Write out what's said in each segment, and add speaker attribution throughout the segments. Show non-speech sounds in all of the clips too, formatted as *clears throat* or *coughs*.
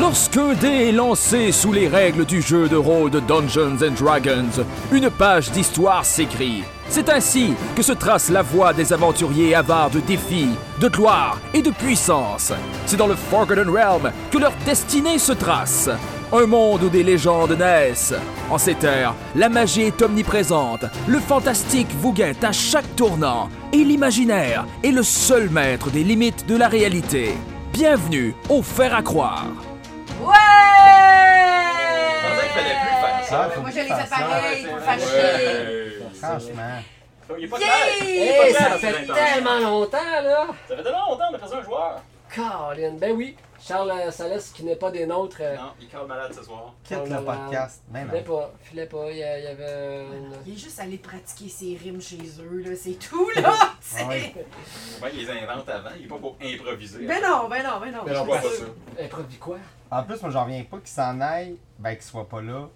Speaker 1: Lorsque qu'un dé est lancé sous les règles du jeu de rôle de Dungeons and Dragons, une page d'histoire s'écrit. C'est ainsi que se trace la voie des aventuriers avares de défis, de gloire et de puissance. C'est dans le Forgotten Realm que leur destinée se trace. Un monde où des légendes naissent. En ces terres, la magie est omniprésente, le fantastique vous guette à chaque tournant, et l'imaginaire est le seul maître des limites de la réalité. Bienvenue au Faire à croire.
Speaker 2: Ouais!
Speaker 3: On dirait qu'il fallait plus faire ça.
Speaker 4: Ah, faut
Speaker 2: Moi,
Speaker 4: plus
Speaker 2: je les ai
Speaker 4: faire ça.
Speaker 2: pareils, faut faire chier.
Speaker 3: Ouais.
Speaker 4: Franchement.
Speaker 3: Il est pas
Speaker 2: Yeah!
Speaker 3: clair. Il est pas
Speaker 5: Hey,
Speaker 3: clair,
Speaker 5: Eh, ça
Speaker 3: ce
Speaker 5: fait
Speaker 3: printemps.
Speaker 5: tellement longtemps, là!
Speaker 3: Ça fait tellement longtemps, on a perdu un joueur.
Speaker 5: Caroline, ben oui, Charles euh, Salès, qui n'est pas des nôtres, euh,
Speaker 3: Non, il est malade ce soir.
Speaker 5: Oh
Speaker 4: Quitte
Speaker 5: là
Speaker 4: le
Speaker 5: là.
Speaker 4: podcast. Mais
Speaker 5: filait
Speaker 4: non.
Speaker 5: pas, filait pas, il y, a- il y avait une...
Speaker 2: Il est juste allé pratiquer ses rimes chez eux, là, c'est tout, là! C'est-
Speaker 4: Ah Ouais.
Speaker 3: Faut bien qu'il les invente avant, il est pas pour improviser.
Speaker 2: Ben non, ben non, ben non.
Speaker 3: Mais non, pas ça.
Speaker 5: Improvis quoi?
Speaker 4: En plus, moi, j'en reviens pas qu'il s'en aille, ben qu'il soit pas là.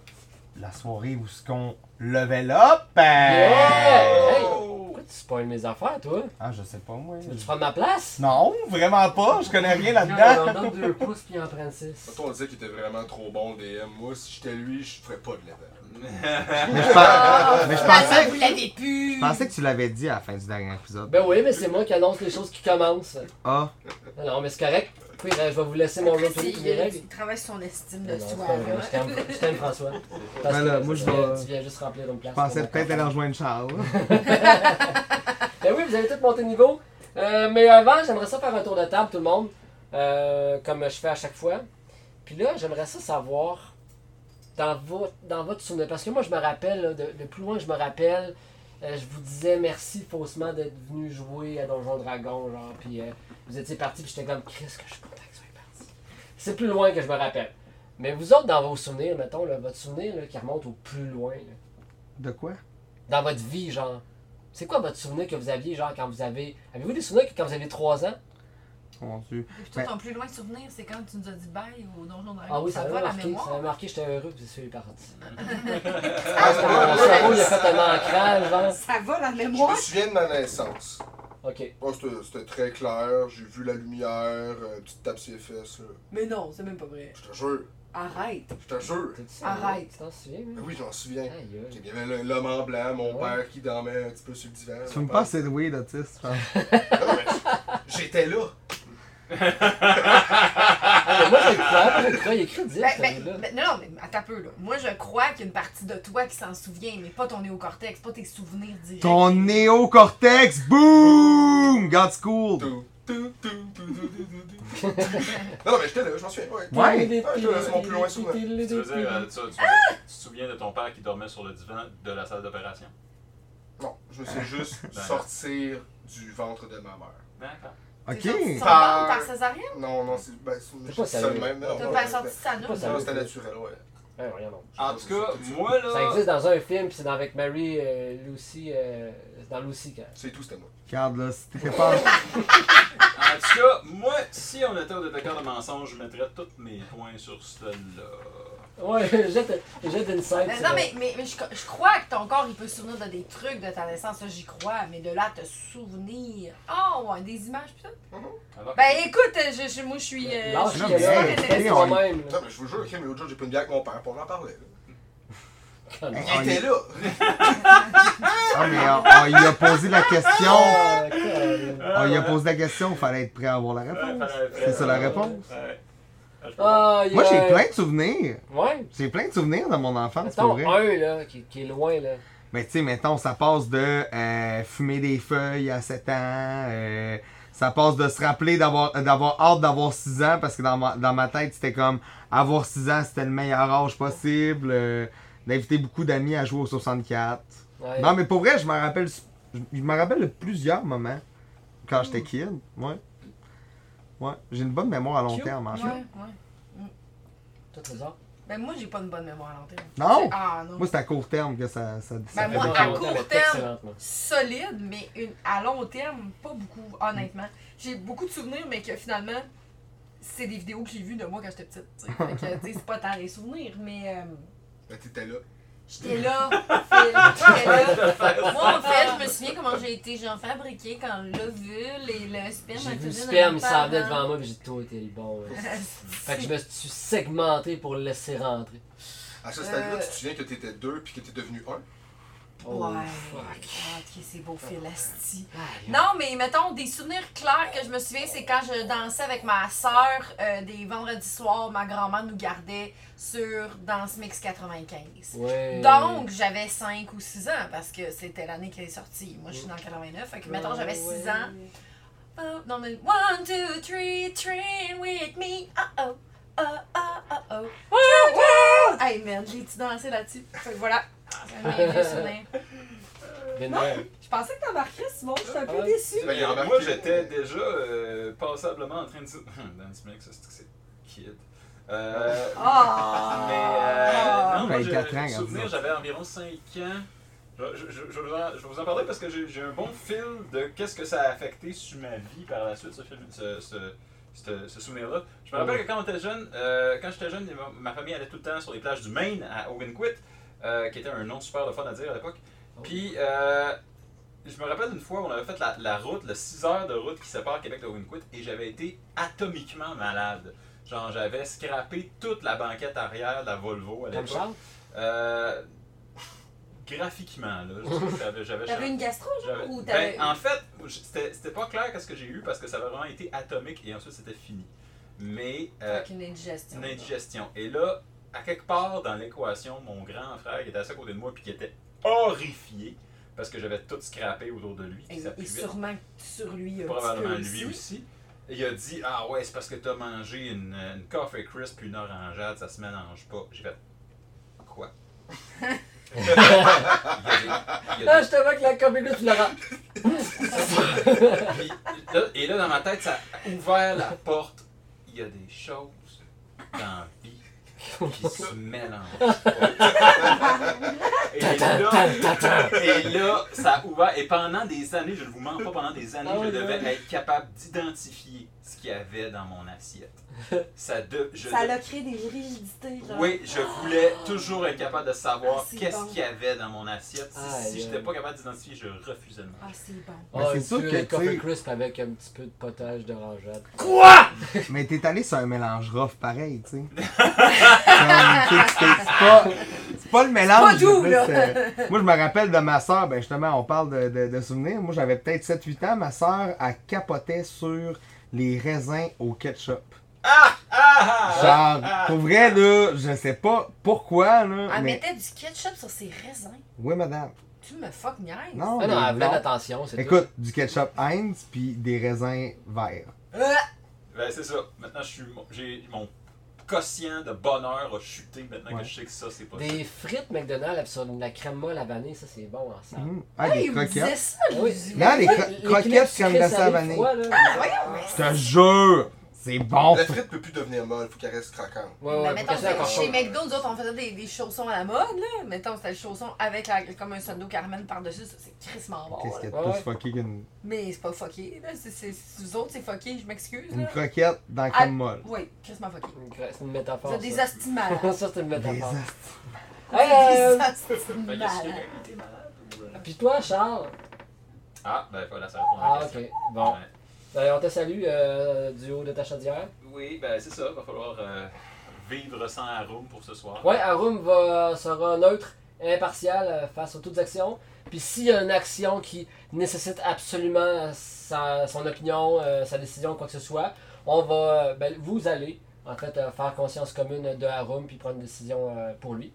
Speaker 4: La soirée où ce qu'on level up. hein.
Speaker 5: Yeah! Hey!
Speaker 3: Oh!
Speaker 5: Pourquoi tu spoil mes affaires, toi?
Speaker 4: Ah, je sais pas, moi.
Speaker 5: Tu veux-tu prendre ma place?
Speaker 4: Non, vraiment pas. Je connais rien
Speaker 5: Non, on
Speaker 4: là-dedans.
Speaker 5: donne deux pouces puis il en prend six.
Speaker 6: Toi, on disait qu'il était vraiment trop bon, le DM. Moi, si j'étais lui, je ferais pas de level.
Speaker 4: Mais je pens- mais je
Speaker 2: Ah,
Speaker 4: pensais
Speaker 2: vous
Speaker 4: que.
Speaker 2: l'avez pu!
Speaker 4: Je pensais que tu l'avais dit à la fin du dernier épisode.
Speaker 5: Ben oui, mais c'est moi qui annonce les choses qui commencent.
Speaker 4: Ah,
Speaker 5: Non, non, mais c'est correct. Oui, ben, je vais vous laisser mon rôle
Speaker 2: C'est-
Speaker 5: qui est règle.
Speaker 2: euh, Il travaille sur son estime
Speaker 5: Non,
Speaker 2: de
Speaker 5: non,
Speaker 2: soi,
Speaker 5: c'est pas vrai.
Speaker 2: là.
Speaker 5: Je t'aime, je t'aime, François. Parce
Speaker 4: Voilà,
Speaker 5: que
Speaker 4: moi, je
Speaker 5: tu viens-
Speaker 4: vais-
Speaker 5: Tu viens juste remplir une place.
Speaker 4: je pensais
Speaker 5: pour
Speaker 4: peut-être
Speaker 5: ma
Speaker 4: aller rejoindre Charles.
Speaker 5: Ben oui, vous avez tous monté de niveau. Euh, mais avant, j'aimerais ça faire un tour de table, tout le monde, euh, comme je fais à chaque fois. Puis là, j'aimerais ça savoir dans votre, dans votre souvenir. Parce que moi, je me rappelle, là, de, de plus loin, je me rappelle, euh, je vous disais merci faussement d'être venu jouer à Donjon Dragon, genre, puis euh, vous étiez parti, puis j'étais comme, qu'est-ce que je suis content que tu sois parti. C'est plus loin que je me rappelle. Mais vous autres, dans vos souvenirs, mettons, là, votre souvenir là, qui remonte au plus loin, là,
Speaker 4: *laughs* De quoi
Speaker 5: dans votre vie, genre. C'est quoi votre souvenir que vous aviez, genre, quand vous avez. Avez-vous des souvenirs que quand vous avez 3 ans
Speaker 4: Mon Dieu.
Speaker 2: *laughs* Puis
Speaker 4: Ben-
Speaker 2: toi, ton plus loin souvenir, c'est quand tu nous as dit bye au donjon de
Speaker 5: Ah oui, ça
Speaker 2: te
Speaker 5: m'a
Speaker 2: va la
Speaker 5: marqué, ça
Speaker 2: mémoire.
Speaker 5: m'a marqué, j'étais heureux, puis c'est
Speaker 6: *laughs*
Speaker 5: parti.
Speaker 6: Ah,
Speaker 5: Parce que mon cerveau, il a fait un ancrage, genre.
Speaker 2: Ça va la
Speaker 6: Je me
Speaker 2: mémoire?
Speaker 6: souviens de ma naissance.
Speaker 5: Ok.
Speaker 6: Moi, c'était- c'était très clair. J'ai vu la lumière, euh, petite tape sur les fesses. là.
Speaker 2: Mais non, c'est même pas vrai.
Speaker 6: Je te jure,
Speaker 2: Arrête!
Speaker 6: je te jure.
Speaker 5: T'as dit ça?
Speaker 2: Arrête.
Speaker 5: Tu t'en souviens,
Speaker 6: Mais
Speaker 5: hein?
Speaker 6: oui, j'en souviens.
Speaker 5: Aïe, aïe.
Speaker 6: Il y avait l'homme en blanc, mon
Speaker 5: Ouais.
Speaker 6: père qui dormait un petit peu sur le divan.
Speaker 4: Tu
Speaker 6: Mon
Speaker 4: me
Speaker 6: père-
Speaker 4: passes de weed, autiste.
Speaker 5: *laughs*
Speaker 4: je pense.
Speaker 6: Non, mais j- J'étais là.
Speaker 5: Ah, mais moi, je le crois, moi, je le crois, il est crédible,
Speaker 2: Ben,
Speaker 5: ce
Speaker 2: ben,
Speaker 5: gars-là.
Speaker 2: ben, non, non, mais attends un peu, là. Moi, je crois qu'il y a une partie de toi qui s'en souvient, mais pas ton néocortex, pas tes souvenirs directs.
Speaker 4: Ton néocortex, boom! Got school!
Speaker 6: Tout, tout, tout, tout, tout, tout, tout, tout. Non, non, mais j'étais là, je m'en souviens. Ouais.
Speaker 4: Ouais.
Speaker 6: Ah, je- c'est mon plus loin souvenir.
Speaker 3: Tu veux dire, euh, tu, tu-
Speaker 5: Ah!
Speaker 3: tu te souviens de ton père qui dormait sur le divan de la salle d'opération?
Speaker 6: Non, je me suis juste
Speaker 3: Ben.
Speaker 6: sortir du ventre de ma mère.
Speaker 3: D'accord.
Speaker 2: T'es
Speaker 4: Ok.
Speaker 2: sorti de son ventre
Speaker 6: Par-
Speaker 2: par césarienne?
Speaker 6: Non, non, c'est ben, c'est-
Speaker 5: pas
Speaker 6: je dis ça
Speaker 5: sérieux.
Speaker 6: de même. mais ben, non,
Speaker 2: T'as
Speaker 6: non,
Speaker 2: pas
Speaker 6: non,
Speaker 2: sorti ça,
Speaker 5: ben, pas
Speaker 2: non?
Speaker 5: ça.
Speaker 6: Non, Ah, c'était naturel, ouais.
Speaker 5: Ouais, voyons donc.
Speaker 3: En tout cas, moi
Speaker 5: Ça
Speaker 3: là.
Speaker 5: existe dans un film, puis c'est dans avec Mary, euh, Lucy, euh, dans Lucy, quand.
Speaker 6: C'est tout, c'était moi.
Speaker 4: Regarde là, si t'étais pas.
Speaker 3: En tout cas, moi, si on était au détecteur de mensonges, je mettrais tous mes points sur celle-là.
Speaker 5: Ouais, *laughs* jette, jette une scène.
Speaker 2: Mais
Speaker 5: c'est
Speaker 2: Ben, non,
Speaker 5: vrai.
Speaker 2: mais, mais, mais je, je crois que ton corps, il peut se souvenir de des trucs de ta naissance, ça, j'y crois, mais de là, te souvenir. Oh, ouais, des images, pis ça.
Speaker 3: Alors que-
Speaker 2: Ben écoute, je, je- moi, je suis. euh,
Speaker 5: Lâche,
Speaker 2: je
Speaker 4: non,
Speaker 2: suis
Speaker 4: mais
Speaker 2: super
Speaker 4: hey,
Speaker 2: intéressée.
Speaker 4: hey,
Speaker 5: quand
Speaker 4: on-
Speaker 5: même.
Speaker 6: Non, mais je vous jure, Kim, l'autre jour, j'ai pris une bière avec mon père, pour on en parlait. là.
Speaker 4: On
Speaker 6: Il était
Speaker 4: y-
Speaker 6: là.
Speaker 4: Ah, mais on, on lui a posé la question.
Speaker 5: Ah, Caroline.
Speaker 4: On lui a posé la question, fallait être prêt à avoir la réponse. C'est ça la réponse.
Speaker 3: Ouais. Je peux pas.
Speaker 5: Ah, il y
Speaker 4: Moi,
Speaker 5: a-
Speaker 4: j'ai plein de souvenirs.
Speaker 5: Ouais.
Speaker 4: J'ai plein de souvenirs de mon enfance, pour
Speaker 5: Mettons
Speaker 4: vrai.
Speaker 5: un là, qui, qui est loin là.
Speaker 4: Mais tu sais, mettons, ça passe de euh, fumer des feuilles à 7 ans, euh, ça passe de se rappeler d'avoir euh, d'avoir hâte d'avoir 6 ans, parce que dans ma, dans ma tête, c'était comme avoir 6 ans, c'était le meilleur âge possible, euh, d'inviter beaucoup d'amis à jouer au 64.
Speaker 5: Ouais.
Speaker 4: Non, mais pour vrai, je m'en rappelle, s- je je m'en rappelle de plusieurs moments quand j'étais kid. Ouais. Ouais, j'ai une bonne mémoire à long
Speaker 5: Cute.
Speaker 4: terme, hein, en fait.
Speaker 2: Ouais, ouais.
Speaker 5: Toi, Trésor?
Speaker 2: Ben moi, j'ai pas une bonne mémoire à long terme.
Speaker 4: Non!
Speaker 2: Ah non.
Speaker 4: Moi, c'est à court terme que ça, ça, ça
Speaker 2: Ben,
Speaker 4: fait
Speaker 2: moi,
Speaker 4: beaucoup.
Speaker 2: à
Speaker 5: longtemps,
Speaker 2: court
Speaker 5: elle est
Speaker 2: terme.
Speaker 5: excellente, moi.
Speaker 2: Solide, mais une, à long terme, pas beaucoup, honnêtement. J'ai beaucoup de souvenirs, mais que finalement, c'est des vidéos que j'ai vues de moi quand j'étais petite. tu sais. Fait que, tu sais, c'est pas tant les souvenirs, mais. euh,
Speaker 6: Ben, t'étais là.
Speaker 2: J'étais là, Phil.
Speaker 5: *laughs*
Speaker 2: J'étais là. Moi, en fait, je me souviens comment j'ai été genre fabriquée quand l'ovule et le sperme
Speaker 5: J'ai
Speaker 2: a
Speaker 5: vu
Speaker 2: tourné dans
Speaker 5: le sperme,
Speaker 2: mon
Speaker 5: il s'en
Speaker 2: père,
Speaker 5: venait devant
Speaker 2: hein.
Speaker 5: moi, puis j'ai dit, toi, t'es le bon.
Speaker 2: *laughs*
Speaker 5: hein. Fait que je me suis segmenté pour le laisser rentrer.
Speaker 6: À ce stade-là,
Speaker 2: Euh.
Speaker 6: tu te souviens que t'étais deux puis que t'es devenu un?
Speaker 5: Oh,
Speaker 2: ouais.
Speaker 5: fuck.
Speaker 2: Ah, ok, c'est beau, Phil. asti.
Speaker 5: Aïe.
Speaker 2: Non, mais mettons, des souvenirs clairs que je me souviens, c'est quand je dansais avec ma sœur euh, des vendredis soirs, ma grand-mère nous gardait sur Danse Mix 95.
Speaker 5: Ouais.
Speaker 2: Donc, j'avais 5 ou 6 ans parce que c'était l'année qu'elle est sortie. Moi, je suis dans le 89, fait que mettons, j'avais 6 ans. Oh, non, mais 1, 2, 3, train with me. Oh oh, oh oh, oh oh. Woo, woo. Hey merde, j'ai-tu dansé là-dessus? Fait que voilà. Ah, C'est un de mes vieux souvenirs.
Speaker 5: Ben,
Speaker 7: Non.
Speaker 5: ouais.
Speaker 7: Je pensais que t'embarquerais, Simon, je suis un peu
Speaker 5: Ah.
Speaker 7: déçue.
Speaker 6: Ben, il a remarqué.
Speaker 3: Moi, j'étais déjà euh, passablement en train de *laughs* dire. Hum, Dance Mix, ça, c'est que c'est kid. *laughs* Euh,
Speaker 7: Ah!
Speaker 3: Mais euh, non, moi,
Speaker 4: T'avais
Speaker 3: j'ai
Speaker 4: Ah, quatre ans
Speaker 3: un
Speaker 4: quand
Speaker 3: souvenir,
Speaker 4: tu
Speaker 3: j'avais environ 5 ans. Je, je- je- je vous en, je vous en parler parce que j'ai j'ai un bon fil de qu'est-ce que ça a affecté sur ma vie par la suite, ce, film- ce, ce- ce- ce souvenir-là. Je me
Speaker 4: Oh.
Speaker 3: rappelle que quand on était jeune, euh, quand j'étais jeune, ma famille allait tout le temps sur les plages du Maine à Ogunquit, euh, qui était un nom super le fun à dire à l'époque.
Speaker 4: Oh.
Speaker 3: Puis, euh, je me rappelle une fois, on avait fait la, la route, le 6 heures de route qui sépare Québec de Ogunquit, et j'avais été atomiquement malade. Genre, j'avais scrappé toute la banquette arrière de la Volvo à
Speaker 5: Comme
Speaker 3: l'époque.
Speaker 5: Charles?
Speaker 3: Euh, graphiquement, là, je- j'avais... j'avais-
Speaker 2: T'avais une gastro,
Speaker 3: j'avais-
Speaker 2: genre? Ou t'avais.
Speaker 3: ben, en fait, c'était c'était pas clair qu'est-ce que j'ai eu parce que ça avait vraiment été atomique et ensuite c'était fini. Mais euh,
Speaker 2: Avec une indigestion.
Speaker 3: une indigestion. Et là, à quelque part dans l'équation, mon grand frère qui était assis à côté de moi puis qui était horrifié parce que j'avais tout scrappé autour de lui. puis
Speaker 2: Et,
Speaker 3: ça
Speaker 2: et
Speaker 3: puait.
Speaker 2: sûrement sur lui. Un
Speaker 3: Probablement
Speaker 2: petit peu
Speaker 3: lui aussi. Il a dit Ah ouais, c'est parce que t'as mangé une, une Coffee Crisp puis une orangeade, ça se mélange pas. J'ai fait Quoi *laughs* Il a dit- il a
Speaker 5: Ah,
Speaker 3: dit-
Speaker 5: je te vois que la comédie, tu l'auras.
Speaker 3: puis là- et là, dans ma tête, ça a ouvert la porte. Il y a des choses dans la vie qui
Speaker 5: *laughs*
Speaker 3: se mélangent. et, là, et là, ça a ouvert. Et pendant des années, je ne vous mens pas, pendant des années,
Speaker 5: Ah
Speaker 3: je
Speaker 5: oui,
Speaker 3: devais
Speaker 5: oui.
Speaker 3: être capable d'identifier ce qu'il y avait dans mon assiette. Ça, de, je,
Speaker 7: Ça l'a créé des rigidités, genre.
Speaker 3: oui, je voulais toujours être capable de
Speaker 7: Ah,
Speaker 3: savoir
Speaker 7: c'est
Speaker 3: qu'est-ce
Speaker 7: bon.
Speaker 3: qu'il y avait dans mon assiette. Si,
Speaker 5: Aïe,
Speaker 3: si je
Speaker 5: aïe.
Speaker 3: n'étais pas capable d'identifier, je refusais de manger.
Speaker 2: Ah, c'est bon.
Speaker 4: Mais
Speaker 5: Ah,
Speaker 4: c'est
Speaker 5: une
Speaker 4: sûr
Speaker 5: purée
Speaker 4: que,
Speaker 5: de
Speaker 4: tu
Speaker 5: Coffee
Speaker 4: sais-
Speaker 5: Crisp avec un petit peu de potage d'orangeade.
Speaker 4: Mais t'es allé sur un mélange rough pareil,
Speaker 2: *laughs*
Speaker 4: tu sais. Comme, tu sais, c'est c'est pas, c'est pas le mélange.
Speaker 2: C'est pas doux,
Speaker 4: mais
Speaker 2: là.
Speaker 4: c'est- Moi, je me rappelle de ma soeur, ben justement, on parle de, de- de souvenirs. Moi, j'avais peut-être 7-8 ans. Ma soeur, elle capotait sur les raisins au ketchup.
Speaker 3: Ah,
Speaker 2: Ah.
Speaker 4: Genre, pour vrai, là, je sais pas pourquoi, là.
Speaker 2: Elle
Speaker 4: mais...
Speaker 2: mettait du ketchup sur ses raisins.
Speaker 4: Oui, madame.
Speaker 2: Tu me fuck niaises.
Speaker 4: Non,
Speaker 5: Ah non,
Speaker 4: mais non.
Speaker 5: elle faisait attention, c'est
Speaker 4: Écoute, du ketchup Heinz, puis des raisins verts.
Speaker 3: Ben, c'est ça. Maintenant, je suis, mon- j'ai mon quotient de bonheur a chuté maintenant
Speaker 4: Ouais.
Speaker 3: que je sais que ça, c'est
Speaker 5: tout.
Speaker 3: pas
Speaker 5: Des frites McDonald's avec sur de la crème molle à vanille, ça c'est bon ensemble.
Speaker 4: Hum. Ah,
Speaker 2: Ah,
Speaker 4: des
Speaker 2: il me disait
Speaker 4: croquettes.
Speaker 2: ça,
Speaker 5: Oui.
Speaker 2: lui.
Speaker 4: Non, les, cro-
Speaker 5: Les
Speaker 4: croquettes
Speaker 5: Kleenex
Speaker 4: crème
Speaker 5: sucrées
Speaker 4: glacée à
Speaker 5: salées
Speaker 4: vanille.
Speaker 5: froid, là.
Speaker 4: Ah. Je te jure, c'est bon.
Speaker 6: La frite peut plus devenir molle, faut qu'elle reste croquante.
Speaker 5: Ouais, ouais,
Speaker 2: Ben,
Speaker 5: faut
Speaker 2: mettons,
Speaker 5: casser la
Speaker 2: chez-
Speaker 5: cochonne.
Speaker 2: chez McDo, nous autres, on faisait des, des chaussons à la mode, là. Mettons, c'était le chausson avec la- comme un sundae Carmen par-dessus, ça, c'est crissement bon.
Speaker 4: Qu'est-ce qu'il y a
Speaker 2: là.
Speaker 4: de
Speaker 5: Ouais, ouais.
Speaker 4: plus fucké qu'une
Speaker 2: Mais c'est pas fucké, là. C'est- c'est- Vous autres, c'est fucké, je m'excuse,
Speaker 4: une
Speaker 2: là.
Speaker 4: croquette dans la
Speaker 2: Ah,
Speaker 4: crème molle?
Speaker 2: Oui, crissement fucké.
Speaker 5: Une gra- C'est une
Speaker 2: Vous
Speaker 5: métaphore.
Speaker 2: êtes des
Speaker 5: *laughs* ça.
Speaker 2: astis malades.
Speaker 5: ça, c'est une
Speaker 4: Des
Speaker 5: métaphore.
Speaker 4: ast-
Speaker 5: Hey, euh,
Speaker 2: Des astis
Speaker 3: ça. Fait que est-ce qu'il y a
Speaker 2: malades.
Speaker 3: quelqu'un qui était malade ou, euh?
Speaker 5: Puis toi, Charles?
Speaker 3: Ah, ben voilà, ça répond à
Speaker 5: Ah,
Speaker 3: la
Speaker 5: ok.
Speaker 3: question.
Speaker 5: Bon.
Speaker 3: Ouais.
Speaker 5: Euh, on te salue euh, du haut de ta chaudière.
Speaker 3: Oui, ben c'est ça. Va falloir euh, vivre sans arôme pour ce soir.
Speaker 5: Ouais, Arum va, sera neutre, impartial euh, face aux toutes actions. Puis s'il y a une action qui nécessite absolument sa, son opinion, euh, sa décision, quoi que ce soit, on va, euh, ben, vous allez en fait euh, faire conscience commune de Arum puis prendre une décision euh, pour lui.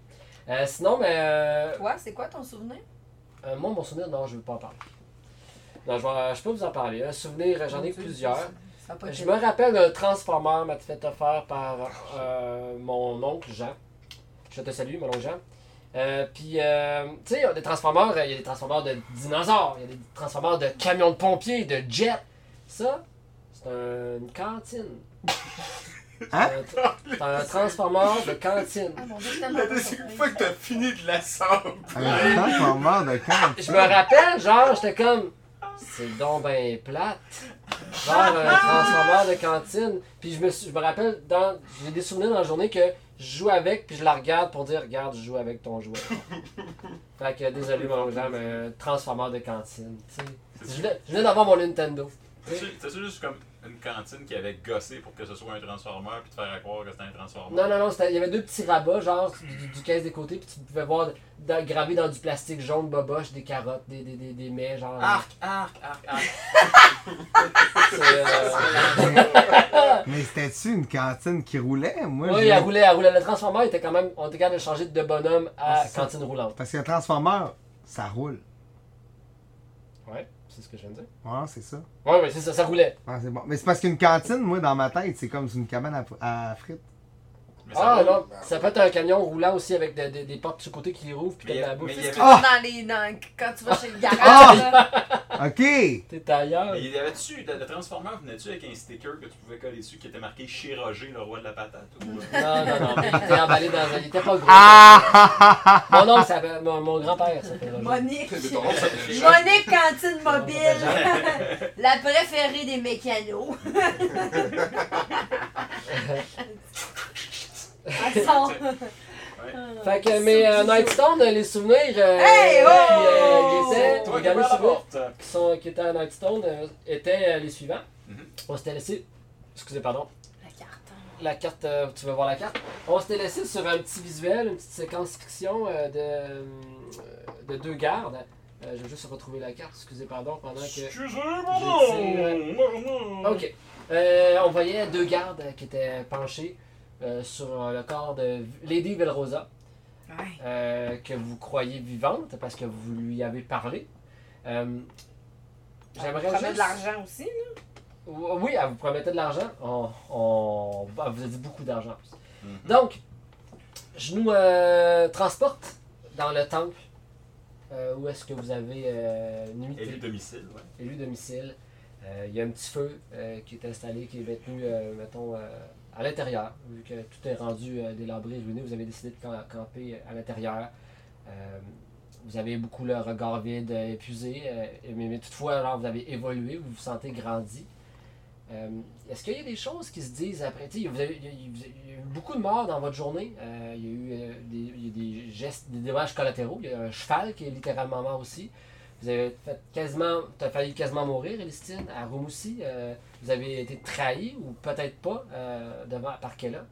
Speaker 5: Euh, sinon, mais euh,
Speaker 2: Toi, c'est quoi ton souvenir?
Speaker 5: euh, moi mon souvenir, non, je veux pas en parler. Non, je, vais- euh, je peux vous en parler. Un souvenir, j'en ai
Speaker 2: Mon Dieu,
Speaker 5: plusieurs.
Speaker 2: Ça va pas
Speaker 5: Euh, Je
Speaker 2: être-
Speaker 5: me rappelle le Transformer m'a fait offert par euh, mon oncle Jean. Je te salue, mon oncle Jean. Euh, Puis, euh, tu sais, il y a des Transformers, euh, il y a des Transformers de dinosaures, il y a des Transformers de camions de pompiers, de jets. Ça, c'est un- une cantine.
Speaker 4: Hein?
Speaker 5: C'est un- C'est un Transformer de cantine.
Speaker 2: Ah, mon Dieu, tellement pas surprise.
Speaker 6: que t'as fini de la sable.
Speaker 4: Un transformeur de camp.
Speaker 5: Je me rappelle, genre, j'étais comme. C'est donc ben plate. Genre un transformeur de cantine. Puis je me, suis- je me rappelle, dans, j'ai des souvenirs dans la journée que je joue avec, puis je la regarde pour dire Regarde, je joue avec ton
Speaker 3: *laughs*
Speaker 5: jouet. fait que désolé, mon grand, mais euh, transformeur de cantine. tu sais. Je venais, je venais d'avoir mon Nintendo.
Speaker 3: C'est juste comme une cantine qui avait gossé pour que ce soit un transformeur puis te faire à croire que c'était un transformeur.
Speaker 5: Non, non, non, c'était- il y avait deux petits rabats, genre du, du- du caisse des côtés, puis tu pouvais voir dans- gravé dans du plastique jaune boboche des carottes, des, des, des, des mets, genre.
Speaker 3: Arc, arc, arc, arc.
Speaker 5: *laughs* c'est, euh,
Speaker 4: Mais c'était-tu une cantine qui roulait? Moi,
Speaker 5: Oui,
Speaker 4: j'ai-
Speaker 5: elle roulait, elle roulait. Le transformeur était quand même. On était capable de changer de bonhomme à
Speaker 4: Ouais, c'est ça.
Speaker 5: cantine roulante.
Speaker 4: Parce que le transformeur, ça roule.
Speaker 5: Ouais, c'est ce que je viens de dire.
Speaker 4: Ouais, c'est ça.
Speaker 5: Ouais, ouais, c'est ça, ça roulait.
Speaker 4: Ouais, c'est bon. Mais c'est parce qu'une cantine, moi, dans ma tête, c'est comme une cabane à, fr- à frites.
Speaker 3: Mais ça
Speaker 5: Ah
Speaker 3: roule.
Speaker 5: non, ça peut être un camion roulant aussi avec des des- des portes sur le côté qui rouvent, puis
Speaker 3: Mais
Speaker 5: t'as de
Speaker 3: y a-
Speaker 5: la bouffe.
Speaker 3: mais y a-
Speaker 4: Ah!
Speaker 8: Dans les, dans, quand tu vas chez le garage,
Speaker 4: Ah!
Speaker 5: *laughs*
Speaker 8: là,
Speaker 4: OK!
Speaker 5: T'es ailleurs.
Speaker 3: Mais il y avait-tu, le, le transformeur venait-tu avec un sticker que tu pouvais coller dessus qui était marqué Chez Roger, le roi de la patate ou, euh,
Speaker 5: Non,
Speaker 3: *laughs*
Speaker 5: non, non, mais il était emballé dans un. Il était pas gros.
Speaker 4: Ah, ah, ah, ah.
Speaker 5: *laughs* Mon oncle, ça avait- mon, mon grand-père s'appelait Roger.
Speaker 2: Monique.
Speaker 6: Mais ton nom, ça fait chier.
Speaker 2: Monique Cantine
Speaker 3: *laughs*
Speaker 2: Mobile. La préférée des mécanos. Elle sort.
Speaker 5: Fait que, mais euh, Nightstone, les souvenirs. euh,
Speaker 2: Hey, oh!
Speaker 5: qui, euh, qui
Speaker 3: Toi,
Speaker 5: étaient- les
Speaker 3: qui ouvre
Speaker 5: derniers
Speaker 3: la
Speaker 5: souvenirs
Speaker 3: porte.
Speaker 5: qui, sont, qui étaient à Nightstone euh, étaient euh, les suivants.
Speaker 3: Mhm.
Speaker 5: On s'était laissé. Excusez, pardon.
Speaker 8: la carte.
Speaker 5: la carte, euh, tu veux voir la carte. On s'était laissé sur un petit visuel, une petite séquence fiction euh, de, euh, de deux gardes. Euh, je vais juste retrouver la carte, excusez pardon, pendant que.
Speaker 3: Excusez-moi,
Speaker 5: J'ai dit, ouais.
Speaker 3: non, non.
Speaker 5: Ok. Euh, on voyait deux gardes qui étaient penchés euh, sur euh, le corps de Lady Velrosa,
Speaker 8: Ouais.
Speaker 5: euh, que vous croyez vivante parce que vous lui avez parlé. Euh,
Speaker 8: On
Speaker 5: J'aimerais
Speaker 8: promet
Speaker 5: juste...
Speaker 8: de l'argent aussi. là.
Speaker 5: Oui, elle vous promettait de l'argent. On, on- elle vous a dit beaucoup d'argent en plus.
Speaker 3: Mhm.
Speaker 5: Donc, je nous euh, transporte dans le temple euh, où est-ce que vous avez euh, nuit
Speaker 3: Élu domicile, ouais.
Speaker 5: élu domicile. Euh, Il y a un petit feu euh, qui est installé, qui est maintenu, euh, mettons, euh, à l'intérieur. Vu que tout est rendu euh, délabré, ruiné, vous avez décidé de cam- camper à l'intérieur. Euh, vous avez beaucoup le regard vide, euh, épuisé, euh, mais, mais toutefois, alors, vous avez évolué, vous vous sentez grandi. Euh, Est-ce qu'il y a des choses qui se disent après? Tu sais, vous avez- Il y, a- il y a- il y a eu beaucoup de morts dans votre journée. Euh, il y a eu euh, des, il y a des gestes, des dommages collatéraux. Il y a un cheval qui est littéralement mort aussi. Vous avez fait quasiment, t'as failli quasiment mourir, Elistine, à Romoussi. euh, vous avez été trahi, ou peut-être pas, euh, devant, par Kella.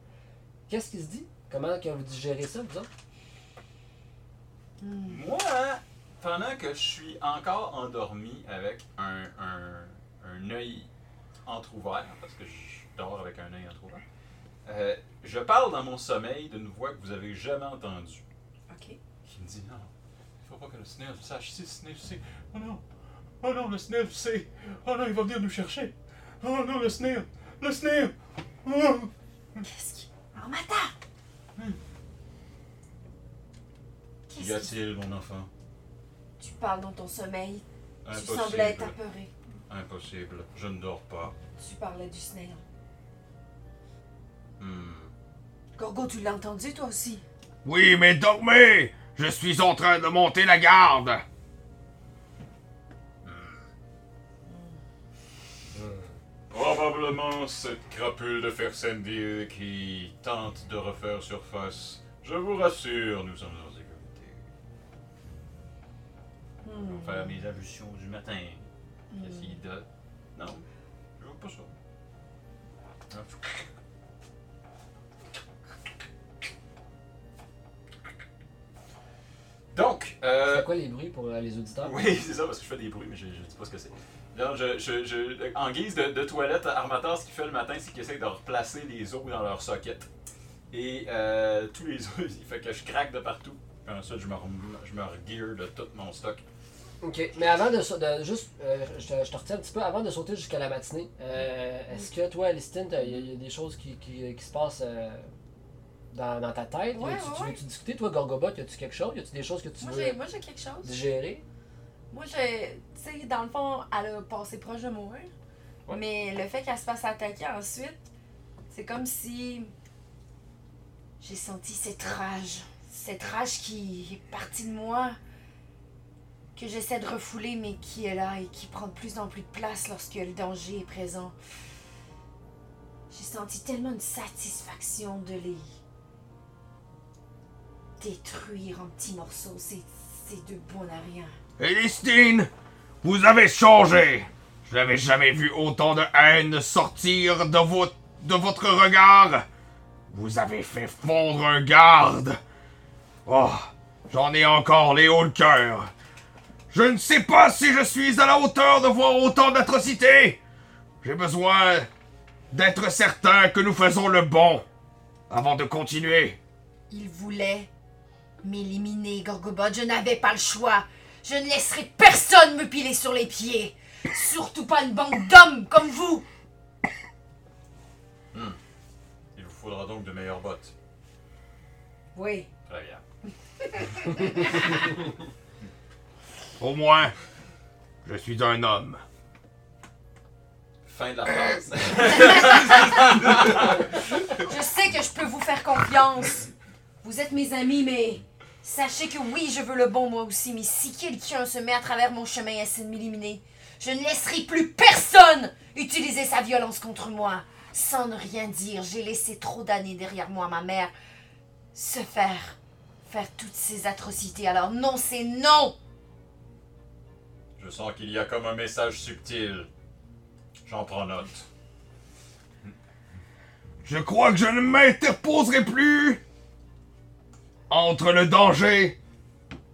Speaker 5: Qu'est-ce qui se dit? Comment que vous digérez ça, vous autres?
Speaker 3: Moi, pendant que je suis encore endormi avec un, un, un œil entrouvert, parce que je dors avec un œil entrouvert, euh, je parle dans mon sommeil d'une voix que vous avez jamais entendue,
Speaker 8: Ok.
Speaker 3: qui me dit non, il faut pas que le snail le sache. Si le snail le sait, oh non, oh non, le snail le sait, oh non, il va venir nous chercher. Oh non, le snail, le snail. Oh.
Speaker 8: Qu'est-ce qui. Oh, m'attends! Hmm.
Speaker 3: Y
Speaker 2: Qu'est-ce que
Speaker 3: a-t-il, mon enfant
Speaker 2: tu parles dans ton sommeil? Tu semblais être
Speaker 3: Impossible,
Speaker 2: apeuré.
Speaker 3: impossible, je ne dors pas.
Speaker 2: Tu parlais du snail.
Speaker 3: Hmm.
Speaker 2: Gorgo, tu l'as entendu toi aussi?
Speaker 4: Oui, mais dormez! Je suis en train de monter la garde!
Speaker 3: Probablement cette crapule de Fersendir qui tente de refaire surface. Je vous rassure, nous sommes en sécurité. Je vais vous faire mes ablutions du matin. J'essaye de. Non, je veux pas ça. Ah. Donc, euh,
Speaker 5: C'est quoi les bruits pour euh, les auditeurs?
Speaker 3: oui, *laughs* c'est ça, parce que je fais des bruits, mais je, je dis pas ce que c'est. Non, je, je, je- en guise de, de toilette, Armateur, ce qu'il fait le matin, c'est qu'il essaie de replacer les os dans leur socket. Et euh, tous les os, *laughs* il fait que je craque de partout. Puis ensuite, je me, rem- je me regear de tout mon stock.
Speaker 5: Ok, mais avant de, sa- de- juste, euh, je, te- je te retiens un petit peu, avant de sauter jusqu'à la matinée, euh, est-ce que toi, Elistine, il y, a- y a des choses qui, qui, qui se passent euh, dans, dans ta tête?
Speaker 8: Ouais,
Speaker 5: Y a-tu-
Speaker 8: ouais,
Speaker 5: tu
Speaker 8: ouais.
Speaker 5: veux-tu discuter? Toi, Gorgobot, y a-tu quelque chose? Y a-tu des choses que tu
Speaker 8: Moi,
Speaker 5: veux
Speaker 8: j'ai- Moi, j'ai quelque chose.
Speaker 5: digérer?
Speaker 8: Moi, je. Tu sais, dans le fond, elle a passé proche de mourir.
Speaker 5: Ouais.
Speaker 8: Mais le fait qu'elle se fasse attaquer ensuite, c'est comme si. J'ai senti cette rage. Cette rage qui est partie de moi.
Speaker 2: que j'essaie de refouler, mais qui est là et qui prend de plus en plus de place lorsque le danger est présent. J'ai senti tellement une satisfaction de les détruire en petits morceaux, ces, ces deux bons à rien.
Speaker 4: Elistine, vous avez changé. Je n'avais jamais vu autant de haine sortir de, vo- de votre regard. Vous avez fait fondre un garde. Oh, j'en ai encore les hauts le cœur. Je ne sais pas si je suis à la hauteur de voir autant d'atrocités. J'ai besoin d'être certain que nous faisons le bon avant de continuer.
Speaker 2: Ils voulaient m'éliminer, Gorgobot. Je n'avais pas le choix. Je ne laisserai personne me piler sur les pieds. Surtout pas une banque d'hommes comme vous.
Speaker 3: Il vous faudra donc de meilleures bottes.
Speaker 2: Oui.
Speaker 3: Très bien.
Speaker 4: *laughs* Au moins, je suis un homme.
Speaker 3: Fin de la phrase. *laughs*
Speaker 2: Je sais que je peux vous faire confiance. Vous êtes mes amis, mais sachez que oui, je veux le bon moi aussi. Mais si quelqu'un se met à travers mon chemin et essaie de m'éliminer, je ne laisserai plus personne utiliser sa violence contre moi. Sans ne rien dire, j'ai laissé trop d'années derrière moi à ma mère se faire faire toutes ces atrocités. Alors non, c'est non.
Speaker 3: Je sens qu'il y a comme un message subtil. J'en prends note.
Speaker 4: Je crois que je ne m'interposerai plus entre le danger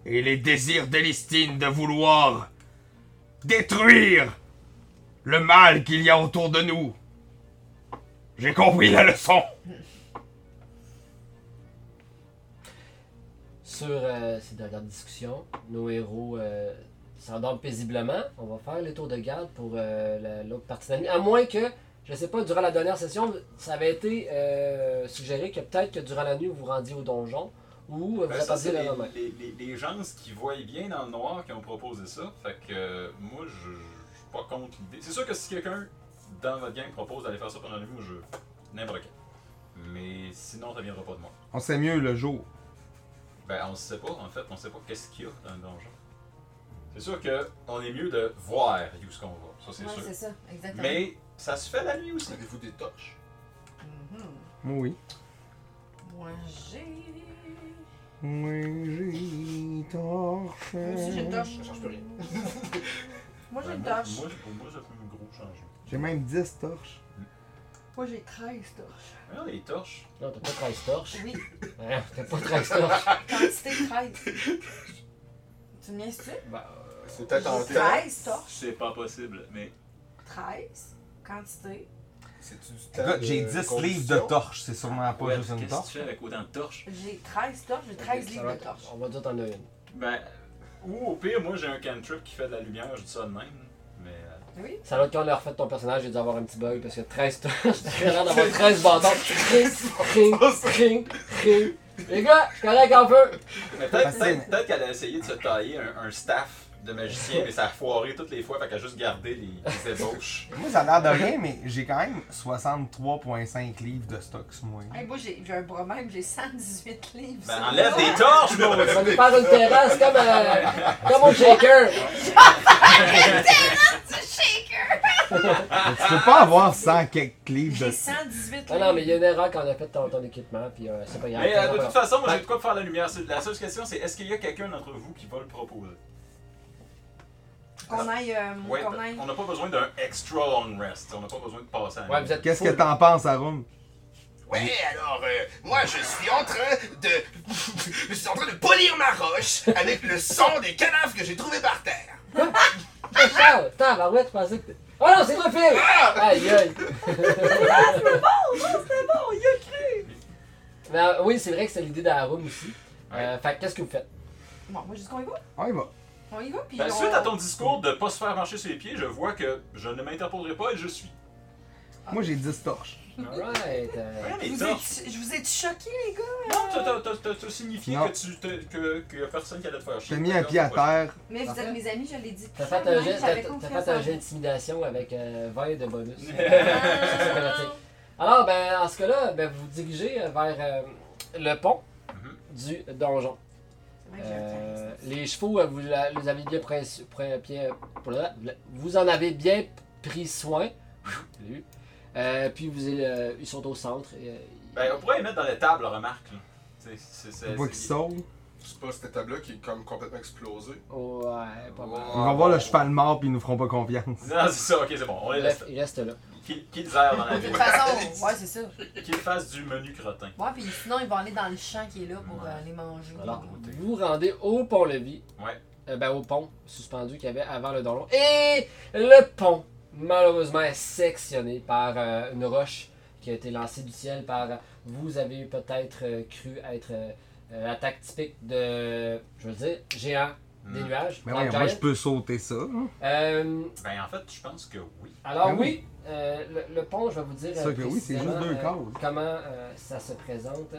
Speaker 4: et les désirs d'Elistine de vouloir détruire le mal qu'il y a autour de nous. J'ai compris la leçon.
Speaker 5: Sur euh, ces dernières discussions, nos héros euh, s'endorment paisiblement. On va faire le tour de garde pour euh, la- l'autre partie de la nuit. À moins que, je sais pas, durant la dernière session, ça avait été euh, suggéré que peut-être que durant la nuit, vous vous rendiez au donjon ou euh, vous
Speaker 3: Ben, ça,
Speaker 5: attendiez
Speaker 3: c'est
Speaker 5: le
Speaker 3: les,
Speaker 5: lendemain.
Speaker 3: les, les- les gens qui voient bien dans le noir qui ont proposé ça. Fait que euh, moi, je, je suis pas contre l'idée. C'est sûr que si quelqu'un dans votre gang propose d'aller faire ça pendant la nuit, moi, je. N'importe quel. Mais sinon, ça viendra pas de moi.
Speaker 4: On sait mieux le jour.
Speaker 3: Ben, on sait pas, en fait, on sait pas qu'est-ce qu'il y a dans le donjon. C'est sûr que on est mieux de voir où ce qu'on va, ça c'est
Speaker 8: Ouais,
Speaker 3: sûr.
Speaker 8: c'est ça, exactement.
Speaker 3: Mais ça se fait la nuit aussi.
Speaker 6: Avez-vous des torches?
Speaker 8: Mhm.
Speaker 4: Oui.
Speaker 8: Moi, j'ai.
Speaker 4: Oui, j'ai torche.
Speaker 8: Moi aussi, j'ai une torche.
Speaker 6: Ça change
Speaker 8: *laughs*
Speaker 6: plus rien.
Speaker 8: Moi, j'ai
Speaker 3: Ben,
Speaker 8: une
Speaker 3: moi,
Speaker 8: torche.
Speaker 3: moi, pour moi, ça fait un gros changement.
Speaker 4: J'ai même 10 torches.
Speaker 8: Moi, j'ai 13 torches.
Speaker 3: Ah, les torches.
Speaker 5: Non, t'as pas 13 torches. *laughs*
Speaker 8: Oui,
Speaker 5: Hein, t'as pas 13
Speaker 8: *laughs*
Speaker 5: torches.
Speaker 8: quantité 13. *laughs* tu me niaises-tu?
Speaker 6: C'est peut-être en
Speaker 8: J'ai
Speaker 6: temps.
Speaker 8: 13 torches.
Speaker 3: C'est pas possible, mais.
Speaker 8: 13. Quantité.
Speaker 6: C'est-tu du temps?
Speaker 4: Écoute, j'ai
Speaker 6: de
Speaker 4: 10 livres
Speaker 6: combustion?
Speaker 4: de torches, c'est sûrement pas
Speaker 3: Ouais,
Speaker 4: juste une
Speaker 3: Qu'est-ce que tu
Speaker 4: torche.
Speaker 3: fais avec autant de torches?
Speaker 8: J'ai 13 torches, j'ai
Speaker 5: Ça
Speaker 8: 13
Speaker 5: va
Speaker 8: livres de
Speaker 5: être-
Speaker 8: torches.
Speaker 5: On va dire t'en as une.
Speaker 3: Ben, ou au pire, moi j'ai un cantrip qui fait de la lumière, je dis ça de même. Mais. euh,
Speaker 8: Oui.
Speaker 5: Ça va quand on a refait ton personnage, j'ai dû avoir un petit bug parce que 13 torches, *laughs* t'as l'air d'avoir 13
Speaker 3: *laughs*
Speaker 5: bâtons. Ring, ring, ring, ring. Les gars, je suis correct en feu.
Speaker 3: mais Peut-être
Speaker 4: Facile.
Speaker 3: peut-être- peut-être qu'elle a essayé de se tailler un, un staff de magicien, mais ça a foiré toutes les fois, fait qu'elle a juste gardé les, les ébauches.
Speaker 4: Moi, ça a l'air de rien, mais j'ai quand même 63,5 livres de stock sur moi.
Speaker 8: Hey, moi, j'ai j'ai un bras même, j'ai 118 livres.
Speaker 3: Ben, enlève des torches, mon
Speaker 5: On est pas une terrasse comme, euh, comme au shaker.
Speaker 4: Tu peux pas avoir 100 quelques livres
Speaker 8: J'ai
Speaker 4: de
Speaker 8: 118 livres.
Speaker 5: Non, non, mais il y a une erreur quand on a fait ton, ton équipement, puis euh, c'est pas grave.
Speaker 3: Mais euh, de toute façon, moi j'ai
Speaker 5: Ouais.
Speaker 3: de quoi pour faire la lumière. C'est- La seule question, c'est est-ce qu'il y a quelqu'un d'entre vous qui va le proposer
Speaker 8: Qu'on aille. euh,
Speaker 3: Ouais, ben,
Speaker 8: qu'on aille.
Speaker 3: on n'a pas besoin d'un extra long rest. On n'a pas besoin de passer à la
Speaker 5: Ouais,
Speaker 3: nuit.
Speaker 5: vous êtes
Speaker 4: Qu'est-ce
Speaker 5: full.
Speaker 4: que t'en penses, Arum?
Speaker 9: Ouais, alors, euh, moi je suis en train de.
Speaker 6: *laughs*
Speaker 9: je suis en train de polir ma roche avec le sang des cadavres que j'ai trouvé par terre.
Speaker 5: Hey, Ah, Charles, tabarouette, je pensais que. t'es- Oh non, c'est toi, Phil!
Speaker 3: Ah!
Speaker 5: Aïe, aïe!
Speaker 8: Oh, il y a-
Speaker 5: Mais, euh, oui, c'est vrai que c'est l'idée d'Arum aussi. Euh, fait que qu'est-ce que vous faites?
Speaker 8: Bon, moi, je dis qu'on y va.
Speaker 4: Ouais, bah.
Speaker 8: On y va, puis.
Speaker 3: Ben,
Speaker 8: on-
Speaker 3: suite à ton discours de pas se faire marcher sur les pieds, je vois que je ne m'interposerai pas et je suis.
Speaker 4: Moi, j'ai 10 torches.
Speaker 5: Alright. euh,
Speaker 3: Ouais, les
Speaker 8: Vous
Speaker 3: torches.
Speaker 8: êtes- Je vous ai choqué, les gars.
Speaker 3: Non, t'as- t'as- t'as- t'as- t'as signifié
Speaker 4: Non.
Speaker 3: que tu te- que qu'il y a personne qui allait te faire
Speaker 4: Je
Speaker 3: chier.
Speaker 4: t'ai mis un pied à terre.
Speaker 8: Mais vous êtes mes amis, je l'ai dit.
Speaker 5: T'as fait un
Speaker 8: clairement,
Speaker 5: jet,
Speaker 8: j'avais
Speaker 5: t'as- t'as
Speaker 8: confiance
Speaker 5: fait un
Speaker 8: en
Speaker 5: jet
Speaker 8: vous.
Speaker 5: d'intimidation avec euh, 20 de bonus.
Speaker 8: Ah.
Speaker 5: Automatique. Alors, ben, en ce cas-là, ben, vous vous dirigez euh, vers euh, le pont du donjon.
Speaker 8: vrai que
Speaker 5: Euh,
Speaker 8: j'ai-
Speaker 5: les chevaux, euh, vous, la- vous avez bien pris- pris- bien- voilà, vous en avez bien pris soin. Je l'ai eu. Euh, puis vous, euh, ils sont au centre. et, euh,
Speaker 3: Ben, on pourrait les mettre dans les tables, remarque. Là. C'est, c'est, c'est,
Speaker 4: Faut pas
Speaker 3: c'est-
Speaker 4: qu'il saute.
Speaker 6: C'est pas cette table-là qui est comme complètement explosée.
Speaker 5: ouais, pas mal.
Speaker 4: Ils vont voir le cheval mort puis ils nous feront pas confiance.
Speaker 3: Non, c'est ça, ok, c'est bon, on les laisse.
Speaker 5: Bref, ils restent là.
Speaker 3: Qu'ils qu'ils errent dans la
Speaker 8: De toute
Speaker 3: ville.
Speaker 8: façon, ouais, c'est ça.
Speaker 3: Qu'ils fassent du menu crottin.
Speaker 8: Ouais, puis sinon, ils vont aller dans le champ qui est là pour
Speaker 3: Ouais.
Speaker 8: euh, les manger.
Speaker 5: Alors,
Speaker 3: Côté.
Speaker 5: vous rendez au pont-levis.
Speaker 3: Ouais.
Speaker 5: Euh, ben, au pont suspendu qu'il y avait avant le donjon. Et le pont, malheureusement, est sectionné par euh, une roche qui a été lancée du ciel par. euh, Vous avez peut-être euh, cru être euh, euh, l'attaque typique de. Je veux dire, géant des
Speaker 3: Hmm.
Speaker 5: nuages.
Speaker 4: Mais
Speaker 5: Dark
Speaker 4: ouais, moi
Speaker 5: Giant.
Speaker 4: je peux sauter ça.
Speaker 5: Euh,
Speaker 3: Ben, en fait, je pense que oui.
Speaker 5: alors,
Speaker 4: Ben
Speaker 5: oui,
Speaker 4: oui.
Speaker 5: euh, le, le pont, je vais vous dire.
Speaker 4: C'est sûr
Speaker 5: euh,
Speaker 4: que oui, c'est juste
Speaker 5: précisément,
Speaker 4: deux
Speaker 5: euh,
Speaker 4: cases.
Speaker 5: Comment euh, ça se présente.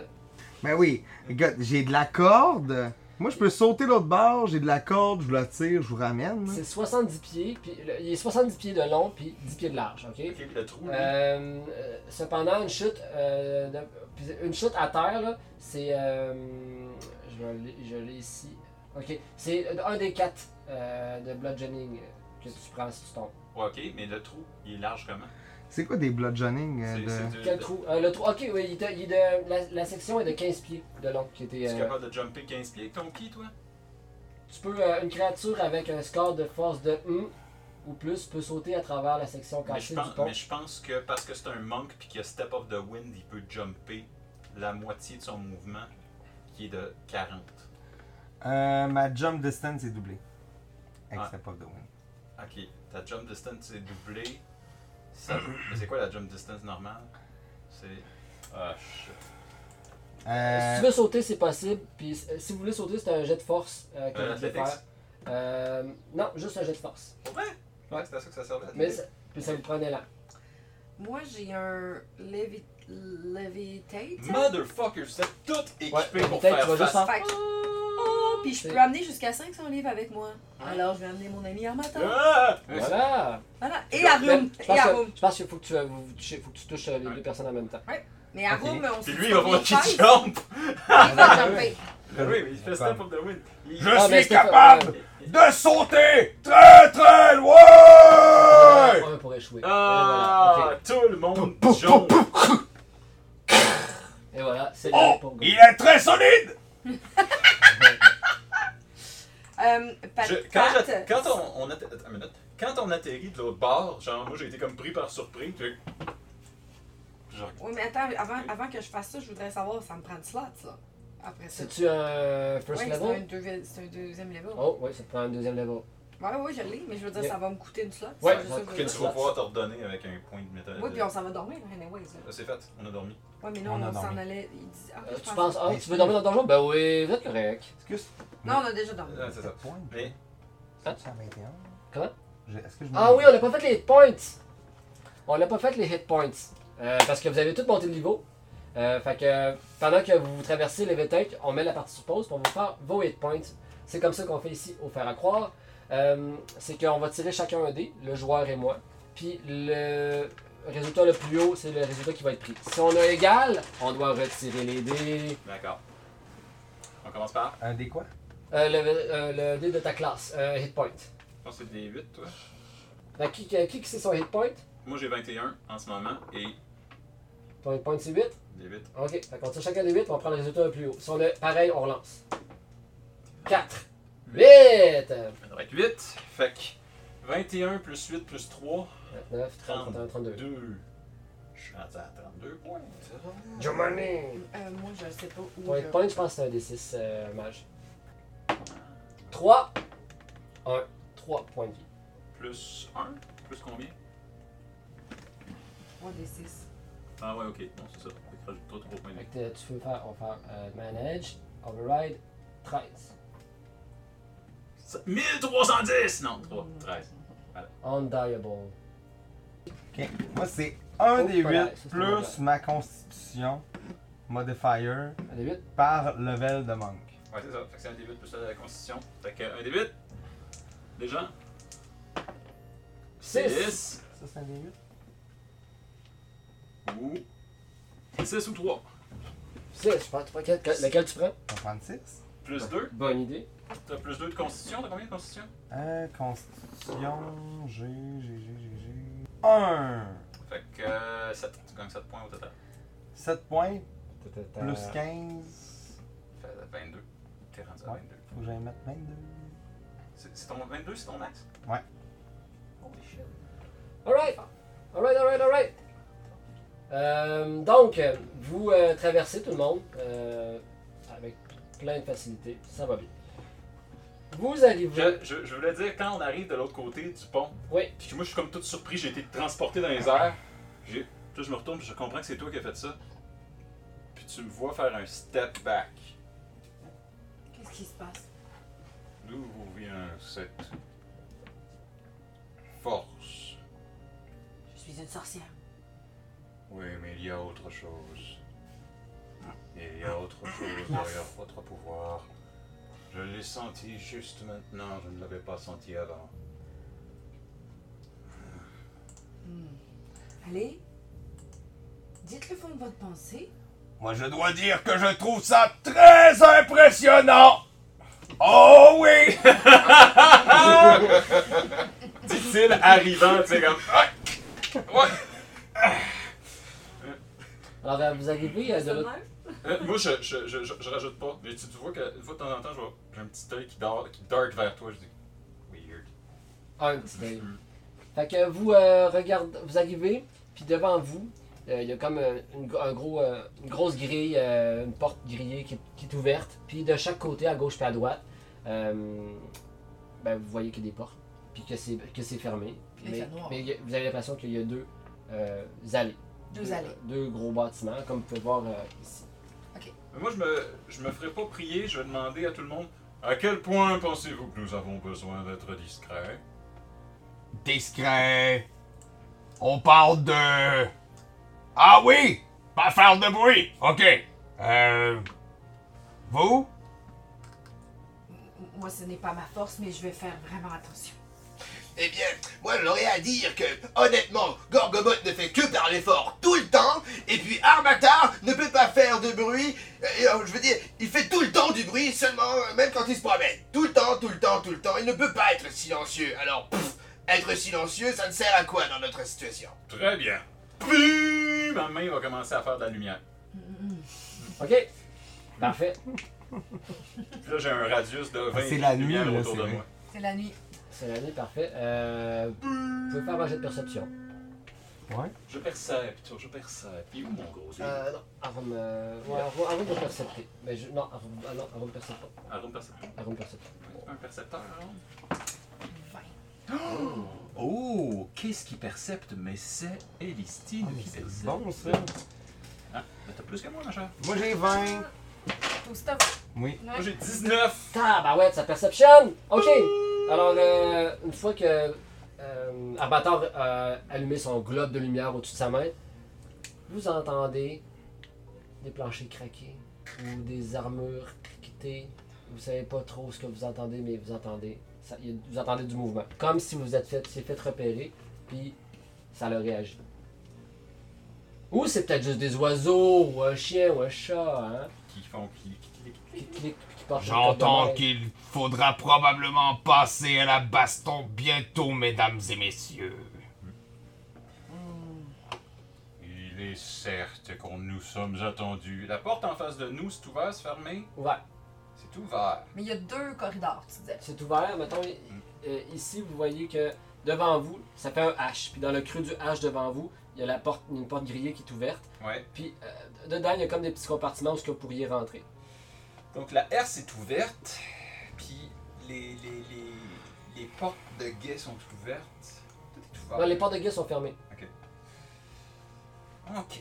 Speaker 4: Ben oui, regarde, j'ai de la corde. Moi je peux sauter l'autre bord, j'ai de la corde, je vous la tire, je vous ramène. là.
Speaker 5: C'est 70 pieds, puis le- il est 70 pieds de long, puis 10 pieds de large, ok?
Speaker 3: Ok, puis le trou, lui,
Speaker 5: Euh, euh, cependant, une chute, euh, de- puis une chute à terre, là, c'est. euh, je vais aller- je l'ai ici. Ok, c'est un des quatre euh, de bludgeoning euh, que tu prends si tu tombes.
Speaker 3: ouais, ok, mais le trou, il est large comment
Speaker 4: C'est quoi des bludgeoning euh,
Speaker 3: C'est,
Speaker 4: de...
Speaker 3: c'est du-
Speaker 5: Quel
Speaker 3: de-
Speaker 5: trou Euh, Le trou. Ok, oui, il est de- il est de- la, la section est de 15 pieds de long. Qui était,
Speaker 3: Tu es
Speaker 5: euh,
Speaker 3: capable de jumper 15 pieds avec ton pied, toi
Speaker 5: tu peux. euh, une créature avec un score de force de 1 ou plus peut sauter à travers la section
Speaker 3: mais je,
Speaker 5: cachée du
Speaker 3: pense,
Speaker 5: pont.
Speaker 3: mais je pense que parce que c'est un monk puis qu'il a Step Off the Wind, il peut jumper la moitié de son mouvement qui est de 40.
Speaker 4: Euh, ma jump distance est doublée. Avec
Speaker 3: Ouais.
Speaker 4: Step of the Wind.
Speaker 3: Ok, ta jump distance est doublée. *clears throat* Ça- mais c'est quoi la jump distance normale C'est. Ah, shit.
Speaker 4: Euh,
Speaker 5: Si tu veux sauter, c'est possible. Puis euh, si vous voulez sauter, c'est un jet de force euh, que
Speaker 3: Euh,
Speaker 5: vous devez
Speaker 3: athletics?
Speaker 5: faire. Euh, non, juste un jet de force.
Speaker 3: Pour vrai
Speaker 5: Ouais.
Speaker 3: c'est à ça que ça servait.
Speaker 5: Mais ça, puis ça vous prend un élan.
Speaker 8: Moi, j'ai un levi-
Speaker 3: Hmm.
Speaker 8: levitate.
Speaker 3: Motherfucker, vous êtes tout équipé
Speaker 5: Ouais,
Speaker 3: pour
Speaker 5: peut-être
Speaker 3: faire
Speaker 5: tu vas juste
Speaker 3: face.
Speaker 8: Fait que- Oh, puis je peux amener jusqu'à 500 livres avec moi. Alors, je vais amener mon ami Armata.
Speaker 3: Ah!
Speaker 5: Voilà!
Speaker 8: Voilà. Et Arum.
Speaker 5: Ben, je
Speaker 8: Et
Speaker 5: pense que-
Speaker 8: Arum.
Speaker 5: Je pense qu'il faut que tu, euh, vous vous touchez- faut que tu touches euh, les deux personnes en même temps.
Speaker 8: Mais Arum, on
Speaker 3: Puis
Speaker 8: sait
Speaker 3: lui,
Speaker 8: pas
Speaker 3: il va
Speaker 8: combien
Speaker 3: falloir
Speaker 8: de
Speaker 3: qu'il
Speaker 8: pèse.
Speaker 3: jump!
Speaker 8: Il va
Speaker 5: Ah,
Speaker 8: jumper.
Speaker 3: Ben oui, mais il fait Step Off the Wind. Il-
Speaker 9: Je
Speaker 5: mais
Speaker 9: suis
Speaker 5: Steph-
Speaker 9: capable
Speaker 5: euh,
Speaker 9: de sauter très très
Speaker 5: euh,
Speaker 9: loin!
Speaker 5: Un pour échouer.
Speaker 3: Ah! Tout le monde jump!
Speaker 5: Et voilà, ok. Et voilà, c'est
Speaker 9: Oh,
Speaker 5: le pour go.
Speaker 9: il est très solide!
Speaker 8: Euh, Pat,
Speaker 3: Je- quand,
Speaker 8: Pat,
Speaker 3: j'atte- quand on, on atte- attends une minute. quand on atterrit de l'autre bord, genre moi j'ai été comme pris par surprise. puis j'ai- genre,
Speaker 8: Oui, mais attends, avant, avant que je fasse ça, je voudrais savoir, ça me prend de slots, là. Après ça.
Speaker 5: C'est-tu un
Speaker 8: Oui,
Speaker 5: first
Speaker 8: c'est un,
Speaker 5: level?
Speaker 8: deuxi- c'est un deuxième level.
Speaker 5: Oh, oui, ça te prend un deuxième level.
Speaker 8: Ouais, ouais, je l'ai, mais je veux dire,
Speaker 5: Yeah.
Speaker 8: ça va me coûter une slot.
Speaker 5: Ouais,
Speaker 8: c'est
Speaker 5: ça va
Speaker 8: juste
Speaker 5: te
Speaker 8: que
Speaker 3: que
Speaker 8: je veux
Speaker 3: tu
Speaker 8: dire.
Speaker 3: vas pouvoir te redonner avec un point de métal.
Speaker 8: Oui, puis on s'en va dormir, anyways. là.
Speaker 3: Ah, C'est fait, on a dormi.
Speaker 8: Ouais, mais là,
Speaker 4: On
Speaker 8: on,
Speaker 4: a
Speaker 8: s'en
Speaker 4: dormi.
Speaker 8: allait. Il dit, ah,
Speaker 5: Euh,
Speaker 8: je
Speaker 5: tu
Speaker 8: pense-
Speaker 5: penses, ah,
Speaker 4: Mais-
Speaker 5: tu veux dormir dans le donjon? Ben oui, vous êtes correct.
Speaker 4: Excuse.
Speaker 8: Non, on a déjà dormi.
Speaker 3: Ah, c'est ça.
Speaker 4: Point.
Speaker 3: Mais
Speaker 5: Hein?
Speaker 4: C'est à 21.
Speaker 5: Comment?
Speaker 4: Je- Est-ce que je me-
Speaker 5: Ah oui, on n'a pas fait les hit points. On n'a pas fait les hit points. Euh, parce que vous avez tout monté le niveau. Euh, fait que pendant que vous traversez les tech, on met la partie sur pause pour vous faire vos hit points. C'est comme ça qu'on fait ici au fer à croire. Euh, c'est qu'on va tirer chacun un dé, le joueur et moi. Puis le résultat le plus haut, c'est le résultat qui va être pris. Si on a égal, on doit retirer les dés.
Speaker 3: d'accord. On commence par.
Speaker 4: Un des quoi?
Speaker 5: Euh, le, euh, le dé de ta classe, euh, hit point.
Speaker 3: Je pense que c'est des 8 toi.
Speaker 5: Fait que qui, qui, qui c'est son hit point
Speaker 3: Moi j'ai 21 en ce moment et
Speaker 5: Ton hit point c'est 8.
Speaker 3: des 8.
Speaker 5: Ok, fait qu'on tire chacun des 8, on prend le résultat le plus haut. Si on est pareil, on relance. 4. 8!
Speaker 3: Ça devrait être 8. Fait que 21 plus 8 plus 3,
Speaker 5: 29, 30, 31, 32.
Speaker 3: 2. Je suis rendu à 32 points. ça va.
Speaker 5: Your money!
Speaker 8: Euh, moi, je sais pas où.
Speaker 5: Ton
Speaker 8: je-
Speaker 5: hit point, je pense que c'est un des euh, 6 mage. 3. 1. 3 points de vie.
Speaker 3: Plus 1, plus combien
Speaker 8: Moi, des six.
Speaker 3: Ah ouais, ok. Bon, c'est ça. Fait que Rajoute-toi 3 points de
Speaker 5: Fait que euh, tu peux faire, on va faire euh, manage, override, 13.
Speaker 3: 1310! Non, 3, 13.
Speaker 5: Undiable.
Speaker 4: Ok. Moi c'est un
Speaker 5: Oh,
Speaker 4: des
Speaker 5: voilà,
Speaker 4: 8
Speaker 5: ça, c'est mon
Speaker 4: plus
Speaker 5: gars.
Speaker 4: ma constitution modifier
Speaker 5: Un des 8.
Speaker 4: par level de monk.
Speaker 3: Ouais, c'est ça. Fait que c'est un D8 plus ça de la constitution. Fait que euh, un D8. Les gens.
Speaker 5: Six.
Speaker 3: 6
Speaker 4: Ça c'est un des 8?
Speaker 3: ou. 6 ou 3.
Speaker 5: 6, je pense. tu prends quel- quel- Lequel tu prends
Speaker 4: On va prendre 6.
Speaker 3: Plus 2.
Speaker 5: Bonne idée.
Speaker 3: T'as plus 2 de constitution. T'as combien de constitution
Speaker 4: Euh, constitution, j'ai, j'ai, j'ai, j'ai, j'ai... 1!
Speaker 3: Fait que euh, 7. Tu gagnes 7 points au total.
Speaker 4: 7 points,
Speaker 5: Ta-ta-ta.
Speaker 4: plus 15...
Speaker 3: Fait 22. T'es rendu à
Speaker 4: Ouais.
Speaker 3: 22.
Speaker 4: Faut que j'aille mettre 22.
Speaker 3: C'est c'est ton 22, c'est ton max
Speaker 4: Ouais.
Speaker 3: Holy shit.
Speaker 5: Alright! Alright, alright, alright! Euh, donc, euh, vous euh, traversez tout le monde euh, avec plein de facilité. Ça va bien. Vous arrivez.
Speaker 3: Je, je, je voulais dire, quand on arrive de l'autre côté du pont,
Speaker 5: Oui.
Speaker 3: puis que moi je suis comme tout surpris, j'ai été transporté dans les airs. J'ai- Puis là, je me retourne, puis je comprends que c'est toi qui as fait ça. Puis tu me vois faire un step back.
Speaker 8: Qu'est-ce qui se passe?
Speaker 3: D'où vous vient cette force
Speaker 2: Je suis une sorcière.
Speaker 3: Oui, mais il y a autre chose.
Speaker 9: Ah.
Speaker 3: Il y a autre chose derrière votre pouvoir. Je l'ai senti juste maintenant, je ne l'avais pas senti avant.
Speaker 8: Allez, dites le fond de votre pensée.
Speaker 9: Moi, je dois dire que je trouve ça très impressionnant. Oh
Speaker 3: *laughs*
Speaker 9: oui!
Speaker 3: Dit-il arrivant, tu sais, comme.
Speaker 5: Alors, euh, vous arrivez euh, de l'autre.
Speaker 3: Euh, moi, je, je, je, je, je rajoute pas, mais tu, tu vois que une fois de temps en temps, je vois j'ai un petit œil qui, dort- qui dart vers toi. Je dis Weird.
Speaker 5: Un petit peu. Ah, ben. Fait que vous euh, regardez, vous arrivez, puis devant vous, euh, il y a comme euh, une, gro- un gros, euh, une grosse grille, euh, une porte grillée qui, qui est ouverte. Puis de chaque côté, à gauche puis à droite, euh, ben, vous voyez qu'il y a des portes, puis que c'est que c'est fermé.
Speaker 8: Puis il
Speaker 5: Mais,
Speaker 8: fait noir.
Speaker 5: mais il y a- vous avez l'impression qu'il y a deux euh, allées.
Speaker 8: Deux allées.
Speaker 5: Deux gros bâtiments, comme vous pouvez voir euh, ici.
Speaker 3: Mais moi, je me, je me ferai pas prier, je vais demander à tout le monde À quel point pensez-vous que nous avons besoin d'être discrets
Speaker 9: Discret. On parle de. Ah oui! Pas faire de bruit! Ok. Euh. Vous?
Speaker 8: Moi, ce n'est pas ma force, mais je vais faire vraiment attention.
Speaker 9: Eh bien, moi j'aurais à dire que, honnêtement, Gorgobot ne fait que parler fort tout le temps, et puis Armatar ne peut pas faire de bruit. Euh, euh, je veux dire, il fait tout le temps du bruit, seulement euh, même quand il se promène. Tout le temps, tout le temps, tout le temps. Il ne peut pas être silencieux. Alors, pff, être silencieux, ça ne sert à quoi dans notre situation
Speaker 3: Très bien. Puis, ma main va commencer à faire de la lumière.
Speaker 5: Ok, parfait.
Speaker 3: Puis là, j'ai un radius de
Speaker 9: Ah,
Speaker 3: 20
Speaker 4: c'est la nuit,
Speaker 3: lumières
Speaker 4: là,
Speaker 3: autour
Speaker 4: c'est
Speaker 3: de
Speaker 4: vrai.
Speaker 3: moi.
Speaker 8: C'est la nuit.
Speaker 5: C'est l'année, parfait. Euh, vous pouvez faire un jet de perception.
Speaker 3: Je percepte, toujours, je percepte. Il est où mon gros yeux
Speaker 5: Euh, non, Arum, euh, ouais, Arum, Arum peut percepter. Mais je, non, Arum, ah non, Arum percepte pas.
Speaker 3: Arôme percepteur.
Speaker 5: Arum percepte.
Speaker 3: C'est pas un percepteur, Arôme
Speaker 8: Vingt.
Speaker 3: Oh, qu'est-ce qui percepte Mais c'est Elistine qui percepte.
Speaker 4: Ah, Bon, ça.
Speaker 3: Ah, mais t'as plus que moi, ma chère.
Speaker 4: Moi, j'ai 20.
Speaker 8: Faut stop.
Speaker 4: Oui.
Speaker 3: Moi, j'ai 19.
Speaker 5: Tabarouette, sa perception! Ok! Alors, euh, une fois que euh, Arbator a allumé son globe de lumière au-dessus de sa main, vous entendez des planchers craquer ou des armures quitter. Vous savez pas trop ce que vous entendez, mais vous entendez, ça- il y a- vous entendez du mouvement. Comme si vous êtes fait, c'est fait repérer, puis ça leur réagit. Ou c'est peut-être juste des oiseaux, ou un chien, ou un chat, hein,
Speaker 3: Qui font qui, qui, qui- qui-
Speaker 5: qui cliquent, puis qui portent. sur le
Speaker 9: J'entends
Speaker 5: corps de main.
Speaker 9: qu'il faudra probablement passer à la baston bientôt, mesdames et messieurs.
Speaker 3: Il est certes qu'on nous sommes attendus. La porte en face de nous, c'est ouvert, c'est fermé.
Speaker 5: Ouais.
Speaker 3: C'est ouvert.
Speaker 8: Mais il y a deux corridors, tu disais.
Speaker 5: C'est ouvert, mettons, i- euh, ici, vous voyez que devant vous, ça fait un H. Puis dans le creux du H devant vous, il y a la porte, une porte grillée qui est ouverte.
Speaker 3: Ouais.
Speaker 5: Puis euh, dedans, il y a comme des petits compartiments où est-ce que vous pourriez rentrer.
Speaker 3: Donc la herse est ouverte, puis les, les, les, les portes de guet sont ouvertes. Tout est ouvert.
Speaker 5: Non, les portes de guet sont fermées.
Speaker 3: Ok.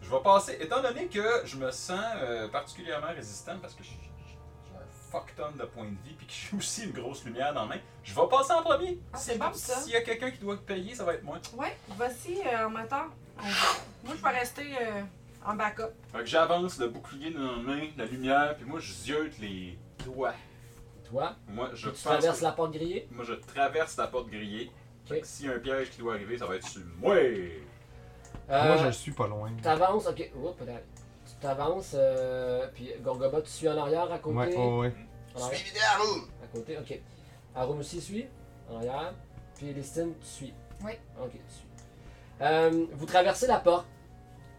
Speaker 3: Je vais passer, étant donné que je me sens euh, particulièrement résistant parce que je- je- j'ai un fuck ton de points de vie puis que j'ai aussi une grosse lumière dans la main, je vais passer en premier.
Speaker 8: Ah,
Speaker 3: Si-
Speaker 8: c'est bon, ça.
Speaker 3: S'il y a quelqu'un qui doit payer, ça va être moi.
Speaker 8: Ouais, voici euh, en m'attend. Moi, je vais rester euh, en backup.
Speaker 3: Fait que j'avance, le bouclier dans la main, la lumière, puis moi je ziote les doigts.
Speaker 5: Toi,
Speaker 3: Moi je
Speaker 5: tu
Speaker 3: pense
Speaker 5: traverses
Speaker 3: que-
Speaker 5: la porte grillée.
Speaker 3: Moi je traverse la porte grillée.
Speaker 5: Ok.
Speaker 3: S'il y a un piège qui doit arriver, ça va être sur moi.
Speaker 5: Euh,
Speaker 4: Moi, je suis pas loin.
Speaker 5: T'avances, ok. Oups, attends. Tu t'avances, euh, puis Gorgobot, tu suis en arrière à côté.
Speaker 4: Ouais,
Speaker 3: oh.
Speaker 4: ouais, ouais.
Speaker 5: En arrière,
Speaker 9: Suivi d'Arum.
Speaker 5: à côté, ok. Arum aussi suit, en arrière. Puis Listine, tu suis.
Speaker 8: Oui.
Speaker 5: Ok, tu suis. Euh, vous traversez la porte.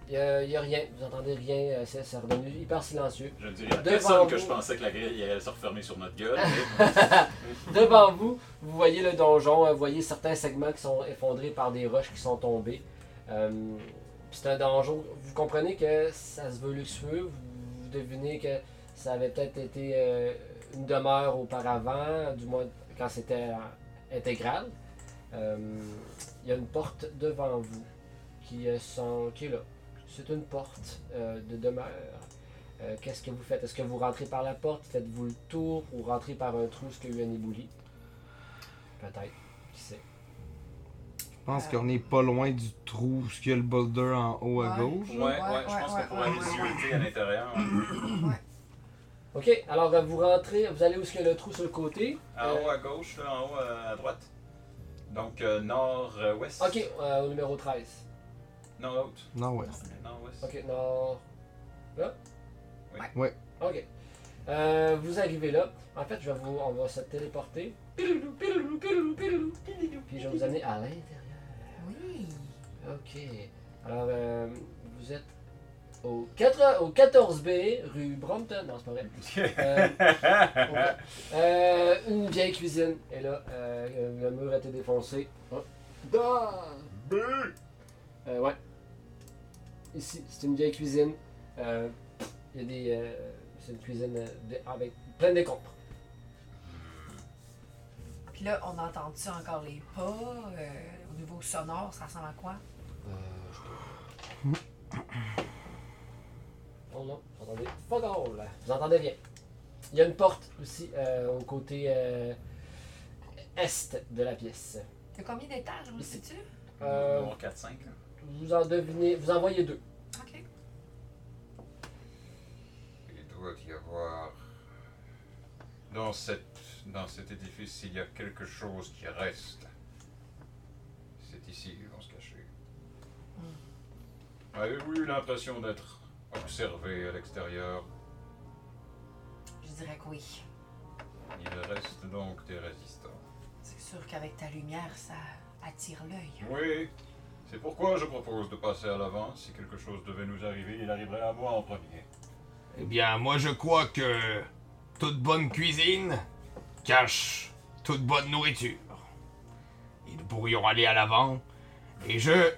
Speaker 5: Il n'y a, rien, vous entendez rien, euh, c'est c'est redevenu hyper silencieux.
Speaker 3: Je ne dirais à
Speaker 5: Devant
Speaker 3: personne que
Speaker 5: vous.
Speaker 3: je pensais que la grille allait se refermer sur notre
Speaker 5: *laughs*
Speaker 3: gueule.
Speaker 5: Devant vous, vous voyez le donjon, euh, vous voyez certains segments qui sont effondrés par des roches qui sont tombées. Euh, puis c'est un donjon, vous comprenez que ça se veut luxueux, vous, vous devinez que ça avait peut-être été euh, une demeure auparavant, du moins quand c'était euh, intégral. Euh, Il y a une porte devant vous qui, euh, sont, qui est là. C'est une porte euh, de demeure. Euh, Qu'est-ce que vous faites Est-ce que vous rentrez par la porte Faites-vous le tour ou rentrez par un trou, ce qu'il y a eu un éboulis Peut-être, qui sait.
Speaker 4: Je pense
Speaker 5: Euh.
Speaker 4: qu'on est pas loin du trou où il y a le boulder en haut à
Speaker 8: Ouais.
Speaker 4: gauche.
Speaker 3: ouais, ouais, je pense
Speaker 8: ouais,
Speaker 3: qu'on pourrait
Speaker 8: ouais, ouais,
Speaker 3: les à l'intérieur. *laughs*
Speaker 5: Ok, alors euh, vous rentrez, vous allez où est-ce qu'il y a le trou sur le côté
Speaker 3: En
Speaker 5: Euh,
Speaker 3: haut à gauche, là, en haut euh, à droite. Donc euh, nord-ouest.
Speaker 5: Ok, euh, au numéro 13.
Speaker 3: Nord-ouest.
Speaker 4: Nord-ouest.
Speaker 3: Nord-ouest.
Speaker 5: Ok, non. Là
Speaker 3: Oui.
Speaker 4: Ouais.
Speaker 5: Ok. Euh, vous arrivez là. En fait, je vais vous, on va se téléporter. Piloulou, piloulou, piloulou, piloulou, piloulou. Puis je vais vous amener à l'intérieur.
Speaker 8: Oui.
Speaker 5: Ok. Alors, euh, vous êtes au, 4, au 14B, rue Brompton. Non, c'est pas vrai. Euh, ok. Euh, une vieille cuisine. Et là, euh, le mur a été défoncé. Oh. Ah! Euh, ouais. Ici, c'est une vieille cuisine. Euh, Il y a des. euh, c'est une cuisine euh, de- avec plein de comptes.
Speaker 8: Puis là, on entend-tu encore les pas? euh, au niveau sonore, ça ressemble à quoi?
Speaker 5: Oh non, vous entendez pas drôle. Vous entendez bien. Il y a une porte aussi euh, au côté euh, est de la pièce.
Speaker 8: Il y a combien d'étages, on le sait-tu?
Speaker 5: Euh,
Speaker 3: Nord 4-5. là.
Speaker 5: vous en devinez, vous en voyez deux.
Speaker 8: OK.
Speaker 3: Il doit y avoir. Dans, cette, dans cet édifice, il y a quelque chose qui reste. C'est ici qu'ils vont se cacher. Avez-vous eu l'impression d'être observé à l'extérieur
Speaker 8: Je dirais que oui.
Speaker 3: Il reste donc des résistants.
Speaker 8: C'est sûr qu'avec ta lumière, ça attire l'œil.
Speaker 3: Oui, c'est pourquoi je propose de passer à l'avant. Si quelque chose devait nous arriver, il arriverait à moi en premier.
Speaker 1: Eh bien, moi je crois que toute bonne cuisine cache toute bonne nourriture. Et nous pourrions aller à l'avant. Et je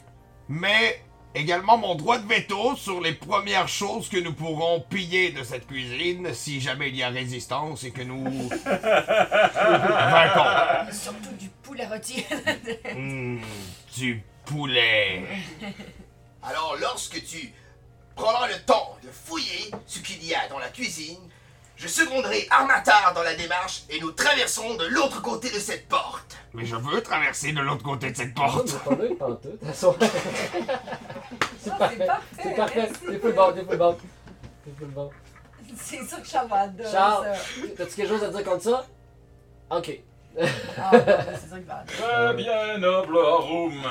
Speaker 1: mets également mon droit de veto sur les premières choses que nous pourrons piller de cette cuisine si jamais il y a résistance et que nous vainquons.
Speaker 8: *laughs*
Speaker 2: Surtout du poulet rôti.
Speaker 1: Hmm, du poulet.
Speaker 9: Alors, lorsque tu prendras le temps de fouiller ce qu'il y a dans la cuisine, je seconderai Armatar dans la démarche et nous traverserons de l'autre côté de cette porte.
Speaker 1: Mais je veux traverser de l'autre côté de cette
Speaker 5: Vous
Speaker 1: porte.
Speaker 5: entendez une pantoute. elles sont- c'est parfait.
Speaker 8: Ah, parfait,
Speaker 5: C'est parfait.
Speaker 8: merci.
Speaker 5: T'es full bon, t'es full bon. T'es full bon.
Speaker 8: *laughs* C'est sûr que Charles adore
Speaker 5: Charles,
Speaker 8: ça.
Speaker 5: t'as-tu quelque chose à dire contre ça? Ok.
Speaker 8: Ah, ouais, c'est sûr qu'il va adorer.
Speaker 3: Très bien, noble Harum,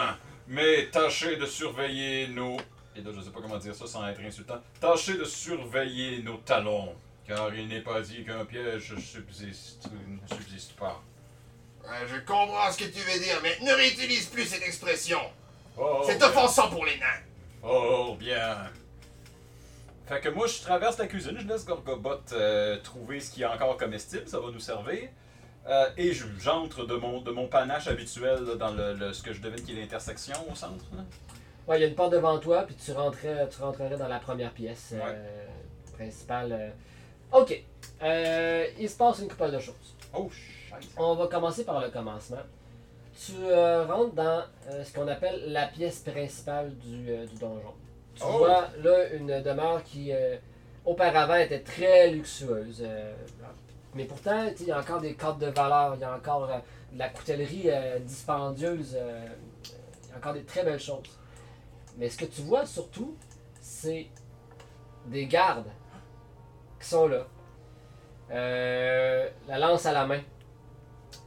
Speaker 3: mais tâchez de surveiller nos. Et là, je ne sais pas comment dire ça sans être insultant. Tâchez de surveiller nos talons, car il n'est pas dit qu'un piège subsiste ou ne subsiste pas.
Speaker 9: Ouais, je comprends ce que tu veux dire, mais ne réutilise plus cette expression.
Speaker 3: Oh,
Speaker 9: C'est
Speaker 3: bien.
Speaker 9: offensant pour les nains.
Speaker 3: Oh, bien. Fait que moi, je traverse la cuisine, je laisse Gorgobot euh, trouver ce qui est encore comestible, ça va nous servir. Euh, et je- j'entre de mon, de mon panache habituel là, dans le, le- ce que je devine qui est l'intersection au centre. là.
Speaker 5: Ouais, il y a une porte devant toi, puis tu, rentrais, tu rentrerais dans la première pièce euh, principale. euh. Ok. Euh, il se passe une couple de choses.
Speaker 3: Oh, shit.
Speaker 5: On va commencer par le commencement. Tu euh, rentres dans euh, ce qu'on appelle la pièce principale du, euh, du donjon. Tu
Speaker 3: Oh.
Speaker 5: vois là une demeure qui euh, auparavant était très luxueuse. euh, mais pourtant, tu sais, il y a encore des codes de valeur, il y a encore euh, de la coutellerie euh, dispendieuse, euh, il y a encore des très belles choses. Mais ce que tu vois surtout, c'est des gardes qui sont là. Euh, la lance à la main.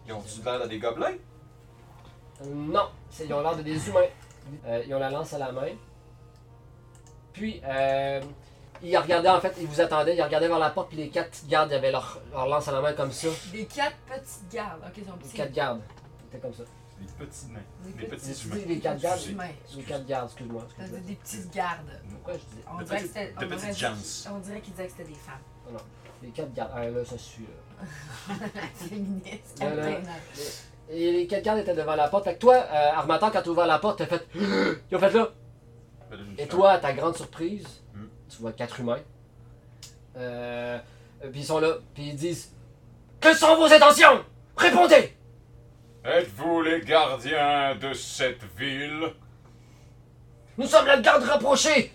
Speaker 3: Ils ont-tu l'air à des gobelins?
Speaker 5: Non, c'est- ils ont l'air de des humains. Euh, ils ont la lance à la main. Puis, euh, il regardait en fait, il vous attendait, il regardait vers la porte, puis les quatre petites gardes, ils avaient leur, leur lance à la main comme ça.
Speaker 8: Les quatre petites gardes. Ok, ils sont
Speaker 5: Les
Speaker 8: petits.
Speaker 5: quatre gardes. C'était comme ça.
Speaker 3: Des petits nains.
Speaker 8: Des
Speaker 3: Des
Speaker 8: petits-
Speaker 3: petits
Speaker 5: des
Speaker 3: humains.
Speaker 5: petits- des quatre gardes.
Speaker 3: Excusez.
Speaker 8: humains.
Speaker 5: Les quatre gardes, excuse-moi.
Speaker 8: Ça veut
Speaker 5: excuse-moi.
Speaker 8: dire Des petites gardes.
Speaker 5: Pourquoi je dis
Speaker 8: On
Speaker 3: De
Speaker 8: dirait que
Speaker 3: petites-
Speaker 8: c'était-
Speaker 3: de
Speaker 8: on
Speaker 3: petites
Speaker 8: dirait-
Speaker 3: gens.
Speaker 8: On dirait qu'ils disaient que c'était des femmes. *laughs*
Speaker 5: les quatre gardes? Ah là, ça suit là.
Speaker 8: Féministes.
Speaker 5: Là, là.
Speaker 8: Captain.
Speaker 5: Et les quatre gardes étaient devant la porte. Fait que toi, euh, Armateur, quand t'as ouvert la porte, t'as fait. *gasps* Ils ont fait là.
Speaker 3: Ben là, j'ai une
Speaker 5: Et
Speaker 3: chance.
Speaker 5: toi, à ta grande surprise,
Speaker 3: Mm.
Speaker 5: tu vois quatre humains. Euh, puis ils sont là, puis ils disent Que sont vos intentions Répondez
Speaker 3: Êtes-vous les gardiens de cette ville
Speaker 5: Nous sommes la garde rapprochée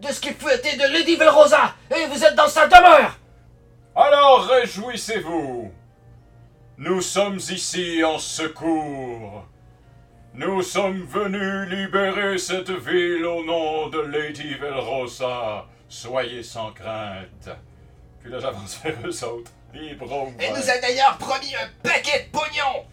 Speaker 5: de ce qui fut été de Lady Velrosa, et vous êtes dans sa demeure
Speaker 3: Alors réjouissez-vous Nous sommes ici en secours Nous sommes venus libérer cette ville au nom de Lady Velrosa Soyez sans crainte Puis là j'avance *laughs* vers eux autres, les bras
Speaker 9: Elle
Speaker 3: ouverts.
Speaker 9: nous a d'ailleurs promis un paquet de pognon.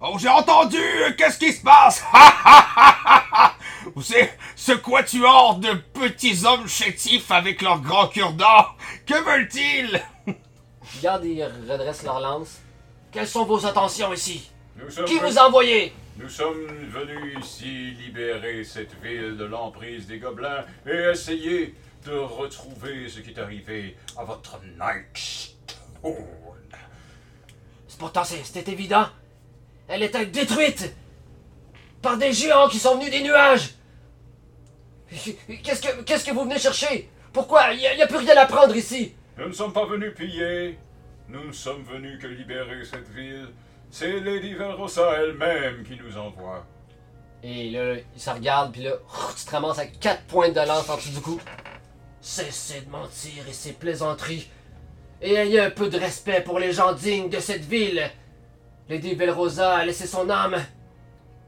Speaker 1: Oh, j'ai entendu! euh, Qu'est-ce qui se passe? *laughs* Ha ha ha ha ha! Vous savez, ce quatuor de petits hommes chétifs avec leurs grands cure-dents! Que veulent-ils?
Speaker 5: Les gardes, ils redressent leur lance. Quelles sont vos intentions ici
Speaker 3: Nous sommes
Speaker 5: Qui
Speaker 3: venus-
Speaker 5: vous a envoyé
Speaker 3: Nous sommes venus ici libérer cette ville de l'emprise des gobelins et essayer de retrouver ce qui est arrivé à votre
Speaker 5: Oh,
Speaker 3: Nightstone.
Speaker 5: C'est Pourtant, c'est- c'était évident. Elle était détruite par des géants qui sont venus des nuages. Qu'est-ce que, qu'est-ce que vous venez chercher Pourquoi Il n'y a, plus rien à prendre ici.
Speaker 3: Nous ne sommes pas venus piller, nous ne sommes venus que libérer cette ville. C'est Lady Velrosa elle-même qui nous *laughs* envoie.
Speaker 5: Et là, il se regarde, puis là, *laughs* tu te ramasses avec 4 points de lance en dessous du cou. Cessez de mentir et ces plaisanteries. Et ayez un peu de respect pour les gens dignes de cette ville. Lady Belrosa a laissé son âme.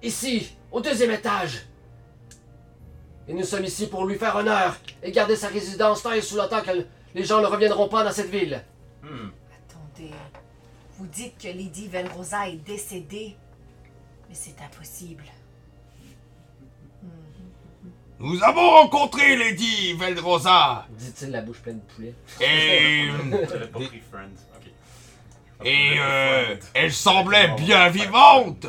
Speaker 5: Ici, au deuxième étage. Et nous sommes ici pour lui faire honneur et garder sa résidence tant et sous le temps que les gens ne reviendront pas dans cette ville.
Speaker 3: Hmm.
Speaker 2: Attendez. Vous dites que Lady Velrosa est décédée. Mais c'est impossible.
Speaker 1: Nous avons rencontré Lady Veldrosa
Speaker 5: Dit-il la bouche pleine de poulet.
Speaker 1: et.
Speaker 3: J'avais pas pris Friends. Ok.
Speaker 1: et. euh, elle semblait bien vivante!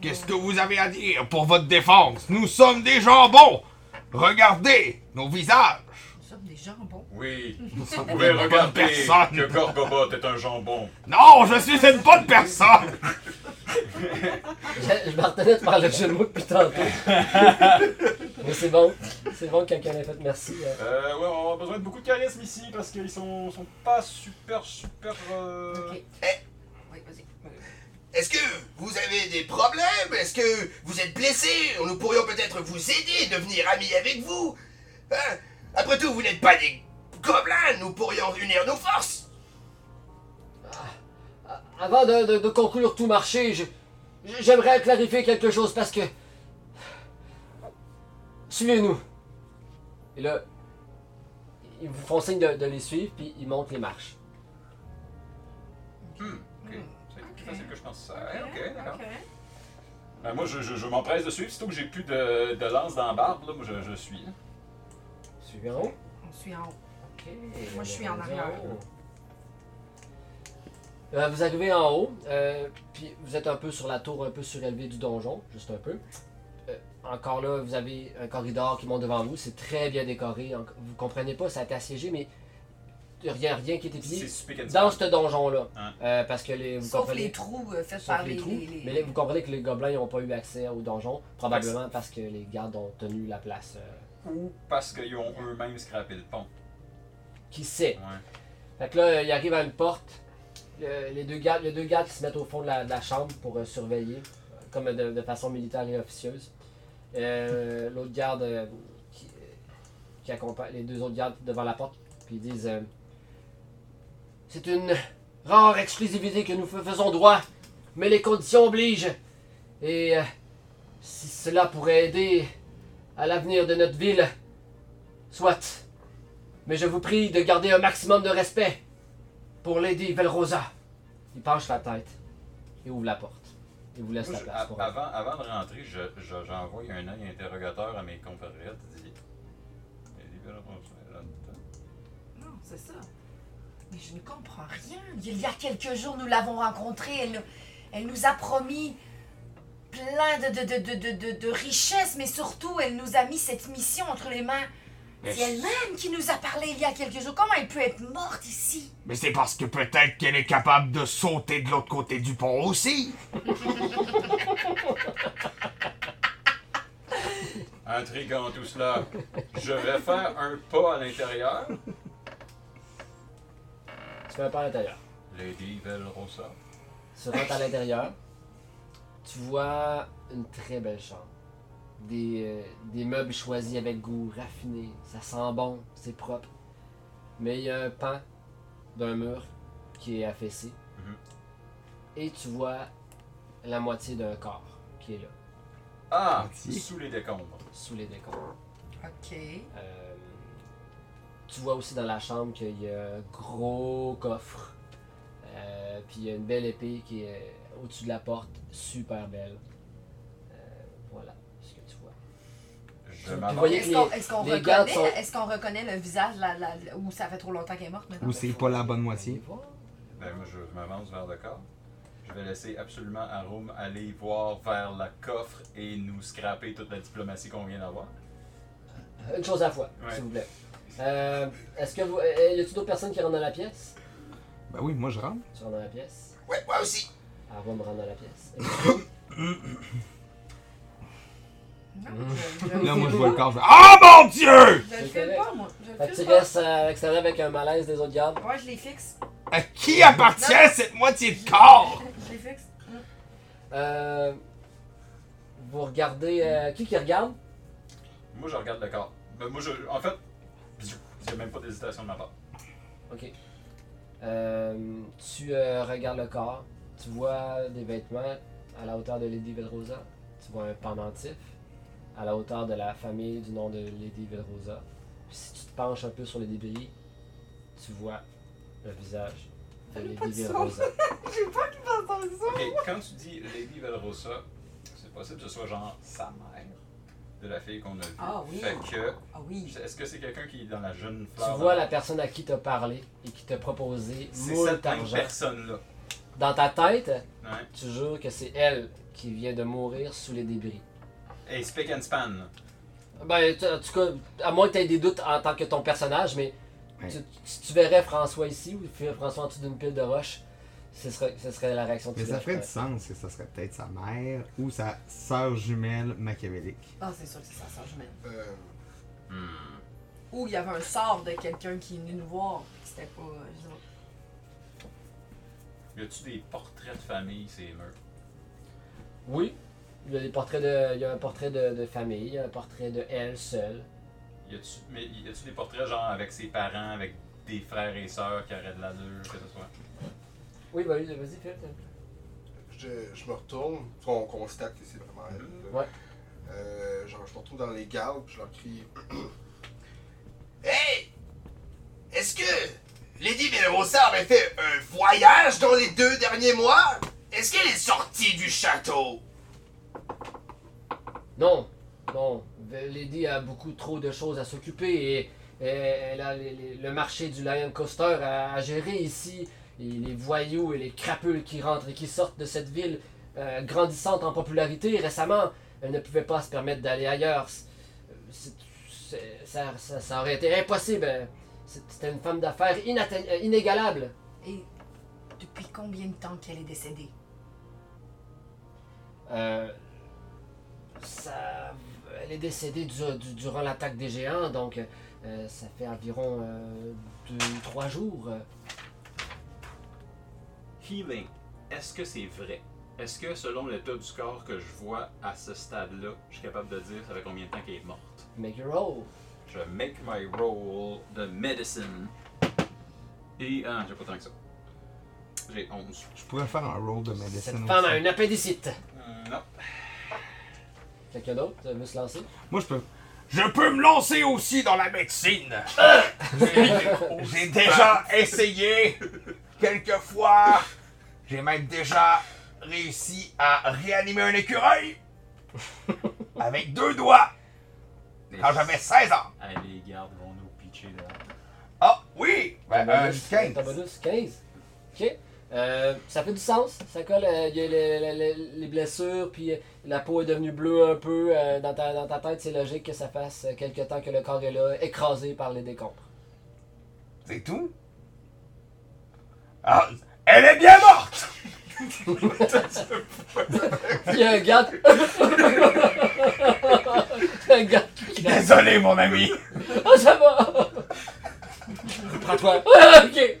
Speaker 1: Qu'est-ce que vous avez à dire pour votre défense? Nous sommes des jambons! Regardez nos visages!
Speaker 8: Nous sommes des jambons.
Speaker 3: Oui, vous pouvez regarder
Speaker 1: personne.
Speaker 3: que Gorgobot est un jambon.
Speaker 1: Non, je suis une bonne personne!
Speaker 5: Je, je me retenais de faire le jeu de mots depuis tantôt. Mais c'est bon. C'est bon que quelqu'un ait fait merci. euh.
Speaker 3: Euh, ouais, on a besoin de beaucoup de charisme ici parce qu'ils sont, sont pas super, super. euh,
Speaker 8: Ok.
Speaker 9: eh.
Speaker 8: Oui, vas-y.
Speaker 9: Est-ce que vous avez des problèmes Est-ce que vous êtes blessé Nous pourrions peut-être vous aider, devenir amis avec vous. Hein Après tout, vous n'êtes pas des gobelins. Nous pourrions unir nos forces.
Speaker 5: Avant de, de- de conclure tout marché, je- je- j'aimerais clarifier quelque chose parce que. Suivez-nous. Et là, ils vous font signe de, de les suivre, puis ils montent les marches.
Speaker 3: Hmm, Ok. C'est plus facile que je pense. Ouais, ok, d'accord. Ben, moi, je, je, je m'empresse de suivre. Surtout que j'ai plus de, de lance dans la barbe, là, moi, je, je suis. hein. là.
Speaker 5: Suivez en haut.
Speaker 8: On suit en haut.
Speaker 5: Ok.
Speaker 8: Moi, je suis en arrière.
Speaker 5: Euh, vous arrivez en haut, euh, puis vous êtes un peu sur la tour un peu surélevée du donjon, juste un peu. Euh, encore là, vous avez un corridor qui monte devant vous, c'est très bien décoré. en- Vous comprenez pas, ça a été assiégé, mais rien, rien qui est épié.
Speaker 3: C'est super
Speaker 5: dans ce donjon-là.
Speaker 3: Hein.
Speaker 5: Euh, parce que les, vous
Speaker 8: Sauf
Speaker 5: comprenez.
Speaker 8: les trous euh, faits
Speaker 5: sauf
Speaker 8: par
Speaker 5: les
Speaker 8: les.
Speaker 5: trous.
Speaker 8: les- les-
Speaker 5: Mais là, vous comprenez que les gobelins n'ont pas eu accès au donjon, probablement parce que les gardes ont tenu la place. euh,
Speaker 3: Ou parce qu'ils ont eux-mêmes scrappé le pont.
Speaker 5: qui sait?
Speaker 3: Ouais.
Speaker 5: Fait que là, euh, il arrive à une porte. Le- les, deux gardes, les deux gardes qui se mettent au fond de la, de la chambre pour euh, surveiller, euh, comme de, de façon militaire et officieuse. Euh, L'autre garde euh, qui, euh, qui accompagne les deux autres gardes devant la porte, puis ils disent euh, C'est une rare exclusivité que nous f- faisons droit, mais les conditions obligent. Et euh, si cela pourrait aider à l'avenir de notre ville, soit. Mais je vous prie de garder un maximum de respect pour Lady Velrosa. Il penche la tête et ouvre la porte. Et vous laisse
Speaker 3: Moi,
Speaker 5: la
Speaker 3: je- ah,
Speaker 5: place
Speaker 3: a-
Speaker 5: pour elle.
Speaker 3: avant, avant de rentrer, je- je- j'envoie un œil interrogateur à mes confrères. Je dis que là, on se met là dedans.
Speaker 8: Non, c'est ça.
Speaker 2: Mais je ne comprends rien. Il y a quelques jours, nous l'avons rencontrée. Elle, nous- elle nous a promis plein de, de, de, de, de, de- de richesses, mais surtout, elle nous a mis cette mission entre les mains.
Speaker 1: Mais
Speaker 2: C'est elle-même qui nous a parlé il y a quelques jours. Comment elle peut être morte ici
Speaker 1: Mais c'est parce que peut-être qu'elle est capable de sauter de l'autre côté du pont aussi.
Speaker 3: Intriguant tout cela. Je vais faire un pas à l'intérieur. ah.
Speaker 5: Tu fais un pas à l'intérieur.
Speaker 3: Lady Velrosa.
Speaker 5: Tu rentres à l'intérieur. Tu vois une très belle chambre. Des, euh, des meubles choisis avec goût, raffinés. Ça sent bon, c'est propre. Mais il y a un pan d'un mur qui est affaissé.
Speaker 3: Mhm.
Speaker 5: Et tu vois la moitié d'un corps qui est là,
Speaker 3: Ah!
Speaker 4: Merci.
Speaker 3: Sous les décombres.
Speaker 5: sous les décombres.
Speaker 8: OK.
Speaker 5: Euh, tu vois aussi dans la chambre qu'il y a un gros coffre. Euh, puis il y a une belle épée qui est au-dessus de la porte, super belle. Euh, voilà ce que tu vois.
Speaker 3: Je
Speaker 5: Vous
Speaker 3: m'avance.
Speaker 5: voyez-
Speaker 8: Est-ce qu'on est-ce qu'on
Speaker 5: Les gardes
Speaker 8: reconnaît,
Speaker 5: sont-
Speaker 8: est-ce qu'on reconnaît le visage la, la, la- ou ça fait trop longtemps qu'elle est morte maintenant?
Speaker 4: Ou c'est pas la bonne moitié.
Speaker 5: Allez voir.
Speaker 3: Ben, moi, je m'avance vers le corps. Je vais laisser absolument Arum aller voir vers la coffre et nous scraper toute la diplomatie qu'on vient d'avoir.
Speaker 5: Une chose à la fois,
Speaker 3: Ouais.
Speaker 5: s'il vous plaît. Euh, Est-ce que vous. euh, Y a-t-il d'autres personnes qui rentrent dans la pièce
Speaker 4: Ben oui, moi je rentre.
Speaker 5: Tu rentres dans la pièce
Speaker 9: Ouais, moi aussi.
Speaker 5: Ah, va me rendre dans la pièce.
Speaker 8: Non,
Speaker 5: Mm. *laughs*
Speaker 8: je, je,
Speaker 4: Là, moi je vois le corps, je vais.
Speaker 1: Ah mon Dieu!
Speaker 8: *laughs* je le filme pas, moi. Je
Speaker 5: Fait
Speaker 8: le
Speaker 5: que tu
Speaker 8: filme pas.
Speaker 5: restes à l'extérieur avec un malaise des autres gardes.
Speaker 8: Ouais, je les fixe.
Speaker 1: À qui appartient cette moitié de corps?
Speaker 8: Je les fixe. Mm.
Speaker 5: Euh, vous regardez. euh, qui qui regarde
Speaker 3: Moi, je regarde le corps. Ben, moi, je. En fait, il n'y a même pas d'hésitation de ma part.
Speaker 5: Ok. Euh, tu euh, regardes le corps, tu vois des vêtements à la hauteur de Lady Velrosa, tu vois un pendentif à la hauteur de la famille du nom de Lady Velrosa. Puis si tu te penches un peu sur les débris, tu vois le visage de
Speaker 8: Fais-nous pas
Speaker 5: Lady
Speaker 8: de son.
Speaker 5: Velrosa.
Speaker 8: J'ai pas qu'il pense dans ça.
Speaker 3: Ok, quand tu dis Lady Velrosa, c'est possible que ce soit genre sa mère de la fille qu'on a vue.
Speaker 8: Ah oui.
Speaker 3: Fait que.
Speaker 8: Ah oui.
Speaker 3: Est-ce que c'est quelqu'un qui est dans la jeune
Speaker 5: Tu
Speaker 3: fleur?
Speaker 5: vois la personne à qui t'as parlé et qui t'a proposé
Speaker 3: C'est
Speaker 5: moult
Speaker 3: cette même
Speaker 5: argent.
Speaker 3: personne-là.
Speaker 5: Dans ta tête,
Speaker 3: Ouais.
Speaker 5: tu jures que c'est elle qui vient de mourir sous les débris.
Speaker 3: Et Spick and Span. là.
Speaker 5: Ben, t- en tout cas, à moins que tu aies des doutes en tant que ton personnage, mais
Speaker 4: Ouais.
Speaker 5: tu, tu- tu verrais François ici ou tu verrais François en dessous d'une pile de roche, ce serait, ce serait la réaction que
Speaker 4: Mais
Speaker 5: tu
Speaker 4: ça
Speaker 5: verrais,
Speaker 4: ferait
Speaker 5: je
Speaker 4: du sens que ça serait peut-être sa mère ou sa sœur jumelle machiavélique.
Speaker 8: Ah, c'est sûr que c'est sa sœur jumelle.
Speaker 6: Euh,
Speaker 8: Ou il y avait un sort de quelqu'un qui est venu nous voir. C'était pas. euh, je sais pas.
Speaker 3: Y a-tu des portraits de famille, ces murs?
Speaker 5: pense. Oui. Il y a des portraits de. Il y a un portrait de, de famille, il y a un portrait de elle seule.
Speaker 3: Y a-tu, mais y a-tu des portraits genre avec ses parents, avec des frères et sœurs qui auraient de l'allure, que ce soit?
Speaker 5: Oui, bah oui, vas-y, fais
Speaker 6: je, je me retourne, on constate que c'est vraiment elle. là.
Speaker 5: Ouais.
Speaker 6: Euh, genre, je me retourne dans les gardes, puis je leur crie
Speaker 9: *clears throat* Hey! Est-ce que Lady Melrosa aurait fait un voyage dans les deux derniers mois? Est-ce qu'elle est sortie du château?
Speaker 5: Non, non. Lady a beaucoup trop de choses à s'occuper et, et elle a les- les- le marché du Lion Coaster à, à gérer ici. Et les voyous et les crapules qui rentrent et qui sortent de cette ville euh, grandissante en popularité récemment, elle ne pouvait pas se permettre d'aller ailleurs. C'est- c'est- c'est- ça, ça- ça aurait été impossible. C'est- C'était une femme d'affaires inatteigne- euh, inégalable.
Speaker 2: Et depuis combien de temps qu'elle est
Speaker 8: *laughs*
Speaker 2: décédée
Speaker 5: Euh, ça, elle est décédée du- du- durant l'attaque des géants, donc euh, ça fait environ euh, deux ou trois jours.
Speaker 3: Healing, est-ce que c'est vrai? Est-ce que selon l'état du corps que je vois à ce stade-là, je suis capable de dire ça fait combien de temps qu'elle est morte?
Speaker 5: Make your roll.
Speaker 3: Je make my roll de medicine. Et. Ah, j'ai pas tant que ça. J'ai 11.
Speaker 4: Je pourrais faire un roll de
Speaker 5: Cette
Speaker 4: medicine
Speaker 5: femme a
Speaker 4: aussi.
Speaker 5: une appendicite.
Speaker 3: Hum, non.
Speaker 5: Quelqu'un d'autre veut se lancer?
Speaker 4: Moi, je peux.
Speaker 1: Je peux me lancer aussi dans la médecine. J'ai déjà essayé quelques fois. J'ai même déjà réussi à réanimer un écureuil avec deux doigts
Speaker 3: Mais-
Speaker 1: quand j'avais 16 ans.
Speaker 4: Ah,
Speaker 3: Allez, les gardes vont nous pitché là.
Speaker 1: Ah, oui!
Speaker 5: Ton
Speaker 1: Ben, euh,
Speaker 5: bonus, Ton bonus, 15. Ok. Euh, ça fait du sens. Ça colle. euh, Il y a les, les- les- les blessures, puis euh, la peau est devenue bleue un peu. euh, dans, ta, dans ta tête, c'est logique que ça fasse euh, quelque temps que le corps est là, écrasé par les décombres.
Speaker 1: C'est tout? Ah, elle est bien morte!
Speaker 5: Il y a un gars. *laughs* un gars qui l'a-
Speaker 1: Désolé, mon ami!
Speaker 5: Ah, ça va! *laughs* Prends-toi. ok!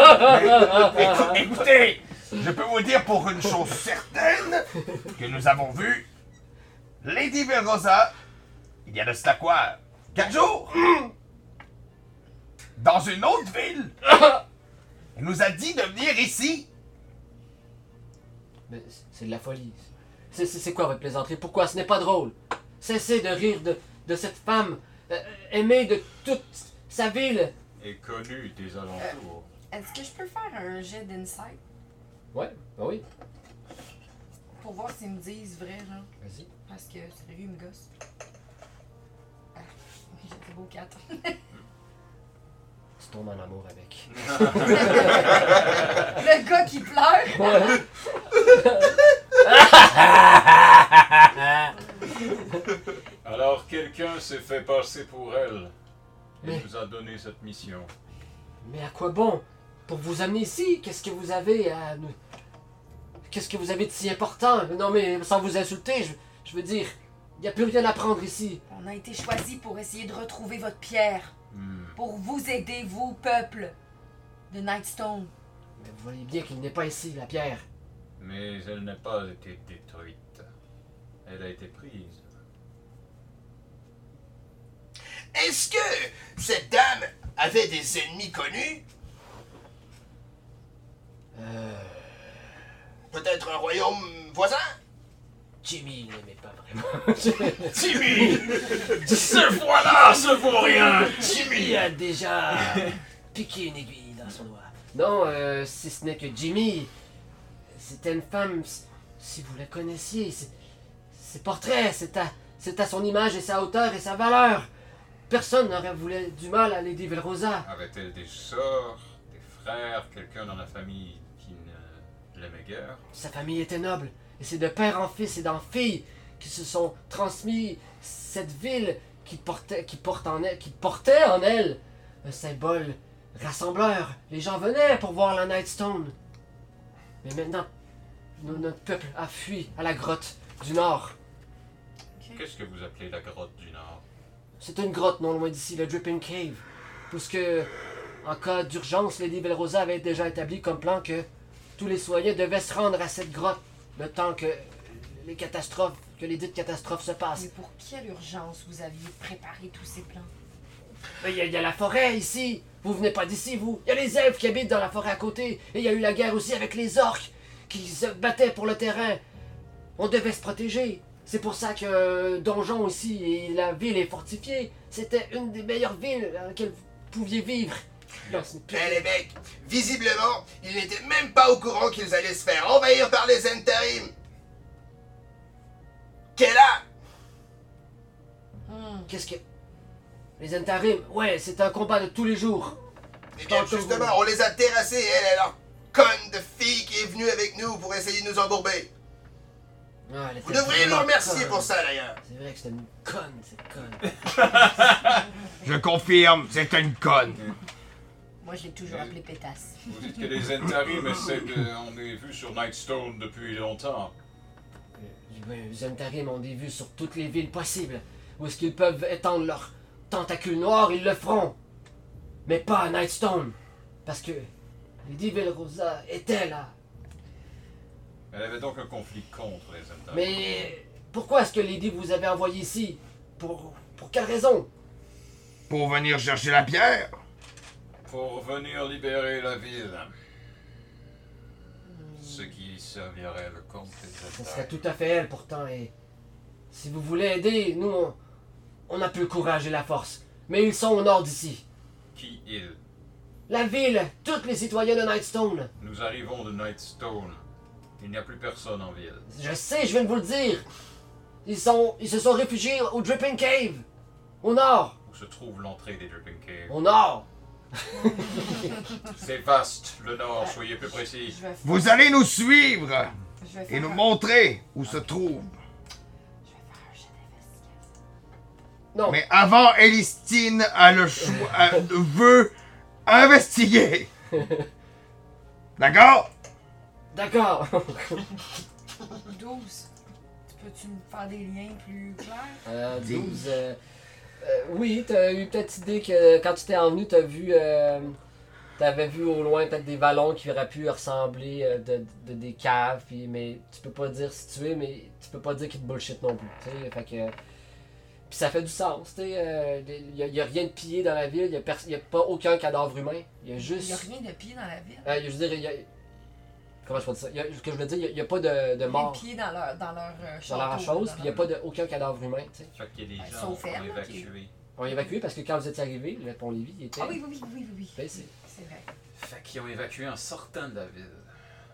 Speaker 1: Écou- Écoutez, je peux vous dire pour une chose certaine que nous avons vu Lady Verrosa, il y a de cela quoi Quatre jours Dans une autre ville *coughs* Elle nous a dit de venir ici
Speaker 5: Mais c'est- c'est de la folie. C'est, c'est- c'est quoi votre plaisanterie Pourquoi ce n'est pas drôle Cessez de rire de, de cette femme euh, aimée de toute sa ville.
Speaker 3: Et connu des alentours.
Speaker 8: Est-ce que je peux faire un jet d'insight
Speaker 5: Ouais, bah oui.
Speaker 8: pour voir s'ils me disent vrai, genre?
Speaker 5: Vas-y.
Speaker 8: Parce que sérieux, il me gosse. Ah, J'étais beau
Speaker 2: *laughs*
Speaker 8: 4.
Speaker 5: Tu tombes en amour *laughs* avec.
Speaker 8: Le gars qui *laughs* pleure!
Speaker 3: Eh. Alors quelqu'un s'est fait passer pour elle. Et
Speaker 5: Mais-
Speaker 3: nous a donné cette mission.
Speaker 5: Mais à quoi bon Pour vous amener ici, qu'est-ce que vous avez à nous Qu'est-ce que vous avez de si important Non mais sans vous insulter, je, je veux dire, il n'y a plus rien à prendre ici.
Speaker 2: On a été choisis pour essayer de retrouver votre pierre,
Speaker 3: Hmm.
Speaker 2: pour vous aider, vous, peuple de *laughs* Nightstone.
Speaker 5: Mais vous voyez bien qu'il n'est pas ici, la pierre.
Speaker 3: Mais elle n'a pas été détruite. Elle a été prise.
Speaker 9: Est-ce que cette dame avait des ennemis connus
Speaker 5: Euh,
Speaker 9: Peut-être un royaume voisin
Speaker 5: Jimmy il n'aimait pas vraiment. *laughs*
Speaker 9: Timmy
Speaker 3: Ce voilà, ce vaut rien
Speaker 5: Jimmy a déjà piqué une aiguille dans son doigt. Non, euh, si ce n'est que Jimmy, c'était une femme, si- si vous la connaissiez, c'est- ses portraits, c'est à, c'est à son image et sa hauteur et sa valeur. Personne n'aurait voulu du mal à Lady Velrosa.
Speaker 3: Avait-elle des sorts, des frères, quelqu'un dans la famille qui ne l'aimait guère
Speaker 5: Sa famille était noble, et c'est de père en fils et d'en fille qui se sont transmis cette ville qui portait, qui porte en elle, qui portait en elle un symbole rassembleur. Les gens venaient pour voir la Nightstone. Mais maintenant, no- notre peuple a fui à la grotte du Nord.
Speaker 3: Qu'est-ce que vous appelez la grotte du Nord
Speaker 5: C'est une grotte non loin d'ici, le Dripping Cave, puisque en cas d'urgence, Lady Belrosa avait déjà établi comme plan que tous les soignants devaient se rendre à cette grotte le temps que les catastrophes, que les dites catastrophes se
Speaker 8: Mais
Speaker 5: passent.
Speaker 8: pour quelle urgence vous aviez préparé tous ces plans?
Speaker 5: Mais il y, a- il y a la forêt ici. Vous venez pas d'ici, vous. Il y a les elfes qui habitent dans la forêt à côté. Et il y a eu la guerre aussi avec les orques qui se battaient pour le terrain. On devait se protéger. C'est pour ça que euh, Donjon ici et la ville est fortifiée. C'était une des meilleures villes dans laquelle vous pouviez vivre. Non, c'est une pure-
Speaker 9: Ben les mecs, visiblement, ils n'étaient même pas au courant qu'ils allaient se faire envahir par les Entarim. Quelle là
Speaker 5: Qu'est-ce que. Les Entarim, ouais, c'est un combat de tous les jours.
Speaker 9: Eh bien justement, on les a terrassés, elle, elle, leur conne de fille qui est venue avec nous pour essayer de nous embourber.
Speaker 5: Ah, elle
Speaker 9: Vous
Speaker 5: était
Speaker 9: devriez nous
Speaker 5: vraiment
Speaker 9: remercier
Speaker 5: conne.
Speaker 9: pour ça d'ailleurs.
Speaker 5: C'est vrai que c'était une conne, cette conne.
Speaker 1: Je confirme, c'est une conne.
Speaker 2: Moi, je l'ai toujours appelé Pétasse.
Speaker 3: Vous dites que les Entarim essaient de... On est vu sur Nightstone depuis longtemps.
Speaker 5: Les Entarim ont des vues sur toutes les villes possibles. Où est-ce qu'ils peuvent étendre leurs tentacules noirs, ils le feront. Mais pas à Nightstone. Parce que Lady Velrosa était là.
Speaker 3: Elle avait donc un conflit contre les Entarim.
Speaker 5: Mais pourquoi est-ce que Lady vous avait envoyé ici Pour, pour quelle raison
Speaker 1: Pour venir chercher la Bah, pierre?
Speaker 3: Pour venir libérer la ville. Ce qui servirait le compte
Speaker 5: Ce
Speaker 3: des
Speaker 5: serait
Speaker 3: Entarim.
Speaker 5: tout à fait elle pourtant. Et si vous voulez aider, nous, on, on a plus le courage et la force. Mais ils sont au nord d'ici.
Speaker 3: Qui il
Speaker 5: La ville, tous les citoyens de Nightstone.
Speaker 3: Nous arrivons de Nightstone. Il n'y a plus personne en ville.
Speaker 5: Je sais, je viens de vous le dire. Ils sont, ils se sont réfugiés au Dripping Cave, au nord.
Speaker 3: où se trouve l'entrée des Dripping Caves.
Speaker 5: Au nord!
Speaker 3: C'est vaste, le nord, soyez plus précis.
Speaker 8: Euh, Je vais faire-
Speaker 1: Vous allez nous suivre
Speaker 8: je vais
Speaker 1: et
Speaker 8: faire
Speaker 1: nous
Speaker 8: un-
Speaker 1: montrer où se trouve.
Speaker 8: je vais faire un jet d'investigation.
Speaker 5: Non,
Speaker 1: Mais avant, Elistine a le choix, a- veut investiguer. D'accord?
Speaker 5: d'accord!
Speaker 8: 12. Tu Peux-tu me faire des liens plus clairs?
Speaker 5: Euh, 12. euh, euh, oui, t'as eu peut-être idée que quand tu t'es envenu, t'as vu. euh, T'avais vu au loin peut-être des vallons qui auraient pu ressembler euh, de, de- des caves, puis, mais tu peux pas dire si tu es, mais tu peux pas dire qu'ils te bullshit non plus. tu sais, Fait que, puis ça fait du sens. Il n'y a, y a rien de pillé dans la ville, il n'y a, pas aucun cadavre humain. Il y a
Speaker 8: Il n'y
Speaker 5: *laughs*
Speaker 8: a
Speaker 5: juste.
Speaker 8: rien de pire dans la ville.
Speaker 5: euh, y a- je veux dire, y a- comment je peux dire ça Y a- Ce que je veux dire, il n'y a, pas de, de
Speaker 8: Les
Speaker 5: mort
Speaker 8: pieds dans leur, dans leur euh, château.
Speaker 5: sur la chose, puis il n'y a
Speaker 8: leur-
Speaker 5: pas de, aucun cadavre humain. tu sais.
Speaker 3: Fait qu'il y a des
Speaker 8: Ils
Speaker 3: gens qui
Speaker 8: sont
Speaker 3: sont
Speaker 8: fermes, ok.
Speaker 3: évacués.
Speaker 5: On a évacué parce que quand vous êtes arrivé, le pont Lévis il était
Speaker 8: Ah oui, oui, oui, oui, oui. oui.
Speaker 5: baissé.
Speaker 8: C'est vrai.
Speaker 3: Fait qu'ils ont évacué en sortant de la ville.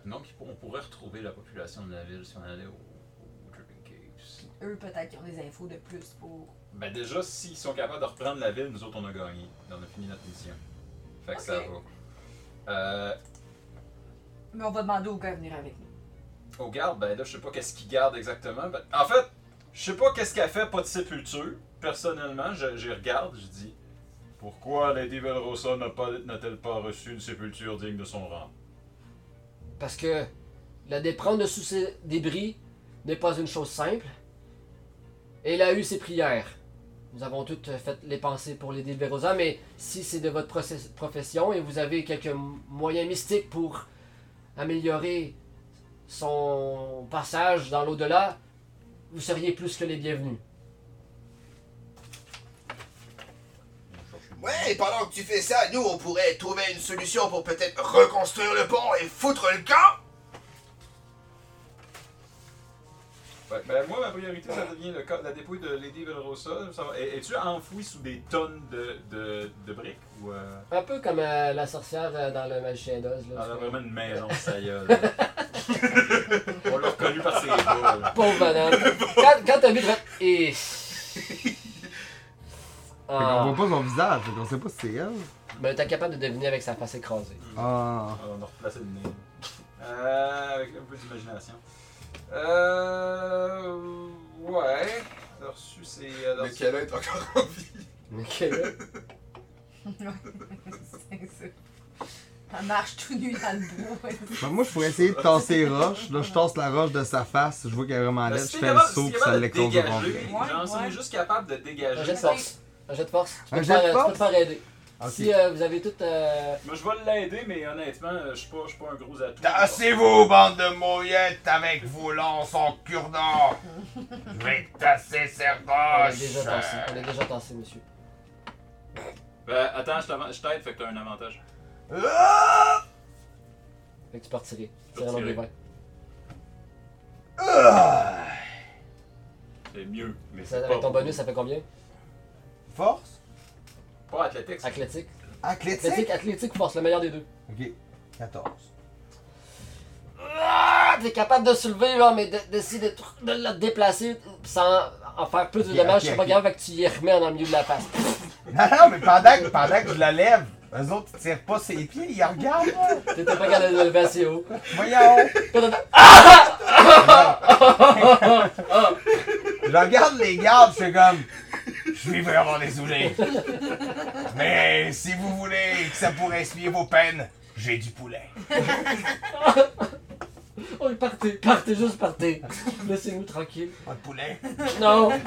Speaker 3: Donc ils pour- on pourrait retrouver la population de la ville si on allait au, au Dripping Caves.
Speaker 8: Eux, peut-être qu'ils ont des infos de plus pour.
Speaker 3: Ben déjà, s'ils sont capables de reprendre la ville, nous autres on a gagné. On a fini notre mission. Fait que ça
Speaker 8: Ok.
Speaker 3: va. Euh,
Speaker 8: Mais on va demander aux gars de venir avec nous.
Speaker 3: au garde, ben là, je sais pas qu'est-ce qu'il garde exactement. Ben, en fait, je sais pas qu'est-ce qu'elle fait, pas de sépulture. Personnellement, je, j'y regarde, je dis Pourquoi Lady Velrosa n'a pas- n'a-t-elle pas, reçu une sépulture digne de son rang
Speaker 5: Parce que la déprendre de sous ses débris n'est pas une chose simple. Et il a eu ses prières. Nous avons toutes fait les pensées pour les Dilberosa, mais si c'est de votre process- profession et vous avez quelques m- moyens mystiques pour améliorer son passage dans l'au-delà, vous seriez plus que les bienvenus.
Speaker 9: Ouais, et pendant que tu fais ça, nous, on pourrait trouver une solution pour peut-être reconstruire le pont et foutre le camp.
Speaker 3: Ouais, ben moi, ma priorité, ça devient le co- la dépouille de Lady Velrosa. Ça va- Es- Es-tu enfoui sous des tonnes de, de, de briques ou. euh,
Speaker 5: Un peu comme euh, la sorcière euh, dans le magicien d'Oz. là.
Speaker 3: Ah, là, vraiment une maison, ça y est. On l'a reconnu par ses bas. là.
Speaker 5: Pauvre
Speaker 3: *laughs*
Speaker 5: madame. Quand, quand t'as vu de... Et...
Speaker 4: on
Speaker 5: Ah,
Speaker 4: voit pas son visage, fait qu'on sait pas si c'est elle.
Speaker 5: ben t'es capable de deviner avec sa face écrasée.
Speaker 4: Ah.
Speaker 3: On a replacé le nez. Euh, avec un peu d'imagination. Euh. Ouais. Elle a reçu ses. elle a
Speaker 6: Mais
Speaker 3: reçu-
Speaker 6: qu'elle est encore en vie.
Speaker 5: Ok, là.
Speaker 8: *laughs* C'est ça. Ça marche tout nu dans le bois.
Speaker 4: Ben, moi, je pourrais essayer de tasser les roches. Là, je tasse la roche de sa face. Je vois qu'elle est vraiment
Speaker 3: Ben,
Speaker 4: laide.
Speaker 3: si t'es
Speaker 4: Je fais le
Speaker 3: capable-
Speaker 4: saut,
Speaker 3: si t'es
Speaker 4: puis ça
Speaker 3: capable de
Speaker 4: l'éclate de mon
Speaker 3: dégager,
Speaker 8: Ouais,
Speaker 3: Genre, si on
Speaker 8: ouais.
Speaker 3: est juste capable de
Speaker 5: *laughs* Un jet
Speaker 3: dégager.
Speaker 5: de force. Un jet de force. Tu peux,
Speaker 4: Un
Speaker 5: te
Speaker 4: jet de
Speaker 5: faire, euh, tu peux
Speaker 4: force?
Speaker 5: te faire aider.
Speaker 4: Ok.
Speaker 5: Si euh, vous avez toutes... euh,
Speaker 3: Moi, je vais l'aider, mais honnêtement, euh, je suis pas, je suis pas un gros atout.
Speaker 1: Tassez-vous, bande de mouillettes, avec vos lances en cure-dents! Je vais tasser ces
Speaker 5: on
Speaker 4: Ah,
Speaker 5: l'a
Speaker 1: roches!
Speaker 5: déjà tassé. On l'a déjà tassé, monsieur.
Speaker 3: Ben, attends, je t'avan- je t'aide, fait que t'as un avantage.
Speaker 1: Ah!
Speaker 5: Fait que tu peux retirer.
Speaker 3: peux
Speaker 5: C'est un des
Speaker 3: retirer.
Speaker 5: vingt.
Speaker 1: Ah!
Speaker 3: C'est mieux. Mais
Speaker 5: Ça,
Speaker 3: c'est
Speaker 5: Avec
Speaker 3: pas
Speaker 5: ton
Speaker 3: bon.
Speaker 5: bonus, ça fait combien?
Speaker 4: Force?
Speaker 3: Pas athlétique. ça.
Speaker 5: Athlétique.
Speaker 4: Athlétique?
Speaker 5: Athlétique, athlétique ou force, le meilleur des deux.
Speaker 4: Ok. 14.
Speaker 5: Ah, t'es capable de soulever, là, mais de- d'essayer de, tr- de le déplacer sans en faire plus de
Speaker 4: Ok,
Speaker 5: dommages,
Speaker 4: ok,
Speaker 5: c'est pas
Speaker 4: ok.
Speaker 5: grave, fait que tu y remets dans le milieu de la face. *laughs*
Speaker 4: Non, non, mais pendant que, pendant que je la lève, eux autres, ils tirent pas ses pieds, ils regardent, là.
Speaker 5: T'étais pas capable de le lever assez haut.
Speaker 4: Voyons. Je regarde les gardes, je suis comme.
Speaker 1: Je suis vraiment désolé. Mais si vous voulez que ça pourrait essuyer vos peines, j'ai du poulet.
Speaker 5: Oh, partez, partez, juste partez. *laughs* Laissez-nous tranquille.
Speaker 1: Pas de poulet?
Speaker 5: Non, non.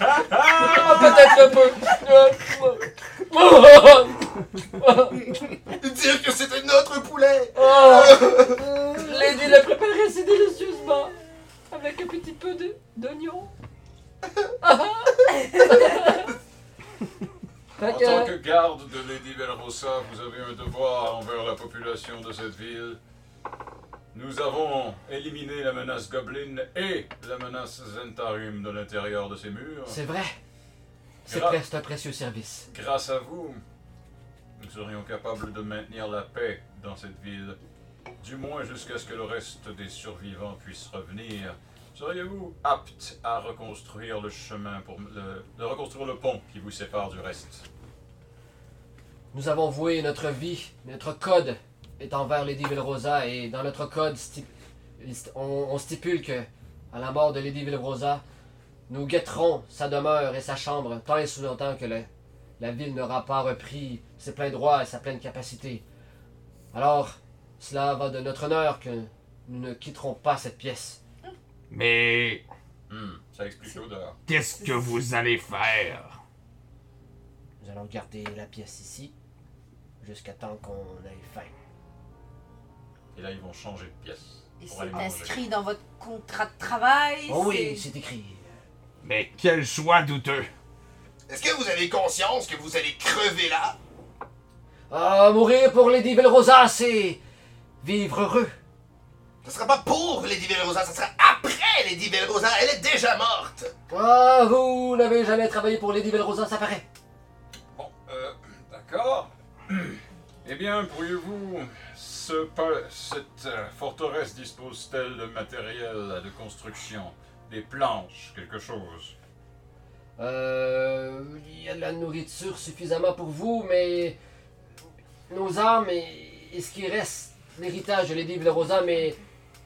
Speaker 5: Ah, Peut-être un peu.
Speaker 9: Dire que c'était notre poulet.
Speaker 5: Ah, Lady l'a préparé si délicieusement. Avec un petit peu de- d'oignon.
Speaker 3: En
Speaker 5: Fait que-
Speaker 3: tant que garde de Lady Belrosa, vous avez un devoir envers la population de cette ville. Nous avons éliminé la menace Goblin et la menace Zentarum de l'intérieur de ces murs.
Speaker 5: C'est vrai. C'est
Speaker 3: Grave.
Speaker 5: pré- c'est un précieux service.
Speaker 3: Grâce à vous, nous serions capables de maintenir la paix dans cette ville. Du moins jusqu'à ce que le reste des survivants puissent revenir Seriez-vous apte à reconstruire le chemin pour le, de reconstruire le pont qui vous sépare du reste
Speaker 5: Nous avons voué notre vie, notre code est envers Lady Villrosa et dans notre code, sti- il st- on, on stipule que, à la mort de Lady Villrosa, nous guetterons sa demeure et sa chambre tant et sous longtemps que le- la ville n'aura pas repris ses pleins droits et sa pleine capacité. Alors, cela va de notre honneur que nous ne quitterons pas cette pièce.
Speaker 1: Mais
Speaker 3: Hmm, Ça explique l'odeur.
Speaker 1: qu'est-ce que vous allez faire
Speaker 5: Nous allons garder la pièce ici jusqu'à temps qu'on ait faim.
Speaker 3: Et là, ils vont changer de pièce
Speaker 2: Et
Speaker 3: pour aller
Speaker 2: c'est
Speaker 3: manger.
Speaker 2: inscrit dans votre contrat de travail.
Speaker 5: Oh oui,
Speaker 2: c'est-
Speaker 5: c'est écrit.
Speaker 1: Mais quel choix douteux
Speaker 9: Est-ce que vous avez conscience que vous allez crever là
Speaker 5: Ah, mourir pour Lady Rosa, c'est vivre heureux.
Speaker 9: Ce sera pas pour Lady Velrosa, ça sera après Lady Velrosa. Elle est déjà morte.
Speaker 5: Ah, vous n'avez jamais travaillé pour Lady Rosa, ça paraît.
Speaker 3: Bon, euh, d'accord. Eh bien, pourriez-vous ce pa- cette euh, forteresse dispose-t-elle de matériel de construction, des planches, quelque chose
Speaker 5: Euh, il y a de la nourriture suffisamment pour vous, mais nos armes et, et ce qui reste, l'héritage de Lady Rosa, mais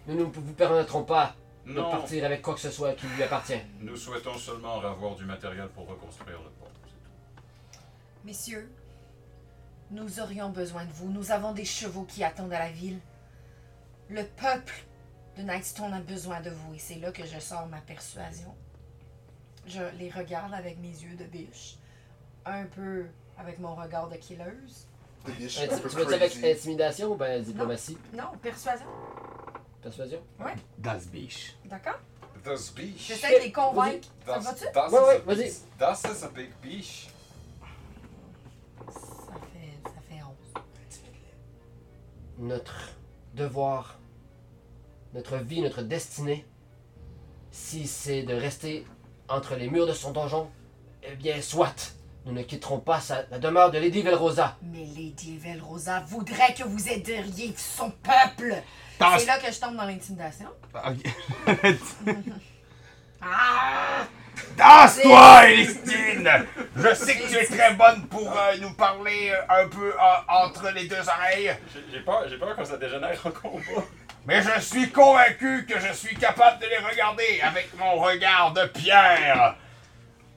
Speaker 5: nous ne vous permettrons pas de
Speaker 3: Non,
Speaker 5: partir avec quoi que ce soit qui lui appartient.
Speaker 3: nous souhaitons seulement avoir du matériel pour reconstruire le pont. c'est tout.
Speaker 2: Messieurs, nous aurions besoin de vous. Nous avons des chevaux qui attendent à la ville. Le peuple de Nightstone a besoin de vous. Et c'est là que je sors ma persuasion. Je les regarde avec mes yeux de biche. Un peu avec mon regard de killeuse.
Speaker 6: Des biches un
Speaker 5: Inti-
Speaker 6: peu
Speaker 5: tu veux dire avec
Speaker 6: crazy.
Speaker 5: intimidation ou ben diplomatie
Speaker 2: Non, persuasion.
Speaker 5: Persuasion
Speaker 1: Das biche.
Speaker 2: D'accord?
Speaker 3: Das Beach.
Speaker 2: J'essaie de les convaincre. Ça
Speaker 3: Das,
Speaker 2: va-tu?
Speaker 3: das
Speaker 5: Ouais,
Speaker 3: is
Speaker 5: ouais,
Speaker 3: a-
Speaker 5: vas-y.
Speaker 3: Das is a big beach.
Speaker 2: Ça fait, ça fait 11.
Speaker 5: notre devoir, notre vie, notre destinée, si c'est de rester entre les murs de son donjon, eh bien soit, nous ne quitterons pas sa- la demeure de Lady Velrosa.
Speaker 2: Mais Lady Velrosa voudrait que vous aideriez son peuple.
Speaker 1: Das
Speaker 2: C'est là que je tombe dans l'intimidation. Ah!
Speaker 1: Danse-toi, Elistine! Je sais que tu es très bonne pour euh, nous parler euh, un peu euh, entre les deux oreilles,
Speaker 3: J'ai- J'ai peur, j'ai peur que ça dégénère en combat.
Speaker 1: mais je suis convaincu que je suis capable de les regarder avec mon regard de pierre.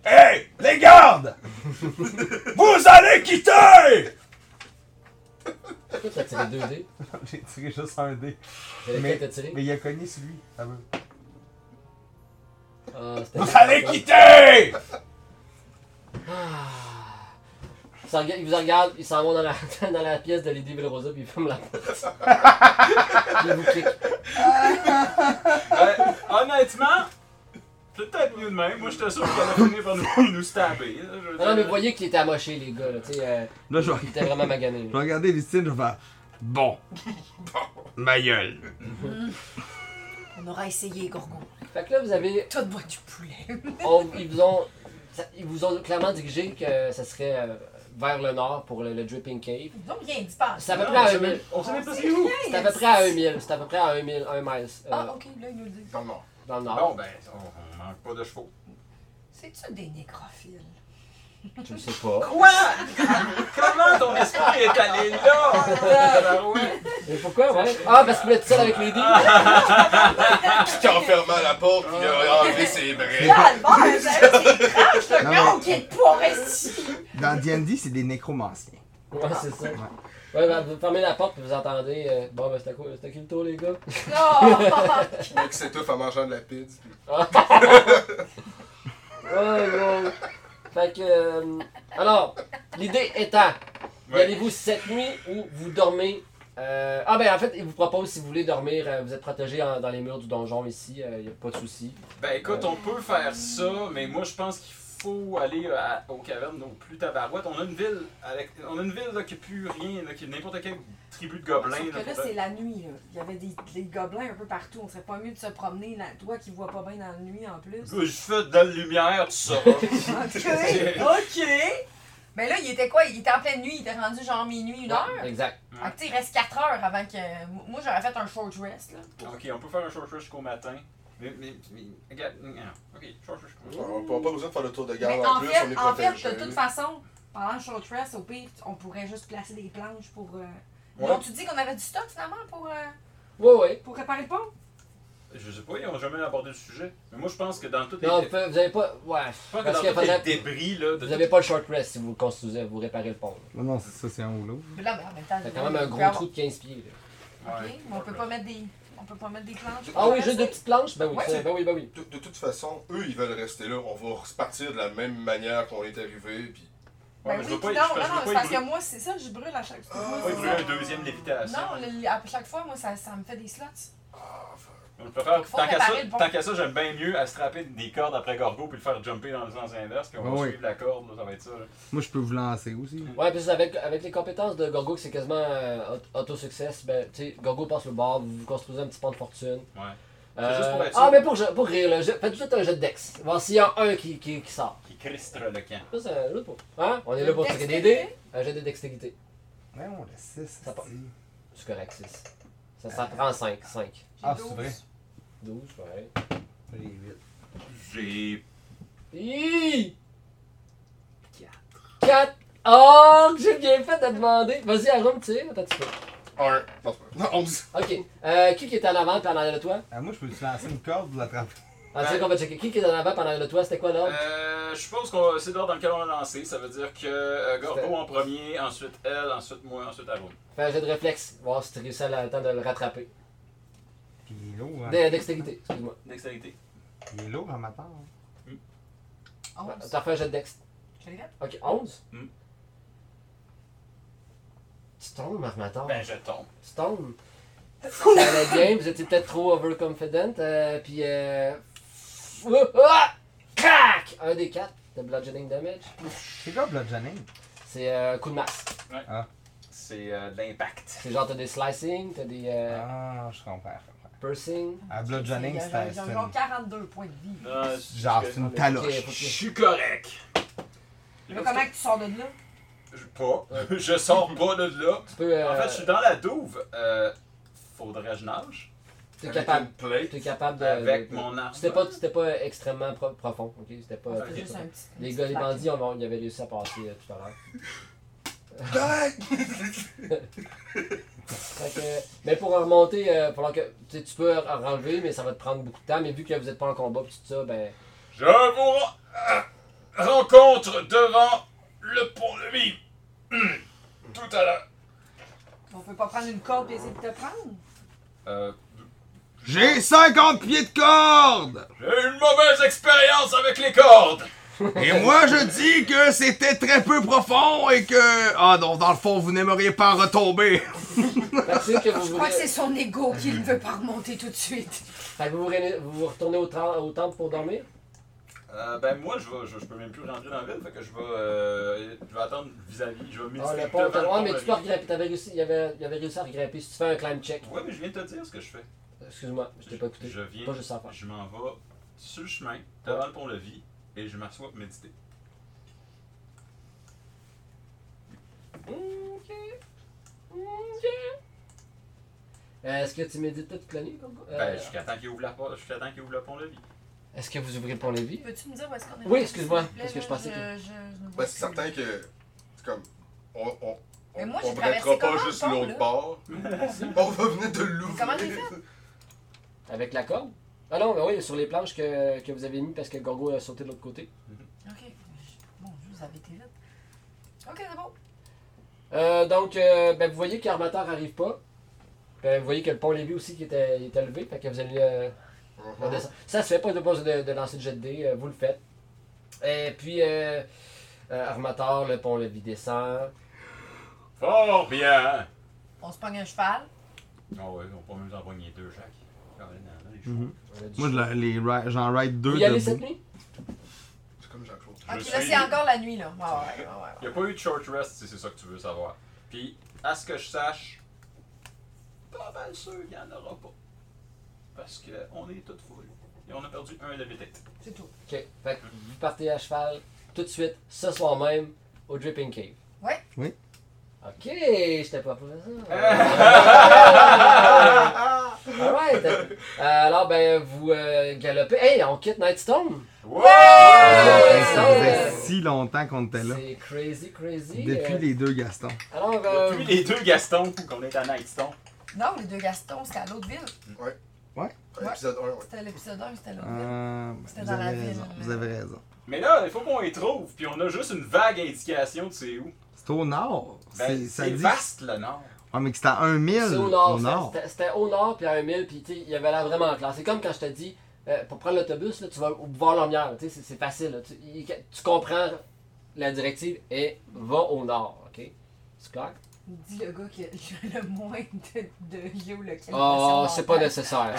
Speaker 1: Hé, les gardes! Vous allez quitter!
Speaker 5: Pourquoi t'as tiré deux dés
Speaker 4: J'ai tiré juste un dé.
Speaker 5: J'avais
Speaker 4: Mais-
Speaker 5: lequel t'as tiré
Speaker 4: Mais il a cogné celui. Ah ben.
Speaker 5: Ah, c'était-
Speaker 1: Vous allez quitter!
Speaker 5: Il s'en Ah. rega- Il vous regarde, il s'en va dans la, *laughs* dans la pièce de Lady Velrosa puis il ferme la
Speaker 4: *laughs*
Speaker 5: porte. Puis il vous clique.
Speaker 3: Ben, honnêtement, c'est peut-être mieux de même. Moi, j'étais sûr qu'elle allait finir par nous, nous stabber. là, je veux
Speaker 5: Non, non, mais
Speaker 3: dire.
Speaker 5: vous voyez qu'il était amoché, les gars, là, tu sais. euh,
Speaker 4: Là, je vais
Speaker 5: il était vraiment magané.
Speaker 4: je vais
Speaker 5: là.
Speaker 4: regarder les signes, je vais faire.
Speaker 1: Bon. *laughs* Ma gueule.
Speaker 2: On aura essayé, Gorgon.
Speaker 5: Fait que là, vous avez
Speaker 2: Toi, bois du poulet. *laughs*
Speaker 5: On- Oh, ils, vous ont, ça- ils vous ont clairement dirigé que ça serait euh, vers le nord pour le, le Dripping Cave.
Speaker 2: Ils n'ont rien dit pas.
Speaker 5: C'est à peu
Speaker 3: Non,
Speaker 5: près à
Speaker 3: on
Speaker 5: 1000.
Speaker 3: savait- Ah, On savait pas c'est où.
Speaker 5: C'est à peu près à 1000. C'est à peu près à 1000, 1 miles euh,
Speaker 2: Ah, ok, là, ils nous le disent.
Speaker 6: Non, non.
Speaker 5: dans le
Speaker 3: Bon,
Speaker 5: nord.
Speaker 3: ben, on, on manque pas de chevaux.
Speaker 2: C'est-tu des nécrophiles?
Speaker 5: Je ne sais pas.
Speaker 3: Quoi? Comment ton esprit est allé là? Tabarouette.
Speaker 5: Mais pourquoi, ouais? Ah, parce que vous êtes seul avec Lady.
Speaker 3: Ah.
Speaker 9: Qui en fermant la porte, il
Speaker 5: Ah.
Speaker 9: a enlevé ses
Speaker 5: Eh ben-
Speaker 9: bras.
Speaker 2: Ah, le
Speaker 5: *laughs*
Speaker 2: bord, c'est trash, le
Speaker 4: Non,
Speaker 2: gars,
Speaker 4: non.
Speaker 2: on quitte pas, reste
Speaker 4: Dans D&D, c'est des nécromanciens.
Speaker 5: Ouais, c'est ça. Ouais, ben, vous fermez la porte et vous entendez. euh, bon, ben, c'était quoi? C'était qui le tour, les gars?
Speaker 2: là.
Speaker 6: Le mec s'étouffe en mangeant de la pizza. puis-
Speaker 5: Ouais, gros. Fait que. euh, alors, l'idée étant, y
Speaker 3: Ouais.
Speaker 5: allez-vous cette nuit ou vous dormez. euh, ah, ben en fait, il vous propose si vous voulez dormir, euh, vous êtes protégé en- dans les murs du donjon ici, il a pas de souci.
Speaker 3: Ben, écoute, on peut faire ça, mais moi, je pense qu'il faut aller euh, à- aux cavernes au plus tabarouette. On a une ville, avec, on a une ville là, qui n'a plus rien, là, qui n'importe quelle tribu de gobelins.
Speaker 2: Sauf
Speaker 3: là,
Speaker 2: que là,
Speaker 3: peut-être.
Speaker 2: c'est la nuit, là. Il y avait des, des gobelins un peu partout. On serait pas mieux de se promener, là. Toi qui vois pas bien dans la nuit, en plus.
Speaker 3: Euh, Je fais de la lumière, tu *laughs* sauras.
Speaker 8: *laughs*
Speaker 2: Ok, ok.
Speaker 8: Ben
Speaker 2: Mais là, il était quoi? Il était en pleine nuit. Il était rendu genre minuit, une heure.
Speaker 5: Exact.
Speaker 2: Fait que, tu sais, il reste 4 heures avant que... Moi, j'aurais fait un short rest, là.
Speaker 3: ok, on peut faire un short rest jusqu'au matin. Mais, mais, mais, regarde, non, ok, sure, sure, sure.
Speaker 6: On n'a pas besoin de faire le tour de garde
Speaker 8: Mais
Speaker 6: en,
Speaker 8: en
Speaker 6: plus, on
Speaker 8: fait,
Speaker 6: est
Speaker 8: en
Speaker 6: protégé.
Speaker 8: fait, de toute façon, pendant le short rest, au pire, on pourrait juste placer des planches pour. euh,
Speaker 3: Ouais.
Speaker 8: Donc, tu dis qu'on avait du stock finalement pour, euh,
Speaker 5: Ouais, ouais.
Speaker 8: pour réparer le pont?
Speaker 3: Je sais pas, ils ont jamais abordé le sujet. Mais moi, je pense que dans toutes les,
Speaker 5: Non,
Speaker 3: je
Speaker 5: vous avez pas. Ouais.
Speaker 3: pense que
Speaker 5: Parce
Speaker 3: dans
Speaker 5: que
Speaker 3: tous les
Speaker 5: faudrait-
Speaker 3: débris, là, de
Speaker 5: vous avez pas le short rest si vous construisez, vous réparez le pont.
Speaker 4: Non, non, c'est ça, c'est un ou l'autre.
Speaker 8: Mais Ben là, mais en même temps.
Speaker 5: C'est quand même un
Speaker 8: on peut
Speaker 5: gros
Speaker 8: avoir-
Speaker 5: trou de 15 pieds. là.
Speaker 8: Ok,
Speaker 3: Ouais.
Speaker 8: mais on peut pas mettre des. On peut pas mettre des planches.
Speaker 5: Ah
Speaker 8: pour
Speaker 5: oui, juste
Speaker 8: rester?
Speaker 5: deux petites planches? Ben oui,
Speaker 6: Ouais,
Speaker 5: ça,
Speaker 6: c'est-
Speaker 5: ben oui, ben oui.
Speaker 6: De, de toute façon, eux, ils veulent rester là. On va repartir de la même manière qu'on est arrivé. Puis...
Speaker 3: Ouais,
Speaker 8: Ben
Speaker 3: mais
Speaker 8: oui,
Speaker 3: je veux
Speaker 8: puis
Speaker 3: pas,
Speaker 8: non,
Speaker 3: je- je veux
Speaker 8: non, non,
Speaker 3: pas
Speaker 8: c'est
Speaker 3: y
Speaker 8: parce
Speaker 3: brûler-
Speaker 8: que moi, c'est ça, je brûle à chaque fois.
Speaker 3: je veux pas y brûler un deuxième lévitation.
Speaker 8: Non, le- à chaque fois, moi, ça, ça me fait des slots.
Speaker 3: On peut faire-
Speaker 8: Faut
Speaker 3: tant qu'à ça,
Speaker 8: réparer le pont.
Speaker 3: tant qu'à ça, j'aime bien mieux à strapper des cordes après Gorgo puis le faire jumper dans le sens inverse, puis on va
Speaker 4: Ah oui.
Speaker 3: suivre la corde, là, ça va être ça. là.
Speaker 4: Moi, je peux vous lancer aussi.
Speaker 5: Ouais, puis c'est avec, avec les compétences de Gorgo, que c'est quasiment euh, aut- auto-success, ben, tu sais, Gorgo passe le bord, vous vous construisez un petit pont de fortune.
Speaker 3: Ouais.
Speaker 5: Euh,
Speaker 3: juste pour être sûr.
Speaker 5: ah, mais pour, je- pour rire, là, je- faites juste un jet de dex. Voir s'il y a un qui, qui, qui sort.
Speaker 3: Qui cristre le camp.
Speaker 5: Ça, c'est un- Hein? On est là pour tirer des
Speaker 8: Dextérité?
Speaker 5: dés. Un jet de dextérité.
Speaker 4: Ouais, on a 6.
Speaker 5: Ça part. C'est correct, 6. Ça, ça prend 5. 5.
Speaker 4: Ah, c'est vrai.
Speaker 5: 12, ouais.
Speaker 4: J'ai 8.
Speaker 3: J'ai.
Speaker 5: Hi! 4. 4! Oh, j'ai bien fait de demander. Vas-y, Arum, tire. Attends, tu peux.
Speaker 6: Un. Non, c'est pas- non, onze.
Speaker 5: Ok. Euh, qui qui est en avant puis en arrière de toi?
Speaker 4: Ah, moi, je peux-tu lancer une corde pour l'attraper?
Speaker 5: Ah, c'est
Speaker 3: Ouais.
Speaker 5: qu'on va checker. Qui qui est en avant puis en arrière de toi? C'était quoi l'ordre?
Speaker 3: Euh, je suppose que c'est l'ordre dans lequel on a lancé. Ça veut dire que euh, Gorgo
Speaker 5: C'était-
Speaker 3: en premier, ensuite elle, ensuite moi, ensuite Arun.
Speaker 5: Fais un jet de réflexe. Voir si tu réussis à le temps de le rattraper.
Speaker 4: Puis il est lourd, hein?
Speaker 5: De- Dextérité, excuse-moi.
Speaker 3: Dextérité.
Speaker 4: Il est lourd, amateur. hein.
Speaker 8: Onze.
Speaker 5: T'as fait un jet de dex.
Speaker 8: Oh, Je l'ai fait.
Speaker 5: Ok, 11?
Speaker 3: Hmm.
Speaker 5: Tu tombes, Marmaton.
Speaker 3: Ben je tombe.
Speaker 5: Tu tombes. Ça allait bien, vous étiez peut-être trop overconfident. euh, puis. Euh... fou- Ah! Crac! Un des quatre de bludgeoning damage.
Speaker 4: C'est quoi, Bludgeoning?
Speaker 5: C'est euh, coup de masse.
Speaker 3: C'est euh, de l'impact.
Speaker 5: C'est genre, t'as des slicing, t'as des euh,
Speaker 4: Ah, je comprends. je comprends.
Speaker 5: piercing.
Speaker 4: Ah, Bludgeoning,
Speaker 8: J'ai-
Speaker 4: c'est
Speaker 8: J'ai
Speaker 4: c'est
Speaker 8: encore
Speaker 4: une.
Speaker 8: 42 points de vie.
Speaker 5: Ah,
Speaker 3: Non,
Speaker 4: Genre, c'est une
Speaker 5: Ok,
Speaker 4: taloche.
Speaker 3: Je
Speaker 5: ok.
Speaker 3: suis correct.
Speaker 8: Là, comment que tu sors de là?
Speaker 5: Ah,
Speaker 3: Je- Pas. je sors pas de là.
Speaker 5: Tu peux.
Speaker 3: En
Speaker 5: euh,
Speaker 3: fait, je suis dans la douve. Euh, faudrait que je nage.
Speaker 5: t'es
Speaker 3: Avec
Speaker 5: capable.
Speaker 3: une plate.
Speaker 5: T'es capable de.
Speaker 3: Avec
Speaker 5: de-
Speaker 3: mon arme.
Speaker 5: Ben, C'était pas, c'était pas extrêmement pro- profond, ok? C'était pas.
Speaker 3: Ok.
Speaker 8: C'est juste un petit.
Speaker 5: Les
Speaker 8: une
Speaker 5: gars, les
Speaker 8: petite plaque.
Speaker 5: bandits, on, ils avaient réussi à passer euh, tout à l'heure. Fait que- mais pour remonter, euh, pendant que tu sais, tu peux en renlever, mais ça va te prendre beaucoup de temps. Mais vu que vous n'êtes pas en combat, pis tout ça, ben.
Speaker 3: Je vous ren- euh, rencontre devant le pont de mine. Hmm. Tout à l'heure.
Speaker 8: On peut pas prendre une corde et essayer de te prendre?
Speaker 3: Euh,
Speaker 4: J'ai 50 pieds de corde!
Speaker 3: J'ai eu une mauvaise expérience avec les cordes.
Speaker 1: *laughs*
Speaker 4: Et moi, je dis que c'était très peu profond et que. Ah non, dans le fond, vous n'aimeriez pas en retomber.
Speaker 5: Fait que c'est que vous
Speaker 2: Je
Speaker 5: vous,
Speaker 2: crois que c'est son ego qui ne veut pas remonter tout de suite.
Speaker 5: fait que vous, vous réunissez- vous vous retournez au, tra- au temple pour dormir.
Speaker 3: Euh, ben moi, je, vais, je, je peux même plus rentrer dans la ville, fait que je vais, euh, je vais attendre vis-à-vis. Je vais
Speaker 5: Ah,
Speaker 3: méditer
Speaker 5: le pont,
Speaker 3: devant
Speaker 5: t'as-
Speaker 3: le
Speaker 5: ouais,
Speaker 3: pont
Speaker 5: mais
Speaker 3: de
Speaker 5: tu peux
Speaker 3: mine.
Speaker 5: regrimper. T'avais réussi, il avait, il avait réussi à regrimper. Si tu fais un climb check.
Speaker 3: Ouais, mais je viens de te dire ce que je fais.
Speaker 5: Excuse-moi, je t'ai pas écouté.
Speaker 3: Je viens,
Speaker 5: Pas juste à faire.
Speaker 3: je m'en vais sur le chemin, devant le pont-levis, et je m'assois pour méditer.
Speaker 5: Ok. Ok. Euh, Est-ce que tu médites pas toute la nuit, Coco? Euh,
Speaker 3: Ben, jusqu'à temps qu'il ouvre, la porte- jusqu'à temps qu'il ouvre le pont-levis.
Speaker 5: Est-ce que vous ouvrez le pont Lévis?
Speaker 8: *laughs* Peux-tu me dire où est-ce qu'on est?
Speaker 5: Oui, excuse-moi,
Speaker 8: s'il te plaît,
Speaker 5: parce que Euh, je pensais
Speaker 8: là?
Speaker 5: que-
Speaker 8: Je, je, je ne vois
Speaker 6: Ben,
Speaker 8: plus.
Speaker 6: c'est certain que. C'est comme. On, on,
Speaker 8: Mais
Speaker 6: on,
Speaker 8: moi,
Speaker 6: on
Speaker 8: j'ai traversé
Speaker 6: brettera pas
Speaker 8: comment,
Speaker 6: juste
Speaker 8: le pont,
Speaker 6: l'autre
Speaker 8: là?
Speaker 6: bord. *laughs* on va venir de l'ouvrir.
Speaker 8: comment j'ai fait?
Speaker 5: Avec la corde? Ah non, mais oui, sur les planches que, que vous avez mis parce que Gorgo a sauté de l'autre côté.
Speaker 8: Ok. Bon, vous avez été vite. Ok, c'est bon.
Speaker 5: Euh, donc, euh, ben, vous voyez qu'Armateur arrive pas. Ben, vous voyez que le pont Lévis aussi qui était, il était levé. Fait que vous allez euh,
Speaker 6: Ah.
Speaker 5: redescendre. Ça se fait pas de besoin de, de lancer de jet de dés, euh, vous le faites. Et puis, euh, euh, Armateur, le pont Lévis descend.
Speaker 3: Fort bien!
Speaker 8: On se pogne un cheval.
Speaker 3: Ah ouais, on peut même en pogner deux chaque. Ah ouais, non, non, les chevaux.
Speaker 4: Mhm.
Speaker 5: On a du
Speaker 4: Moi,
Speaker 5: chou-
Speaker 4: je la- les ri- j'en ride deux
Speaker 5: Vous y allez
Speaker 4: debout.
Speaker 5: cette nuit?
Speaker 6: C'est comme Jean-Claude.
Speaker 8: Ok,
Speaker 3: Je
Speaker 8: là,
Speaker 3: suis-
Speaker 8: c'est encore la nuit, là. Ouais, ouais, ouais. ouais.
Speaker 3: Il n'y a pas eu de short rest si c'est ça que tu veux savoir. Puis, à ce que je sache, pas mal sûr qu'il n'y en aura pas. Parce qu'on est toutes full. Et on a perdu un de mes têtes.
Speaker 8: C'est tout.
Speaker 5: Ok, fait que vous partez à cheval tout de suite, ce soir même, au Dripping Cave.
Speaker 8: Ouais.
Speaker 4: Oui.
Speaker 3: *laughs*
Speaker 5: Ok, j'étais pas pour ça. Alright. Euh, alors, ben, vous euh, galopez. Hey, on quitte Nightstone.
Speaker 4: Hey, Ah, ça
Speaker 5: Ouais.
Speaker 4: faisait si longtemps qu'on était Ben là.
Speaker 5: C'est crazy, crazy.
Speaker 4: Depuis
Speaker 5: Euh,
Speaker 4: les deux Gaston.
Speaker 5: Alors, euh,
Speaker 3: Depuis les deux Gastons, qu'on est à Nightstone.
Speaker 8: Non, les deux Gastons, c'était à l'autre ville.
Speaker 6: Épisode 1, ouais.
Speaker 8: C'était l'épisode 1, c'était l'autre ville.
Speaker 4: Euh,
Speaker 8: C'était
Speaker 4: vous
Speaker 8: dans la
Speaker 4: avez
Speaker 8: ville,
Speaker 4: raison.
Speaker 8: mais-
Speaker 4: Vous avez raison.
Speaker 3: Mais là, il faut qu'on les trouve, puis on a juste une vague indication de c'est où.
Speaker 4: C'est au nord.
Speaker 3: Ben,
Speaker 4: C'est- ça
Speaker 3: c'est
Speaker 4: dit.
Speaker 3: vaste, le nord.
Speaker 4: Ouais, mais que c'est à 1000
Speaker 5: c'est au
Speaker 4: au
Speaker 5: nord. c'était-
Speaker 4: nord.
Speaker 5: c'était- C'était au nord, puis à 1000, puis tu sais, il y avait l'air vraiment clair. C'est comme quand je te dis, euh, pour prendre l'autobus, là, tu vas au boulevard Lormière. Tu sais, c'est- c'est facile. là. Tu, il- tu comprends la directive et va au nord. OK? C'est clair?
Speaker 8: Dis le gars qui a le moins de, de géolocalisation.
Speaker 5: Oh, c'est pas
Speaker 8: mentale.
Speaker 5: nécessaire,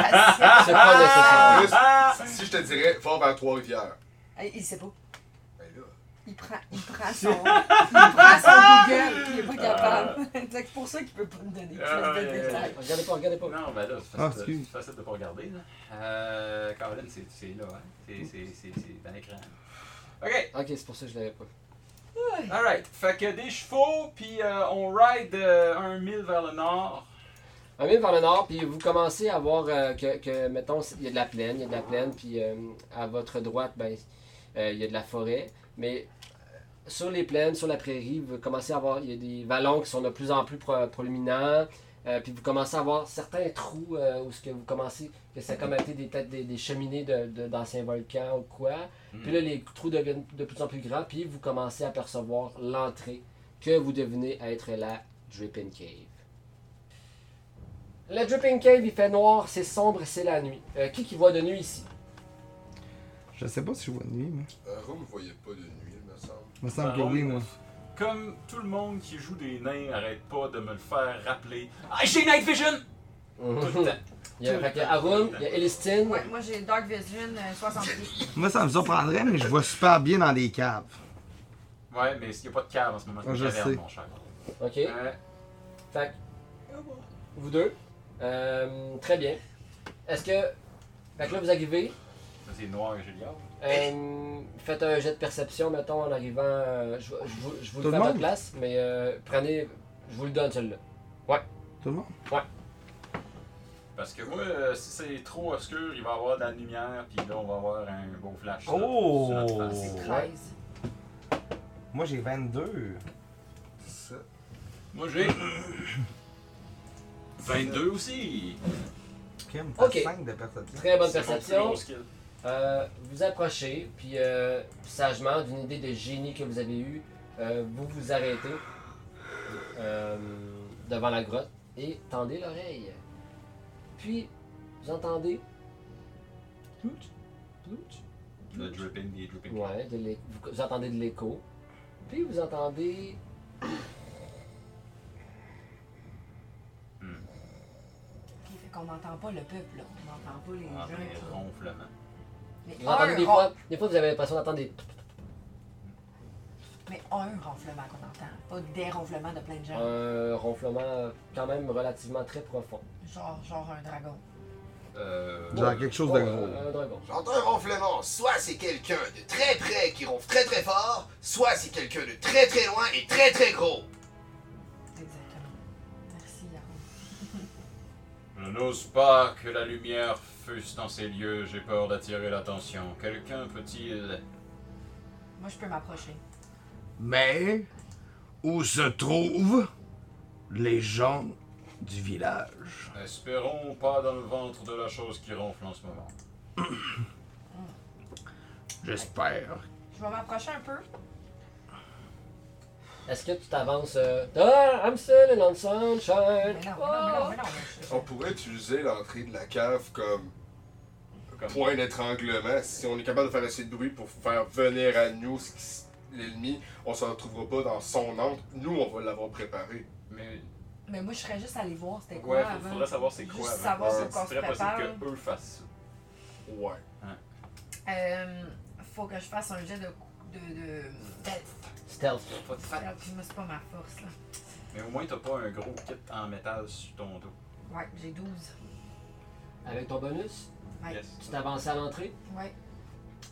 Speaker 5: ça.
Speaker 8: Adaptation.
Speaker 5: *laughs* C'est pas nécessaire.
Speaker 6: Juste, si je te dirais, va vers Trois-Rivières.
Speaker 8: Hey, Il sait pas.
Speaker 6: Ben là.
Speaker 8: Il prend, *laughs* il prend son, il prend son Google, puis il est pas capable.
Speaker 3: Ah.
Speaker 8: *laughs* C'est pour ça qu'il peut pas me donner plus de
Speaker 3: Euh,
Speaker 8: détails.
Speaker 5: Regardez pas, regardez pas.
Speaker 3: Non, ben là, c'est
Speaker 4: Ah,
Speaker 3: facile, de-
Speaker 4: excuse.
Speaker 3: c'est facile de pas regarder. Là. Euh, Caroline, c'est c'est là, hein? C'est- c'est- c'est c'est dans l'écran. Ok,
Speaker 5: Ok, c'est pour ça que je l'avais pas.
Speaker 3: alright. Fait que des chevaux, puis euh, on ride euh, un mille vers le nord.
Speaker 5: Un mille vers le nord, puis vous commencez à voir euh, que, que, mettons, il y a de la plaine, il y a de la plaine, puis euh, à votre droite, ben, euh, il y a de la forêt. Mais euh, sur les plaines, sur la prairie, vous commencez à voir, il y a des vallons qui sont de plus en plus pro- proéminents, euh, puis vous commencez à voir certains trous euh, où ce que vous commencez, que ça a comme été des, peut-être des, des cheminées de- de- d'anciens volcans ou quoi. Puis là, les trous deviennent de plus en plus grands, puis vous commencez à percevoir l'entrée que vous devenez être la Dripping Cave. La Dripping Cave, il fait noir, c'est sombre, c'est la nuit. Euh, qui qui voit de nuit ici?
Speaker 4: Je sais pas si je vois de nuit, mais.
Speaker 6: Euh, Rome voyait pas de nuit, il me semble.
Speaker 4: Il me semble
Speaker 3: Ben,
Speaker 4: que
Speaker 3: on-
Speaker 4: oui, moi.
Speaker 3: Comme tout le monde qui joue des nains arrête pas de me le faire rappeler. Ah, j'ai Night Vision! Tout
Speaker 4: *laughs*
Speaker 3: le temps.
Speaker 5: *laughs* Il y a, fait qu'il y a Arun, il y a Elistine.
Speaker 8: Ouais, moi j'ai Dark Vision euh, 60 pieds.
Speaker 4: Moi, ça me surprendrait, mais je vois super bien dans des caves.
Speaker 3: Ouais, mais il n'y a pas de cave en ce moment, c'est
Speaker 4: Ah,
Speaker 3: une
Speaker 4: je
Speaker 3: caverne,
Speaker 4: sais.
Speaker 3: mon cher.
Speaker 5: Ok.
Speaker 3: Euh,
Speaker 5: Fait que, vous deux. Euh, très bien. Est-ce que. Fait que là, vous arrivez.
Speaker 3: c'est noir, Julien.
Speaker 5: euh, faites un jet de perception, mettons, en arrivant. euh, je, je vous- je vous
Speaker 4: Tout le
Speaker 5: le fais à votre
Speaker 4: monde?
Speaker 5: place, mais euh, prenez. Je vous le donne celui-là.
Speaker 4: Tout le monde.
Speaker 3: Parce que moi, euh, si c'est trop obscur, il va y avoir de la lumière, puis là, on va avoir un beau flash. là,
Speaker 4: Oh!
Speaker 3: sur notre face.
Speaker 4: C'est
Speaker 8: 13.
Speaker 4: Moi, j'ai 22.
Speaker 6: Ça.
Speaker 3: Moi, j'ai. 22 aussi!
Speaker 4: Kim,
Speaker 5: Ok.
Speaker 4: t'as 5 de perception.
Speaker 5: Très bonne
Speaker 3: C'est mon plus
Speaker 5: perception.
Speaker 3: gros skill.
Speaker 5: Euh, vous approchez, puis euh, sagement, d'une idée de génie que vous avez eue, euh, vous vous arrêtez euh, devant la grotte et tendez l'oreille. Puis, vous entendez. Plouch, plouch.
Speaker 3: Le dripping, des dripping.
Speaker 5: Ouais, de l'é- vous, vous entendez de l'écho. Puis, vous entendez.
Speaker 8: *laughs* Ok, fait qu'on n'entend pas le peuple, là. on n'entend pas les
Speaker 3: Ah,
Speaker 8: gens.
Speaker 3: mais
Speaker 8: qui-
Speaker 3: ronflement.
Speaker 8: Mais
Speaker 5: Vous entendez
Speaker 8: un,
Speaker 5: des
Speaker 8: ron-
Speaker 5: fois, des fois, vous avez l'impression d'entendre des.
Speaker 8: mais un ronflement qu'on entend, pas des ronflements de plein de gens.
Speaker 5: Un ronflement euh, quand même relativement très profond.
Speaker 8: Genre, genre un dragon.
Speaker 3: Euh.
Speaker 4: Genre quelque chose de gros.
Speaker 5: Euh, un dragon.
Speaker 9: J'entends un ronflement. Soit c'est quelqu'un de très près qui ronfle très très fort, soit c'est quelqu'un de très très loin et très très gros.
Speaker 8: Exactement. Merci, Yaro.
Speaker 3: Je n'ose pas que la lumière fût dans ces lieux, j'ai peur d'attirer l'attention. Quelqu'un peut-il.
Speaker 8: Moi, je peux m'approcher.
Speaker 1: Mais où se trouvent les gens du village?
Speaker 3: Espérons pas dans le ventre de la chose qui ronfle en ce moment.
Speaker 1: J'espère.
Speaker 8: Je vais m'approcher un peu.
Speaker 5: Est-ce que tu t'avances euh, Ah, I'm still in the sunshine.
Speaker 8: Mais non, mais non, mais
Speaker 3: Oh.
Speaker 8: non, mais non. mais
Speaker 6: On pourrait utiliser l'entrée de la cave comme
Speaker 3: Comme-
Speaker 6: point d'étranglement. Si on est capable de faire assez de bruit pour faire venir à nous ce qui s- l'ennemi, on se retrouvera pas dans son antre. Nous, on va l'avoir préparé.
Speaker 3: Mais.
Speaker 8: je- Mais moi, je serais juste allé voir c'était quoi
Speaker 3: Ouais, il
Speaker 8: avant.
Speaker 3: faudrait savoir c'est quoi
Speaker 8: Juste
Speaker 3: avant.
Speaker 8: savoir
Speaker 6: ce
Speaker 3: Ouais,
Speaker 8: qu'on
Speaker 3: c'est
Speaker 8: se
Speaker 3: très possible
Speaker 8: prépare.
Speaker 3: qu'eux fassent ça.
Speaker 6: Ouais.
Speaker 8: Euh, faut que je fasse un jet de... de, de...
Speaker 5: Stealth.
Speaker 3: Faut te faire-
Speaker 8: Ah, puis moi, c'est pas ma force, là.
Speaker 3: Mais au moins, t'as pas un gros kit en métal sur ton dos.
Speaker 8: Ouais, j'ai 12.
Speaker 5: Avec ton bonus,
Speaker 8: Ouais.
Speaker 3: Yes.
Speaker 5: tu t'avances à l'entrée.
Speaker 8: Ouais,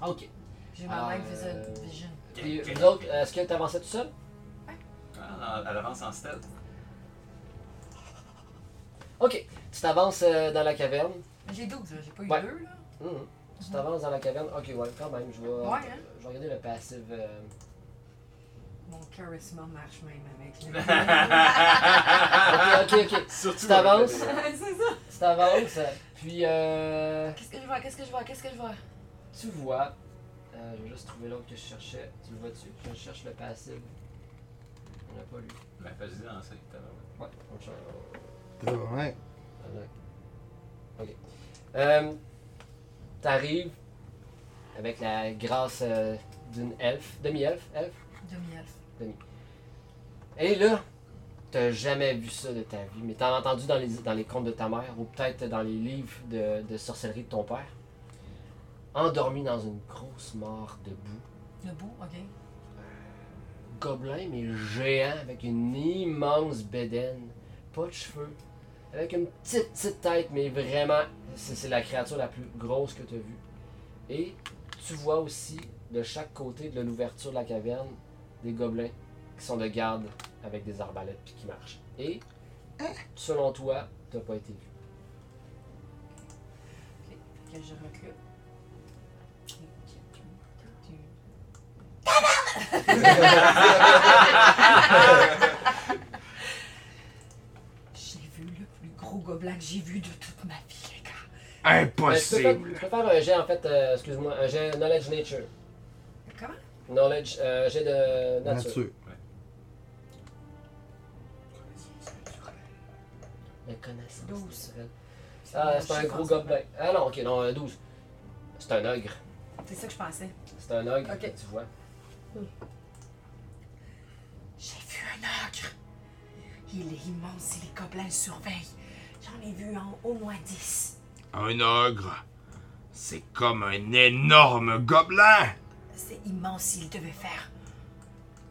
Speaker 5: Ah, ok.
Speaker 8: j'ai ma
Speaker 5: Ah,
Speaker 8: night vision.
Speaker 5: euh,
Speaker 8: vision.
Speaker 5: Puis vous autres, est-ce que tu avançais tout seul?
Speaker 3: Ah, elle avance en stealth.
Speaker 5: Ok. Tu t'avances euh, dans la caverne.
Speaker 8: J'ai 12, là, j'ai pas eu
Speaker 5: Ouais.
Speaker 8: deux, là.
Speaker 5: Mhm. Tu t'avances dans la caverne. Ok, ouais, quand même, je vais,
Speaker 8: hein?
Speaker 5: je vais regarder le passif. euh,
Speaker 8: Mon charisme marche même
Speaker 3: *laughs*
Speaker 8: avec lui.
Speaker 5: Ok, ok, ok.
Speaker 3: Ah, Surtout.
Speaker 5: Tu t'avances,
Speaker 8: *laughs* C'est ça.
Speaker 5: tu t'avances, puis euh,
Speaker 8: Qu'est-ce que je vois? Qu'est-ce que je vois? Qu'est-ce que je vois?
Speaker 5: tu vois. Euh, je vais juste trouver l'autre que je cherchais. Tu le vois-tu? Je cherche le passif. On l'a pas lu.
Speaker 3: Ben, fais-y danser, tabarouette.
Speaker 5: Ouais, on le cherche.
Speaker 4: Ouais.
Speaker 5: Ok. Euh, T'arrives avec la grâce euh, d'une elfe, demi-elfe, elfe.
Speaker 8: Demi-elfe.
Speaker 5: Et là, t'as jamais vu ça de ta vie, mais t'en as entendu dans les, dans les contes de ta mère ou peut-être dans les livres de, de sorcellerie de ton père. Endormi dans une grosse mare de boue,
Speaker 8: Debout, ok.
Speaker 5: gobelin mais géant avec une immense bédaine, pas de cheveux, avec une petite petite tête, mais vraiment, c'est c'est la créature la plus grosse que tu as vue. Et tu vois aussi de chaque côté de l'ouverture de la caverne des gobelins qui sont de garde avec des arbalètes puis qui marchent. Et selon toi, t'as pas été vu.
Speaker 8: Fait que je recule. J'ai vu le plus gros gobelin que j'ai vu de toute ma vie, les gars.
Speaker 5: Mais tu, peux faire,
Speaker 1: Impossible.
Speaker 5: tu peux faire un jet en fait, euh, excuse-moi, un jet knowledge nature.
Speaker 8: Comment?
Speaker 5: Knowledge, euh, jet de nature.
Speaker 4: Nature.
Speaker 5: La connaissance.
Speaker 8: Douze.
Speaker 5: naturelle. Ah, c'est un gros gobelin. Ah non, ok, non, euh, 12. C'est un ogre.
Speaker 8: C'est ça que je pensais.
Speaker 5: C'est un ogre,
Speaker 8: Ok.
Speaker 5: tu vois.
Speaker 8: J'ai vu un ogre. Il est immense et les gobelins le surveillent. J'en ai vu en au moins 10.
Speaker 1: Un ogre, c'est comme un énorme gobelin.
Speaker 8: C'est immense, il devait faire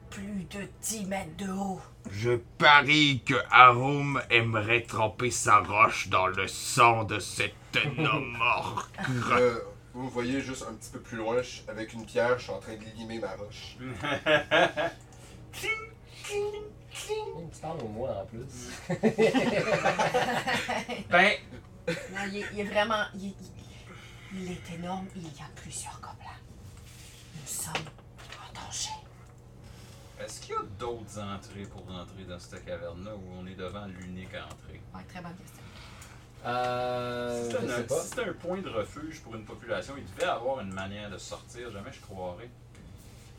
Speaker 8: plus de 10 mètres de haut.
Speaker 1: Je parie que Arum aimerait tremper sa roche dans le sang de cet
Speaker 3: *laughs*
Speaker 1: homme mort.
Speaker 6: Euh, vous me voyez juste un petit peu plus loin, je suis- avec une pierre, je suis en train de limer ma roche.
Speaker 5: Hum, Tu parles au moins en plus.
Speaker 3: Ben,
Speaker 8: Non, il est, il est vraiment. Il, il- il est énorme et il y a plusieurs gobelins. Nous sommes en danger.
Speaker 3: est-ce qu'il y a d'autres entrées pour entrer dans cette caverne-là où on est devant l'unique entrée?
Speaker 8: Ouais, très bonne question.
Speaker 5: Euh,
Speaker 3: Si
Speaker 5: je sais
Speaker 3: c'est un,
Speaker 5: pas.
Speaker 3: si c'est un point de refuge pour une population, il devait avoir une manière de sortir, jamais je croirais.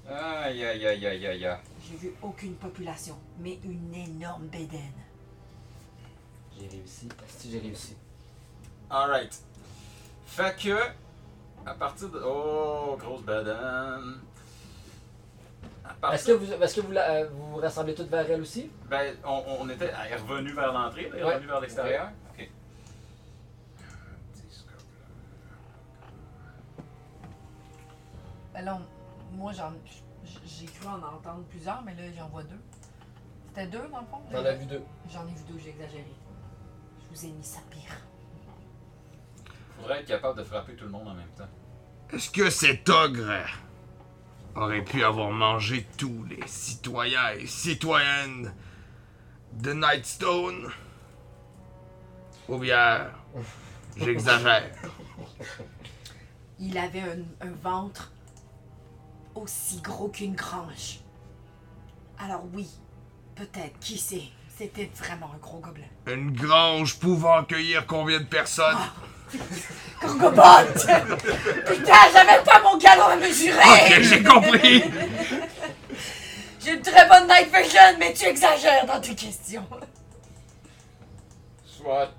Speaker 3: Aïe aïe aïe aïe aïe aïe.
Speaker 8: J'ai vu aucune population, mais une énorme bédaine.
Speaker 5: J'ai réussi. Si j'ai réussi.
Speaker 3: Alright. Fait que, à partir de. Oh, grosse badane. À
Speaker 5: Est-ce que
Speaker 3: partir.
Speaker 5: vous, est-ce que vous la- euh, vous, vous rassemblez toutes vers elle aussi?
Speaker 3: Ben, on, on était. Elle est revenue vers l'entrée, elle est
Speaker 5: Ouais.
Speaker 3: revenue vers l'extérieur. Ok.
Speaker 8: Ben là, on- moi, j'en, j- j'ai cru en entendre plusieurs, mais là, j'en vois deux. C'était deux, dans le fond?
Speaker 5: T'en as vu deux.
Speaker 8: J'en ai vu deux, j'ai exagéré. Je vous ai mis ça pire.
Speaker 3: Faudrait être capable de frapper tout le monde en même temps.
Speaker 1: Est-ce que cet ogre aurait pu avoir mangé tous les citoyens et citoyennes de Nightstone Ou bien j'exagère
Speaker 8: Il avait un, un ventre aussi gros qu'une grange. Alors oui, peut-être, qui sait, c'était vraiment un gros gobelin.
Speaker 1: Une grange pouvant accueillir combien de personnes
Speaker 8: Gorgobotte! *laughs* Putain, j'avais pas mon galon à
Speaker 3: Ah,
Speaker 8: mesurer!
Speaker 1: Ok, j'ai compris
Speaker 8: J'ai une très bonne night vision, mais tu exagères dans tes questions.
Speaker 3: Soit,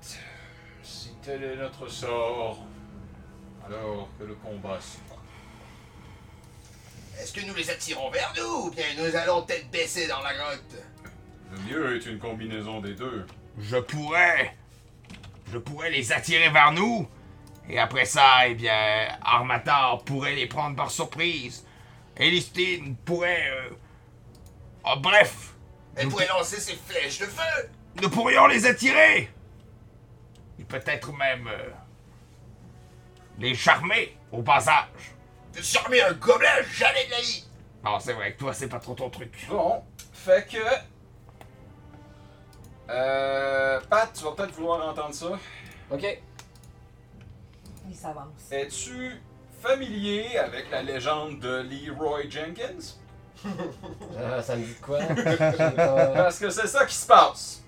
Speaker 3: si tel est notre sort, alors que le combat se passe.
Speaker 9: Est-ce que nous les attirons vers nous ou bien nous allons tête baissée dans la grotte
Speaker 3: Le mieux est une combinaison des deux.
Speaker 1: Je pourrais. Je pourrais les attirer vers nous. Et après ça, eh bien, Armatar pourrait les prendre par surprise. Elistine pourrait. euh, ah, bref,
Speaker 9: Elle pourrait lancer ses flèches de feu
Speaker 1: nous pourrions les attirer. Et peut-être même. euh, les charmer au passage.
Speaker 9: de charmer un gobelin jamais de la vie
Speaker 1: Non, c'est vrai que toi, c'est pas trop ton truc.
Speaker 3: Bon, fait que. Euh, Pat, tu vas peut-être vouloir entendre ça.
Speaker 5: Ok.
Speaker 8: Il s'avance.
Speaker 3: Es-tu familier avec la légende de Leroy Jenkins?
Speaker 5: Euh, ça me dit
Speaker 3: *laughs*
Speaker 5: de quoi? Euh, J'ai pas-
Speaker 3: Parce que c'est ça qui se passe.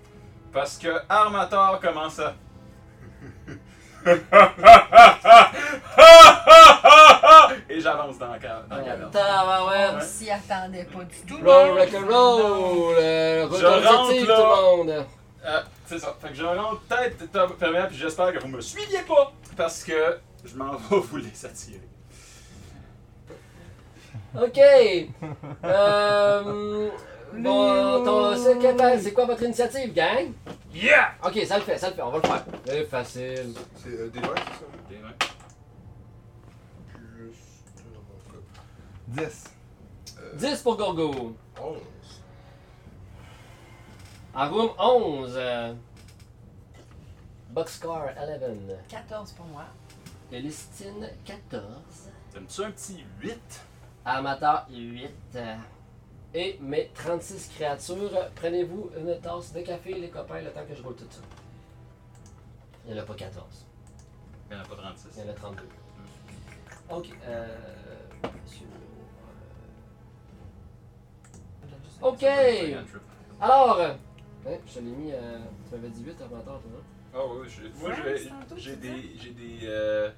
Speaker 3: Parce que Armator commence *laughs* à. Et j'avance dans la ca- dans la caverne.
Speaker 5: Tabarouette.
Speaker 8: On s'y attendait pas du tout.
Speaker 5: Roll, rock and roll! euh,
Speaker 3: Je
Speaker 5: retour
Speaker 3: rentre,
Speaker 5: effectif,
Speaker 3: là.
Speaker 5: tout le monde!
Speaker 3: Euh, c'est ça. Fait que je rentre tête top première, puis j'espère que vous me suiviez pas. Parce que je m'en vais vous les attirer. *laughs*
Speaker 5: Ok! Euh, bon, ton secrétaire, c'est quoi votre initiative, gang?
Speaker 3: Yeah! Eh,
Speaker 5: Ok, ça le fait, ça le fait, on va le faire. C'est facile.
Speaker 6: C'est euh, des vins, c'est ça?
Speaker 3: Des vingt.
Speaker 6: Plus.
Speaker 4: 10.
Speaker 6: euh,
Speaker 5: 10 pour Gorgo.
Speaker 6: 11.
Speaker 5: Arum 11. euh, Boxcar 11.
Speaker 8: 14 pour moi.
Speaker 5: Elistine 14.
Speaker 3: T'aimes-tu un petit 8?
Speaker 5: Amateur 8. euh, Et mes 36 créatures, prenez-vous une tasse de café, les copains, le temps que je roule tout ça. Il n'y en a pas 14.
Speaker 3: Il y en a pas 36.
Speaker 5: Il y en a 32. Ok. Euh, monsieur, euh, Ok. Alors. euh, hein, je te l'ai mis. euh, tu m'avais dit 8 avant toi, hein?
Speaker 3: Ah ouais, je- moi je
Speaker 8: Ouais,
Speaker 3: vais-
Speaker 8: c'est un taux,
Speaker 3: j'ai
Speaker 8: c'est
Speaker 3: des j'ai des euh,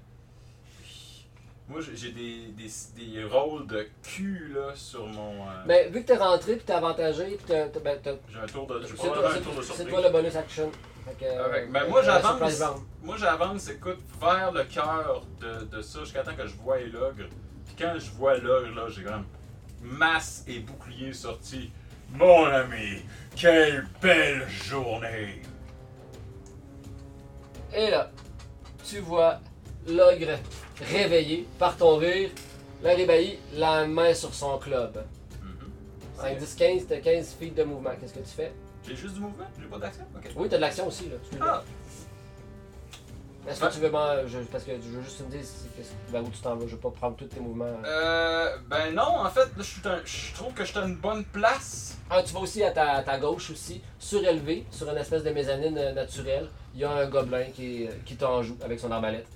Speaker 3: moi j'ai- j'ai des, des des rôles de cul là sur mon euh,
Speaker 5: Ben, vu que t'es rentré, puis t'es avantagé, puis t'as. t'as- ben, t'as-
Speaker 3: j'ai un tour de je
Speaker 5: c'est
Speaker 3: vais
Speaker 5: toi,
Speaker 3: probablement un
Speaker 5: c'est-
Speaker 3: tour de
Speaker 5: c'est
Speaker 3: surprise.
Speaker 5: toi le bonus action. Fait que,
Speaker 3: Ah, fait que, ben,
Speaker 5: euh,
Speaker 3: moi,
Speaker 5: euh,
Speaker 3: j'avance.
Speaker 5: surprise round.
Speaker 3: Moi j'avance écoute vers le cœur de, de ça jusqu'à temps que je vois l'ogre. Puis quand je vois l'ogre là, j'ai comme masse et bouclier sorti. Mon ami, quelle belle journée.
Speaker 5: Et là, tu vois l'ogre réveillé par ton rire, la rébaillie, la main sur son club.
Speaker 3: Mhm.
Speaker 5: 5, 10, 15, t'as 15 feet de mouvement. Qu'est-ce que tu fais?
Speaker 3: J'ai juste du mouvement, j'ai pas d'action. OK.
Speaker 5: Oui, t'as de l'action aussi, là. Excuse-moi.
Speaker 3: Ah,
Speaker 5: Est-ce que tu veux. ben, je- parce que je veux juste te dire si- qu'est-ce- vers où tu t'en vas. Je vais pas prendre tous tes mouvements.
Speaker 3: Euh, ben non, en fait, là, je suis un- je trouve que je suis à une bonne place.
Speaker 5: Ah, tu vas aussi à ta, à ta gauche aussi, surélevé, sur une espèce de mezzanine euh, naturelle. Il y a un gobelin qui, est- qui t'en joue avec son arbalète.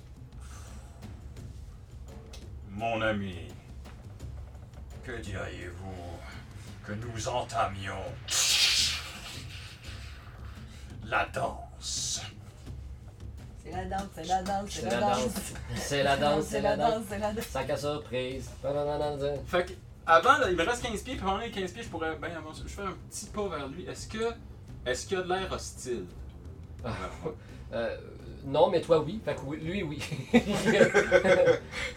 Speaker 3: Mon ami, que diriez-vous que nous entamions la danse?
Speaker 8: C'est la danse, c'est la danse, c'est
Speaker 5: la
Speaker 8: la danse.
Speaker 5: danse. C'est la danse, c'est la danse.
Speaker 8: c'est la danse.
Speaker 5: Sac à surprise. Nananana.
Speaker 3: Fait que, avant, là, il me reste 15 pieds, puis pendant les 15 pieds, je pourrais, ben, avancer. je fais un petit pas vers lui. Est-ce que, est-ce qu'il y a de l'air hostile?
Speaker 5: Euh, non, mais toi, oui. Fait que oui- lui, oui. *laughs*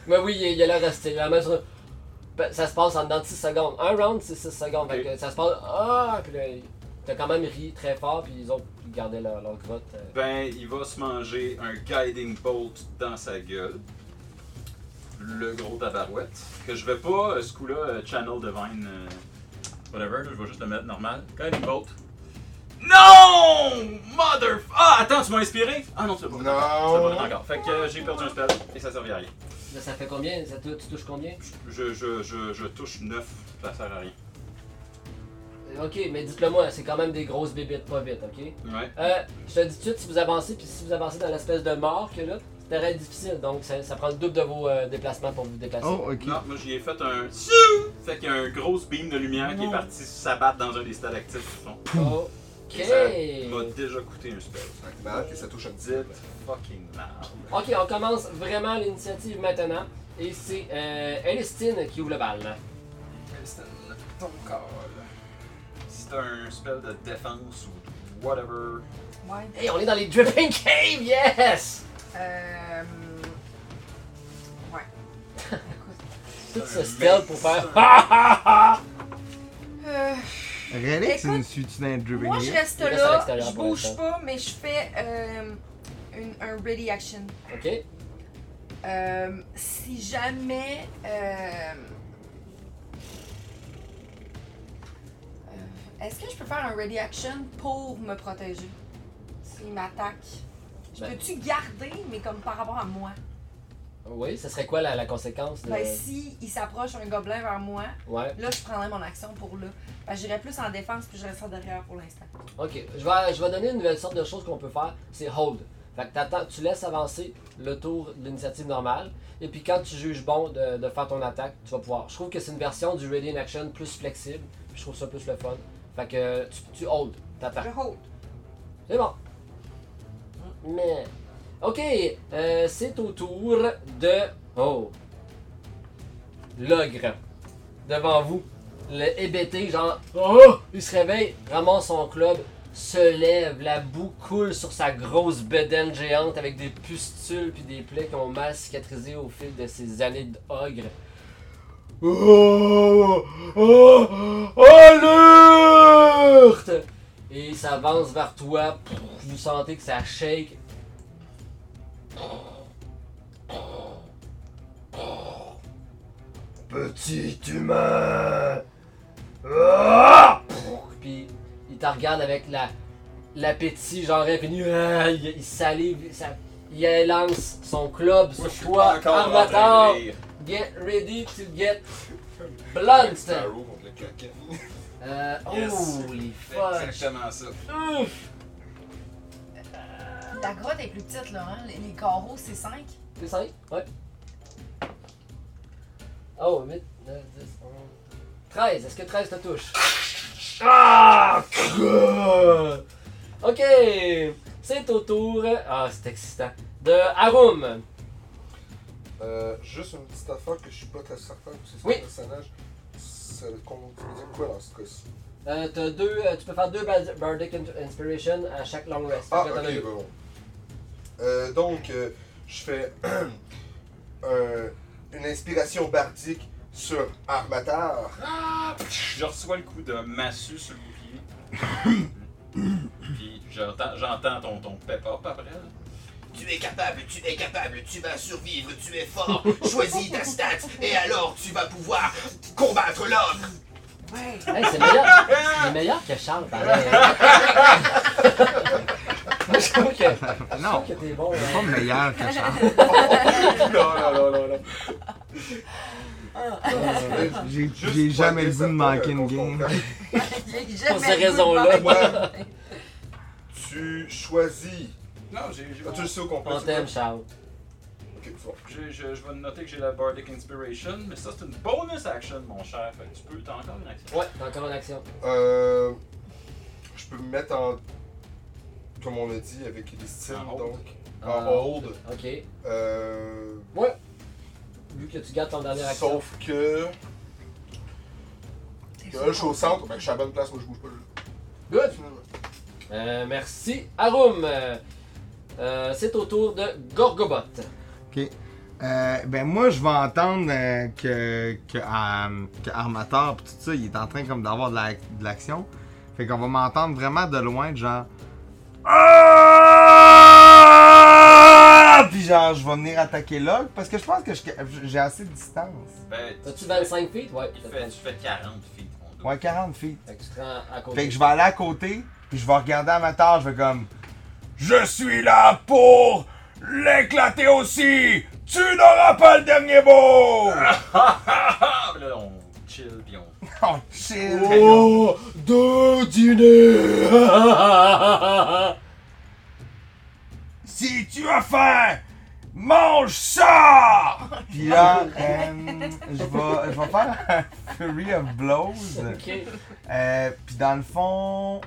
Speaker 5: mais oui, il, il a l'air resté. La main sur- Ben, Ça se passe en dedans de 6 secondes. Un round, c'est 6 secondes. Fait
Speaker 3: Ok.
Speaker 5: que ça se passe. Ah! Puis là, t'as quand même ri très fort, puis ils ont gardé leur, leur grotte. euh.
Speaker 3: Ben, il va se manger un guiding bolt dans sa gueule. Le gros tabarouette. Que je vais pas, euh, ce coup-là, euh, channel divine, euh, whatever, là, je vais juste le mettre normal. Guiding bolt. Non! Mother... Ah, attends, tu m'as inspiré? Ah non, c'est bon.
Speaker 6: Non.
Speaker 3: C'est bon, encore. Fait que euh, j'ai perdu un spell et ça servait à rien.
Speaker 5: Là, ça fait combien ça tou- Tu touches combien
Speaker 3: Je, je, je, je touche 9, ça sert à rien.
Speaker 5: Euh, Ok, mais dites-le moi, c'est quand même des grosses bébites, pas vite, ok
Speaker 3: Ouais.
Speaker 5: Euh, je te dis tout de suite, si vous avancez, puis si vous avancez dans l'espèce de mort que là, c'est très difficile. Donc, ça, ça prend le double de vos euh, déplacements pour vous déplacer.
Speaker 4: Oh, ok.
Speaker 3: Non, moi j'y ai fait un... Fait qu'il y a un gros beam de lumière qui est parti s'abattre dans un des stades actifs qui sont.
Speaker 5: Ok.
Speaker 3: Il m'a déjà coûté un spell.
Speaker 6: Fait que mal, Bah, que ça touche un petit
Speaker 3: Dites fucking loud.
Speaker 5: Ok, on commence vraiment l'initiative maintenant. Et c'est euh, Elistine qui ouvre le bal.
Speaker 3: ton corps. C'est un spell de défense ou de whatever.
Speaker 8: Ouais.
Speaker 5: Hey, on est dans les Dripping *laughs* Cave, yes!
Speaker 8: Euh. Ouais.
Speaker 5: Tout ce stealth pour faire. *laughs*
Speaker 8: Euh,
Speaker 4: Relic, c'est
Speaker 8: Écoute,
Speaker 4: une suite d'un dribbling.
Speaker 8: moi, je reste
Speaker 5: Il reste à
Speaker 8: là,
Speaker 5: l'extérieur
Speaker 8: je
Speaker 5: pour
Speaker 8: bouge
Speaker 5: l'instant.
Speaker 8: pas, mais je fais euh, une- un ready action.
Speaker 5: Ok,
Speaker 8: Euh, si jamais. euh, euh, Est-ce que je peux faire un ready action pour me protéger s'il m'attaque? Je
Speaker 5: Ben-
Speaker 8: peux-tu garder, mais comme par rapport à moi?
Speaker 5: oui, ce serait quoi la, la conséquence de.
Speaker 8: Ben, si il s'approche un gobelin vers moi,
Speaker 5: Ouais,
Speaker 8: là, je prendrais mon action pour là. Ben, j'irais plus en défense, puis je resterais derrière pour l'instant.
Speaker 5: ok. Je vais, je vais donner une nouvelle sorte de chose qu'on peut faire c'est hold. Fait que t'attends- tu laisses avancer le tour de l'initiative normale. Et puis quand tu juges bon de, de faire ton attaque, tu vas pouvoir. Je trouve que c'est une version du Ready in Action plus flexible. puis Je trouve ça plus le fun. Fait que tu, tu hold, t'attends.
Speaker 8: Je hold.
Speaker 5: C'est bon. Mais. Ok, euh, c'est au tour de. Oh. L'ogre. Devant vous. Le hébété, genre. Oh Il se réveille, ramasse son club, se lève, la boue coule sur sa grosse bedaine géante avec des pustules puis des plaies qui ont mal cicatrisé au fil de ses années d'ogre. Oh Oh Alerte et ça avance vers toi. Vous sentez que ça shake.
Speaker 1: Petit humain!
Speaker 5: Puis il te regarde avec la l'appétit genre infini. Ah, Il, il salive, ça- il lance son club
Speaker 3: Moi, je
Speaker 5: sur
Speaker 3: suis pas
Speaker 5: toi.
Speaker 3: encore en train de
Speaker 5: Armateur,
Speaker 3: rire.
Speaker 5: get ready to get
Speaker 6: Avec
Speaker 5: blunt.
Speaker 6: Sparrow contre le Kraken.
Speaker 5: Euh,
Speaker 3: Yes.
Speaker 5: Holy fuck.
Speaker 3: Exactement ça.
Speaker 5: Ouf.
Speaker 8: La grotte est plus petite, là, hein? Les, les carreaux, c'est 5.
Speaker 5: C'est cinq? Ouais. Oh, 8, 9, 10, 11, 13. Est-ce que 13 te touche? Ah! crrr. Ok, c'est au tour. Ah, c'est excitant. De Arum.
Speaker 6: Euh, juste une petite affaire que je suis pas très certain que c'est son
Speaker 5: Oui.
Speaker 6: personnage. Ça compte ça veut dire quoi dans ce cas-ci
Speaker 5: Euh, t'as deux, euh, tu peux faire deux bas- Bardic Int- Inspiration à chaque long rest.
Speaker 6: Ah,
Speaker 5: Fait que t'en as
Speaker 6: ok,
Speaker 5: deux.
Speaker 6: bon. Euh, donc, euh, je fais *clears throat* un- une inspiration bardique sur Armatar.
Speaker 3: *laughs* Ah, Je reçois le coup de massue sur le bouclier. *coughs* Puis j'entends, j'entends ton, ton pep-up *laughs* après. là.
Speaker 9: Tu es capable, tu es capable, tu vas survivre, tu es fort. Choisis ta stat et alors tu vas pouvoir combattre l'homme.
Speaker 8: Ouais.
Speaker 5: Hey, c'est meilleur. C'est meilleur que Charles, pareil.
Speaker 6: *laughs*
Speaker 5: Moi, je trouve que, je
Speaker 4: Non,
Speaker 5: trouve que t'es bon.
Speaker 4: c'est pas
Speaker 5: hein.
Speaker 4: meilleur que Charles.
Speaker 6: non, non, non, non, non.
Speaker 4: J'ai
Speaker 6: Juste
Speaker 4: j'ai
Speaker 6: pour
Speaker 4: jamais
Speaker 6: être
Speaker 4: le goût de
Speaker 6: certain
Speaker 4: manquer
Speaker 6: qu'on
Speaker 4: une game.
Speaker 6: comprenne.
Speaker 5: Pour ces raisons-là.
Speaker 6: Toi, tu choisis.
Speaker 3: Non, j'ai, j'ai
Speaker 6: Ah, tu le sais au complet.
Speaker 5: On
Speaker 6: c'est
Speaker 5: t'aime,
Speaker 6: quoi?
Speaker 5: Charles.
Speaker 6: Ok, c'est bon.
Speaker 3: j'ai- je, je vais noter que j'ai la Bardic Inspiration, mais ça c'est une bonus action, mon cher. Fait que tu peux, t'as encore une action.
Speaker 5: Ouais, t'as encore une action.
Speaker 6: Euh, je peux me mettre en. Comme on l'a dit, avec les styles,
Speaker 3: En hold.
Speaker 6: donc. En
Speaker 5: Ah.
Speaker 6: hold.
Speaker 5: Ok.
Speaker 6: Euh,
Speaker 5: Vu que tu gardes ton dernier action.
Speaker 6: sauf que. Là, je suis au centre, ben, je suis à la bonne place, moi je bouge pas. là.
Speaker 5: Good. Euh, merci. Arum. euh, euh, c'est au tour de Gorgobot.
Speaker 4: Euh, ben moi je vais entendre euh, que, que, euh, que Armateur pis tout ça, il est en train comme d'avoir de la- de l'action. fait qu'on va m'entendre vraiment de loin, de genre. Ah! Puis genre je vais venir attaquer l'og parce que je pense que je- j'ai assez de distance.
Speaker 3: Ben,
Speaker 5: T'as-tu
Speaker 3: tu-
Speaker 5: 25 feet? Ouais.
Speaker 3: Il
Speaker 5: t'as
Speaker 3: fait,
Speaker 5: 25
Speaker 3: tu fais 40 feet. mon dos.
Speaker 4: Ouais 40 feet.
Speaker 5: Fait que tu te rends à
Speaker 4: Fait
Speaker 5: côté.
Speaker 4: que je vais aller à côté, puis je vais regarder Amateur, je vais comme Je suis là pour l'éclater aussi! Tu n'auras pas le dernier mot!
Speaker 3: Ah, ben là, on chill, puis on.
Speaker 4: Oh chill!
Speaker 5: Oh, deux
Speaker 3: *laughs*
Speaker 5: dîners!
Speaker 4: Si tu as faim, mange ça! Puis là, euh, je vais je vais faire un Fury of Blows.
Speaker 5: ok.
Speaker 4: *laughs* Euh, puis dans le fond,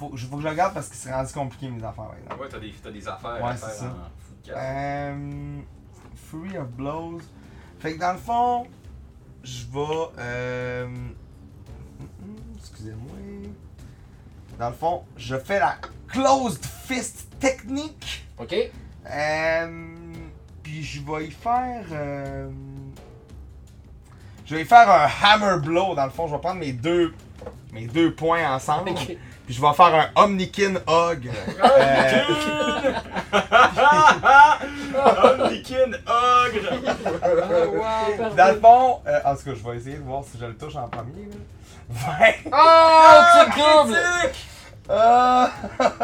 Speaker 4: faut, faut que je regarde parce que c'est rendu compliqué mes affaires, par exemple.
Speaker 3: Ouais, t'as des, t'as des affaires
Speaker 4: Ouais,
Speaker 3: à
Speaker 4: c'est
Speaker 3: faire
Speaker 4: ça.
Speaker 3: en foot de camp.
Speaker 4: Euh, Fury of Blows. Fait que dans le fond, je vais. euh, hum, hum, Excusez-moi. Dans le fond, je fais la closed fist technique.
Speaker 5: Ok.
Speaker 4: Euh, Puis je vais y faire. euh, Je vais y faire un hammer blow. Dans le fond, je vais prendre mes deux, mes deux points ensemble. *laughs*
Speaker 5: Ok.
Speaker 4: Puis je vais faire un Omnikin Hog. Euh,
Speaker 3: Omnikin ogre!
Speaker 4: Dans le fond, euh, en tout cas, je vais essayer de voir si je le touche en premier. Là. 20!
Speaker 5: Oh, tu combles!
Speaker 4: Ah!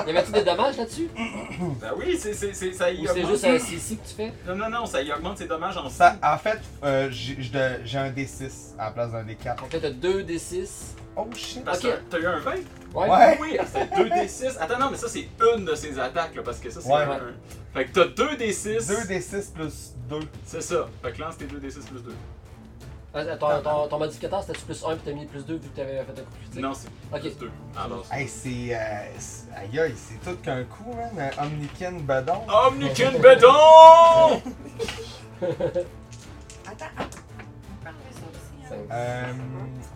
Speaker 5: Y avait-tu des dommages là-dessus?
Speaker 3: Ben oui, c'est, c'est, c'est, ça
Speaker 5: Ou
Speaker 3: y
Speaker 5: c'est
Speaker 3: augmente.
Speaker 5: juste un CC que tu fais?
Speaker 3: Non, non, non, ça y augmente ses dommages en
Speaker 4: Ça, en fait, euh, j'ai j'ai de- j'ai un D6 à la place d'un D4.
Speaker 5: Donc là, t'as deux D6.
Speaker 4: Oh shit.
Speaker 3: Parce
Speaker 5: Ok.
Speaker 3: que t'as eu un 20?
Speaker 5: Ouais.
Speaker 4: Ouais.
Speaker 3: Oui, ah, c'est 2d6. Attends, non, mais ça, c'est une de ses attaques, là, parce que ça, c'est
Speaker 4: Ouais.
Speaker 3: un. Fait que t'as 2d6.
Speaker 4: 2d6 plus 2.
Speaker 3: C'est ça. Fait que lance tes 2d6 plus 2.
Speaker 5: Euh, Ton, ton, ton modificateur c'était plus 1 puis t'as mis plus 2 vu que t'avais fait un coup critique.
Speaker 3: Non, c'est
Speaker 5: Ok.
Speaker 3: plus 2. Ah, non.
Speaker 4: Hey, c'est. euh, c'est- aïe aïe, c'est tout qu'un coup, man. Un Omnikin badon.
Speaker 3: Oh! Omnikin béton!
Speaker 8: Attends, attends. On peut enlever ça aussi. hein.
Speaker 5: Cinq.
Speaker 4: Euh,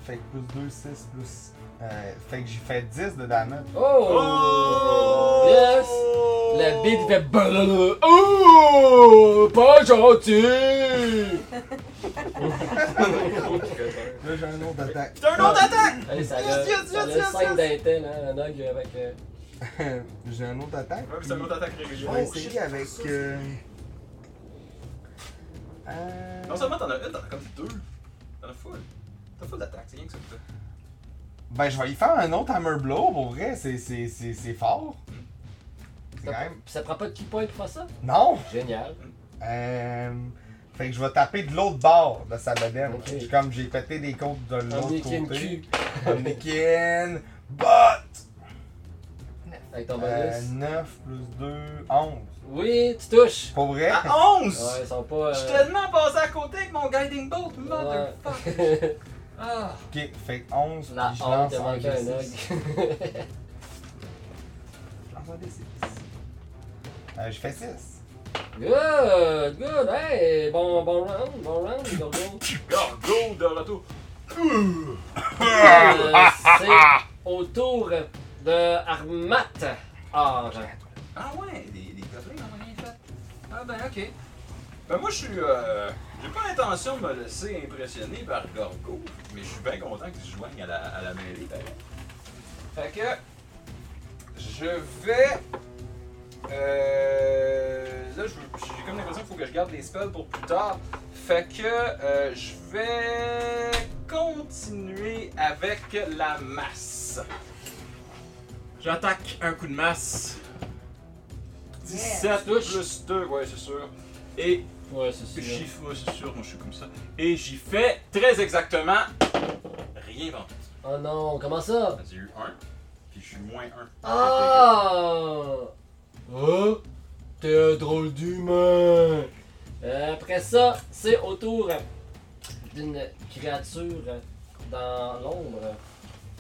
Speaker 4: fait que plus 2, 6 plus. Euh, fait que j'ai fait 10 de damage.
Speaker 5: Oh!
Speaker 3: Oh!
Speaker 5: Yes! Le beat fait blablabla. Oh! Pas gentil!
Speaker 4: Là, j'ai un autre attaque. *laughs*
Speaker 3: T'as un autre attaque!
Speaker 5: Allez, ça a
Speaker 4: yes,
Speaker 5: ça a
Speaker 4: yes,
Speaker 5: 5
Speaker 4: yes.
Speaker 5: d'intel, hein, la nog avec. euh,
Speaker 4: j'ai un autre attaque.
Speaker 3: Ouais, mais c'est un autre attaque
Speaker 4: Je
Speaker 3: régulière.
Speaker 4: vais essayer avec. euh, euh,
Speaker 3: Non seulement t'en as une, t'en as comme deux. T'en as full. T'as full d'attaque, c'est rien que ça que t'as.
Speaker 4: Ben, je vais y faire un autre hammer blow pour vrai. C'est, c'est, c'est, c'est fort.
Speaker 3: Hmm.
Speaker 4: C'est
Speaker 5: Ça,
Speaker 4: quand même.
Speaker 5: ça prend pas de key point pour faire ça?
Speaker 4: Non!
Speaker 5: Génial.
Speaker 4: Euh, fait que je vais taper de l'autre bord de sa bedaine.
Speaker 5: Ok.
Speaker 4: J'ai Comme j'ai pété des côtes de l'autre
Speaker 5: Omnikin
Speaker 4: côté.
Speaker 5: Q
Speaker 4: Omnikin. Bot!
Speaker 5: avec ton
Speaker 4: Euh,
Speaker 5: bonus.
Speaker 4: 9 plus 2, 11.
Speaker 5: Oui, tu touches!
Speaker 4: Pour vrai?
Speaker 5: Ah,
Speaker 3: À 11!
Speaker 5: Ouais, ils sont pas.
Speaker 3: Je suis
Speaker 5: euh,
Speaker 3: tellement passé à côté avec mon guiding bolt, motherfucker!
Speaker 5: ouais.
Speaker 3: Ah!
Speaker 4: Ok, fait que 11.
Speaker 5: oh! La
Speaker 4: puis je
Speaker 5: honte
Speaker 4: lance
Speaker 5: de
Speaker 4: un
Speaker 5: manquer un
Speaker 4: D6.
Speaker 5: nog.
Speaker 4: Je lance un D6. Euh, je fais 6.
Speaker 5: *laughs* Good, good, hey, bon, bon round, bon round, Gorgo.
Speaker 3: Gorgo de retour!
Speaker 5: Euh, C'est au tour de Armat. ben, Or,
Speaker 3: Ah ouais, des, des gobelins n'ont rien fait. Ah ben ok. Ben moi je suis... Euh, J'ai pas l'intention de me laisser impressionner par Gorgo, mais je suis bien content qu'il se joigne à la, à la mêlée. pareil. Fait que... Je vais... Euh, là, je veux- j'ai comme l'impression qu'il faut que je garde les spells pour plus tard. Fait que euh, je vais continuer avec la masse. J'attaque un coup de masse. 17
Speaker 5: Touche.
Speaker 3: plus 2, ouais, c'est sûr. Et
Speaker 5: ouais, c'est
Speaker 3: j'y
Speaker 5: sûr.
Speaker 3: fais, ouais, c'est sûr, moi je suis comme ça. Et j'y fais très exactement rien vendu.
Speaker 5: Oh non, comment ça?
Speaker 3: J'ai eu 1, puis je suis moins 1.
Speaker 5: Ah! Oh! T'es un drôle d'humain! Euh, Après ça, c'est au tour d'une créature dans l'ombre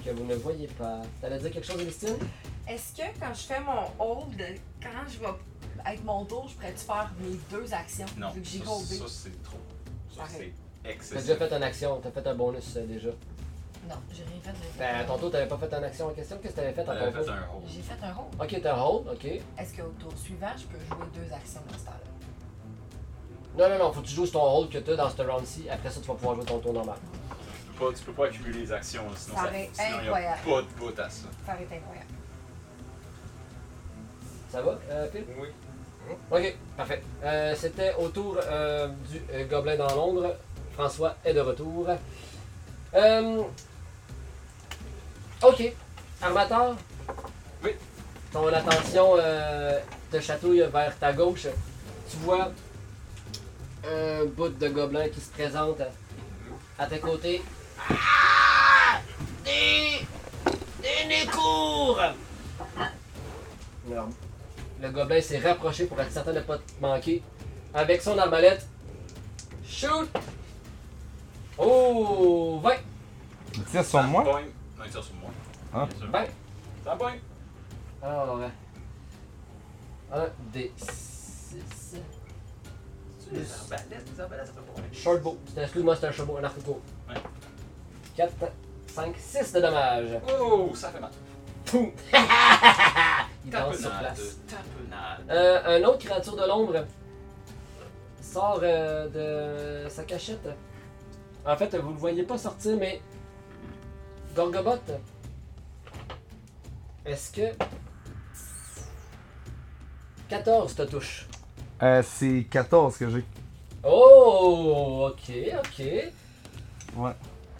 Speaker 5: que vous ne voyez pas. T'allais dire quelque chose, Christine?
Speaker 8: Est-ce que quand je fais mon hold, quand je vais avec mon tour, je pourrais-tu faire mes deux actions
Speaker 3: Non,
Speaker 8: vu que j'ai
Speaker 3: ça,
Speaker 8: holdé?
Speaker 3: ça, c'est trop. Ça
Speaker 8: Arrête.
Speaker 3: c'est
Speaker 5: T'as déjà
Speaker 3: excessif.
Speaker 5: fait une action, t'as fait un bonus euh, déjà.
Speaker 8: Non, j'ai rien fait. j'ai fait
Speaker 5: Ben,
Speaker 8: un-
Speaker 5: tantôt, t'avais pas fait une action en question, qu'est-ce que t'avais fait en
Speaker 3: T'avais
Speaker 5: ton
Speaker 3: fait
Speaker 5: tour?
Speaker 3: un hold.
Speaker 8: J'ai fait un hold.
Speaker 5: Ok, t'as hold, ok.
Speaker 8: Est-ce qu'au tour suivant, je peux jouer deux actions dans ce temps-là?
Speaker 5: Non, non, non, faut que tu joues sur ton hold que t'as dans ce round-ci, après ça, tu vas pouvoir jouer ton tour normal.
Speaker 3: Tu peux pas- tu peux pas accumuler les actions, là, sinon
Speaker 8: Ça
Speaker 3: ça,
Speaker 8: aurait
Speaker 3: sinon y a
Speaker 8: incroyable.
Speaker 3: pas de bout à ça.
Speaker 8: Ça aurait été incroyable.
Speaker 5: Ça va, euh, Phil?
Speaker 3: Oui.
Speaker 5: Ok, parfait. Euh, C'était au tour euh, du euh, Gobelin dans l'ombre. François est de retour. Euh, ok, Armateur.
Speaker 3: Oui.
Speaker 5: Ton attention euh, te chatouille vers ta gauche. Tu vois un bout de gobelin qui se présente à tes côtés. Ah! Des... Des nécours! Alors, le gobelin s'est rapproché pour être certain de ne pas te manquer. Avec son arbalète. Shoot! Oh! 20!
Speaker 4: Il tire sur moi?
Speaker 3: Boing. Non, il tire sur moi.
Speaker 4: Ah.
Speaker 3: Bien sûr.
Speaker 5: 20!
Speaker 3: Ça boing.
Speaker 5: Alors, 1 des 6.
Speaker 3: Tu les arbalètes, les arbalètes, ça fait pas mal.
Speaker 5: Shortbow. C'est- Excuse-moi, c'est un shortbow, un arc court.
Speaker 3: Ouais.
Speaker 5: 4, 5, 6 de dommages.
Speaker 3: Oh, ça fait mal. *laughs*
Speaker 5: Poum! Il danse sur
Speaker 3: Tapenade.
Speaker 5: place.
Speaker 3: Tapenade.
Speaker 5: Euh, un autre créature de l'ombre sort euh, de sa cachette. En fait, vous le voyez pas sortir, mais. Gorgobot, est-ce que. 14 te touche
Speaker 4: Euh, c'est 14 que j'ai.
Speaker 5: Oh, ok, ok.
Speaker 4: Ouais.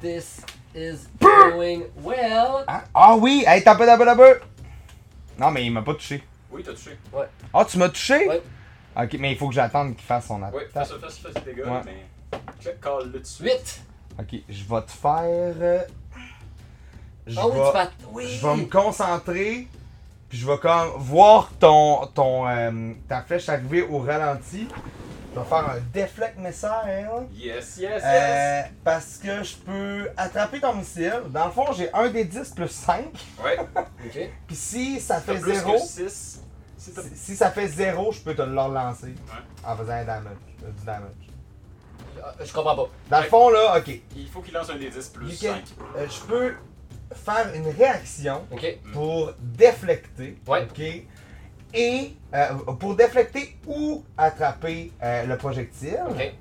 Speaker 5: This is going well.
Speaker 4: Hein? Ah oui! Hey, tape, tape, tape! Non, mais il m'a pas touché.
Speaker 3: Oui, t'as touché.
Speaker 4: Ah, tu m'as touché?
Speaker 5: Ouais.
Speaker 4: Ok, mais il faut que j'attende qu'il fasse son
Speaker 3: Oui,
Speaker 4: attaque.
Speaker 3: fais ça, fais ça, fais ça, tes dégâts,
Speaker 4: Ouais.
Speaker 3: mais. Check, call le dessus.
Speaker 5: 8.
Speaker 4: Ok, je vais te faire. euh, je
Speaker 5: Ah oui, tu
Speaker 4: vais-
Speaker 5: vas. Oui!
Speaker 4: je vais me concentrer, puis je vais comme voir ton, ton, euh, ta flèche arriver au ralenti. Je vais faire un déflect missile.
Speaker 3: Yes, yes, yes!
Speaker 4: euh, parce que je peux attraper ton missile. Dans le fond, j'ai un des 10 plus 5.
Speaker 3: Ouais,
Speaker 5: Ok.
Speaker 4: Puis si ça
Speaker 3: t'as
Speaker 4: fait
Speaker 3: plus
Speaker 4: 0,
Speaker 3: que 6. Si t'as-
Speaker 4: si- si ça fait 0, je peux te le relancer en faisant un damage, euh, du damage.
Speaker 5: Ah, Je comprends pas.
Speaker 4: Dans le fond, là, ok.
Speaker 3: Il faut qu'il lance un des 10 plus
Speaker 4: You can-
Speaker 3: 5.
Speaker 4: euh, je peux faire une réaction
Speaker 5: Ok.
Speaker 3: Hmm.
Speaker 4: pour déflecter.
Speaker 5: Ouais.
Speaker 4: OK? Et euh, pour déflecter ou attraper euh, le projectile
Speaker 5: Ok.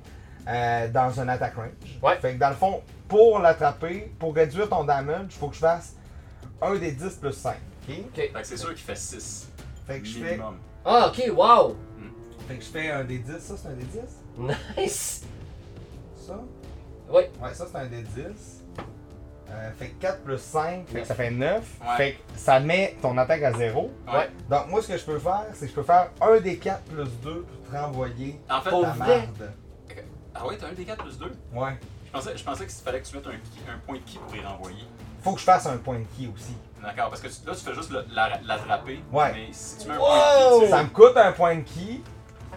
Speaker 4: euh, dans un attack range.
Speaker 5: Ouais.
Speaker 4: Fait que dans le fond, pour l'attraper, pour réduire ton damage, il faut que je fasse 1 des 10 plus 5. OK?
Speaker 5: Ok.
Speaker 3: Fait que c'est sûr qu'il fait 6.
Speaker 4: Fait que je fais,
Speaker 3: Minimum.
Speaker 5: Ah, ok, wow! *laughs*
Speaker 4: fait que je fais un des 10. Ça, c'est un des 10.
Speaker 5: Nice!
Speaker 4: Ça.
Speaker 5: Ouais.
Speaker 4: Ouais, ça, c'est un des 10. Euh, fait que 4 plus 5, fait que ça fait 9.
Speaker 3: Ouais.
Speaker 4: Fait que ça met ton attaque à 0.
Speaker 3: Ouais.
Speaker 4: Donc, moi, ce que je peux faire, c'est que je peux faire un des 4 plus 2 pour te renvoyer
Speaker 3: En fait,
Speaker 5: Pour
Speaker 4: ta
Speaker 5: vrai?
Speaker 4: merde.
Speaker 3: ah ouais, t'as un des 4 plus 2.
Speaker 4: Ouais.
Speaker 3: Je pensais, je pensais qu'il fallait que tu mettes un, ki- un point de ki pour y renvoyer.
Speaker 4: Faut que je fasse un point de ki aussi.
Speaker 3: D'accord, parce que tu- là, tu fais juste le- la- l'attraper.
Speaker 4: Ouais.
Speaker 3: Mais si tu mets un
Speaker 5: Wow!
Speaker 3: point de ki,
Speaker 4: Ça me coûte un point de ki,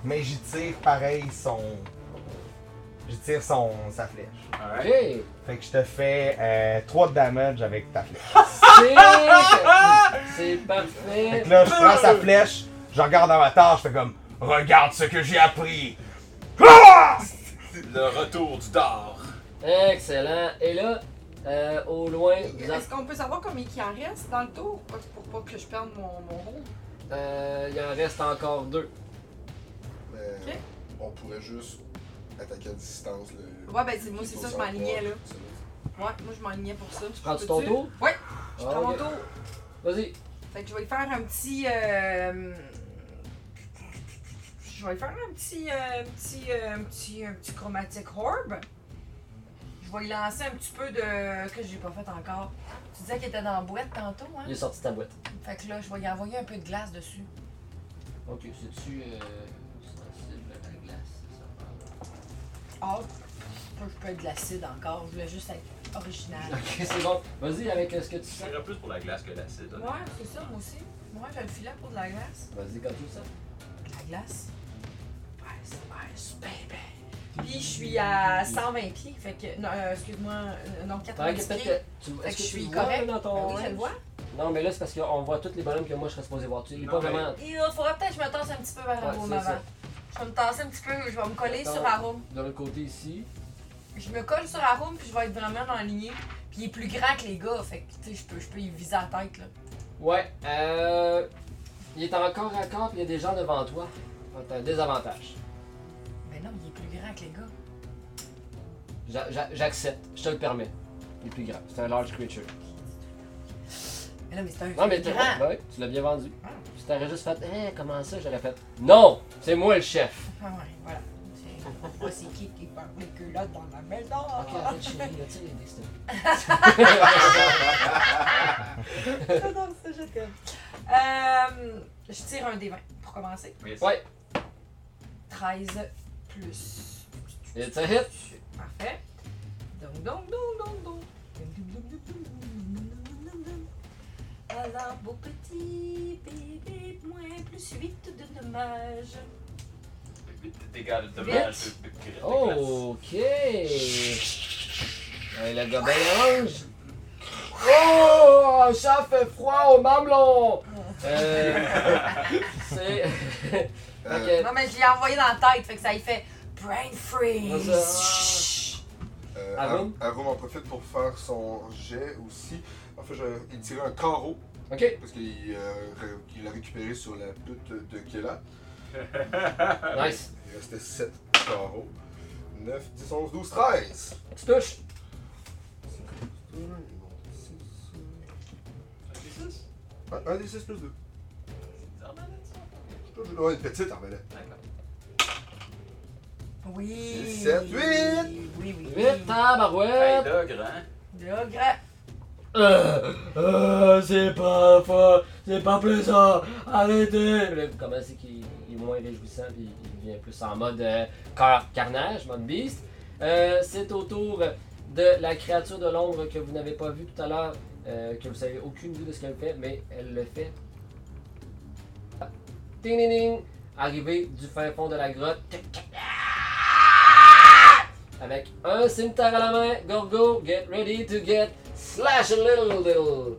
Speaker 4: mais j'y tire pareil son. J'y tire son, sa flèche.
Speaker 3: tu...
Speaker 5: Ok!
Speaker 3: Alright.
Speaker 5: C'est.
Speaker 4: Fait que je te fais 3 de damage avec ta flèche.
Speaker 5: C'est
Speaker 4: Fait
Speaker 5: parfait!
Speaker 4: que là, je prends sa flèche, je regarde dans ma tâche, je fais comme Regarde ce que j'ai appris! Ah! *laughs*
Speaker 3: Le retour du dard.
Speaker 5: Excellent! Et là, euh, au loin, vous
Speaker 10: Est-ce qu'on peut savoir combien il en reste dans le tour Pas- pour pas que je perde mon, mon rôle?
Speaker 5: en- euh, il en reste encore deux.
Speaker 6: Mais
Speaker 10: Ok.
Speaker 6: on pourrait juste attaquer à distance. Le...
Speaker 10: Ouais, ben c'est- moi, c'est ça, je m'alignais, là.
Speaker 6: C'est bon.
Speaker 10: Ouais, moi je m'enlignais pour ça. Tu
Speaker 5: prends-tu ton tour?
Speaker 10: Ouais, je
Speaker 5: Ah,
Speaker 10: prends mon
Speaker 5: ok.
Speaker 10: tour.
Speaker 5: Vas-y!
Speaker 10: Fait que je vais lui faire un petit. euh, Je vais lui faire un petit. euh, petit, euh, petit, un petit chromatic orb. Je vais lui lancer un petit peu de. que j'ai pas fait encore.
Speaker 8: Tu disais qu'il était dans la boîte tantôt, hein?
Speaker 5: Il est sorti de ta boîte.
Speaker 8: Fait que là, je vais y envoyer un peu de glace dessus.
Speaker 5: Ok, c'est-tu euh, sensible à la glace? ça?
Speaker 8: Ah, je peux être de l'acide encore. Je voulais juste être original.
Speaker 5: Ok, c'est bon. Vas-y avec euh, ce que tu
Speaker 3: Je
Speaker 5: sens.
Speaker 3: dirais plus pour la glace que l'acide.
Speaker 10: Ouais, c'est ça, moi aussi. Moi, je le filais pour de la glace.
Speaker 5: Vas-y quand tu le sens.
Speaker 10: La glace. Ice, ice, baby. Puis je suis à 120 pieds. Fait que. Non, euh, excuse-moi. euh, Non,
Speaker 5: Fait que
Speaker 10: 90
Speaker 5: peut-être
Speaker 10: pieds.
Speaker 5: que tu,
Speaker 10: Fait
Speaker 5: est-ce
Speaker 10: que
Speaker 5: que
Speaker 10: je
Speaker 5: tu
Speaker 10: suis
Speaker 5: le vois,
Speaker 10: correct.
Speaker 5: là, dans
Speaker 10: Ben oui,
Speaker 5: ton
Speaker 10: je le
Speaker 5: range?
Speaker 10: vois.
Speaker 5: Non, mais là, c'est parce qu'on voit tous les bonhommes que moi je serais supposé voir. Tu, il
Speaker 10: Ah,
Speaker 5: est
Speaker 3: Non,
Speaker 5: pas
Speaker 3: mais-
Speaker 5: vraiment.
Speaker 8: Il faudra euh, peut-être que je me tasse un petit peu vers
Speaker 5: Ouais,
Speaker 8: Arum
Speaker 5: c'est
Speaker 8: avant.
Speaker 5: ça.
Speaker 8: Je vais me tasser un petit peu, je vais me coller
Speaker 5: Attends.
Speaker 8: sur Arum.
Speaker 5: De l'autre côté ici.
Speaker 8: Je me colle sur Arum, puis je vais être vraiment dans la lignée. Puis il est plus grand que les gars, fait que tu sais, je peux, je peux y viser la tête, là.
Speaker 5: Ouais, euh. Il est encore à corps, puis il y a des gens devant toi. Donc, t'as un désavantage.
Speaker 8: Mais non, il est plus grand que les gars.
Speaker 5: J'a- j'a- J'accepte, je te le permets. Il est plus grand, c'est un large creature.
Speaker 8: Mais là, mais c'est un
Speaker 5: Non, mais t'es-
Speaker 8: c'est grand.
Speaker 5: ben oui, tu l'as bien vendu. Si t'aurais juste fait, eh, comment ça, j'aurais fait. Non, c'est moi le chef.
Speaker 8: Ah ouais, voilà. C'est- Moi, c'est qui qui parle les culottes dans la maison?
Speaker 5: Ok, arrête, chérie, là, tu sais, les destins.
Speaker 10: J'adore ça, je t'aime. Euh, je tire un des 20 pour commencer.
Speaker 3: Yes.
Speaker 5: Ouais.
Speaker 10: 13 plus.
Speaker 5: It's a hit.
Speaker 10: Parfait. Donc, donc, donc, donc, donc. Alors, beau petit bébé, moins plus 8 de dommage.
Speaker 3: Vite, dégâts de dommage. de- de- de- de- de- glace.
Speaker 5: Ok. Et le gobelin orange. Oh, ça fait froid au mamelon. Euh, *laughs* c'est. *laughs* fait
Speaker 6: Euh,
Speaker 5: que-
Speaker 8: Non, mais je l'ai envoyé dans la tête, fait que ça y fait brain freeze.
Speaker 6: Euh,
Speaker 5: Arum?
Speaker 6: Ar- Arum en profite pour faire son jet aussi. En fait, je- il tirait un carreau
Speaker 5: ok.
Speaker 6: parce qu'il euh, ré- qu'il l'a récupéré sur la pute de Kella.
Speaker 5: Nice.
Speaker 6: Il restait 7 carreaux. 9, 10, 11, 12, 13!
Speaker 5: Tu touches.
Speaker 6: Un, un des 6 plus 2.
Speaker 3: C'est normal, ça.
Speaker 6: Ouais, une petite arbalète.
Speaker 3: D'accord.
Speaker 8: Oui.
Speaker 6: 17, 8!
Speaker 8: Oui, oui, oui.
Speaker 5: Vite,
Speaker 3: Hey,
Speaker 5: tabarouette.
Speaker 3: Dogre, hein?
Speaker 8: Là, grand.
Speaker 5: Euh, euh, c'est pas fa- c'est pas plaisant, arrêtez! Puis là, vous commencez qu'il il est moins réjouissant, puis il vient plus en mode euh, car- carnage, mode beast. Euh, c'est au tour de la créature de l'ombre que vous n'avez pas vue tout à l'heure, euh, euh, que vous savez aucune idée de ce qu'elle fait, mais elle le fait. Ah. Ding, ding, ding. Arrivée du fin fond de la grotte. Avec un cimetière à la main, Gorgo, get ready to get slash a little little.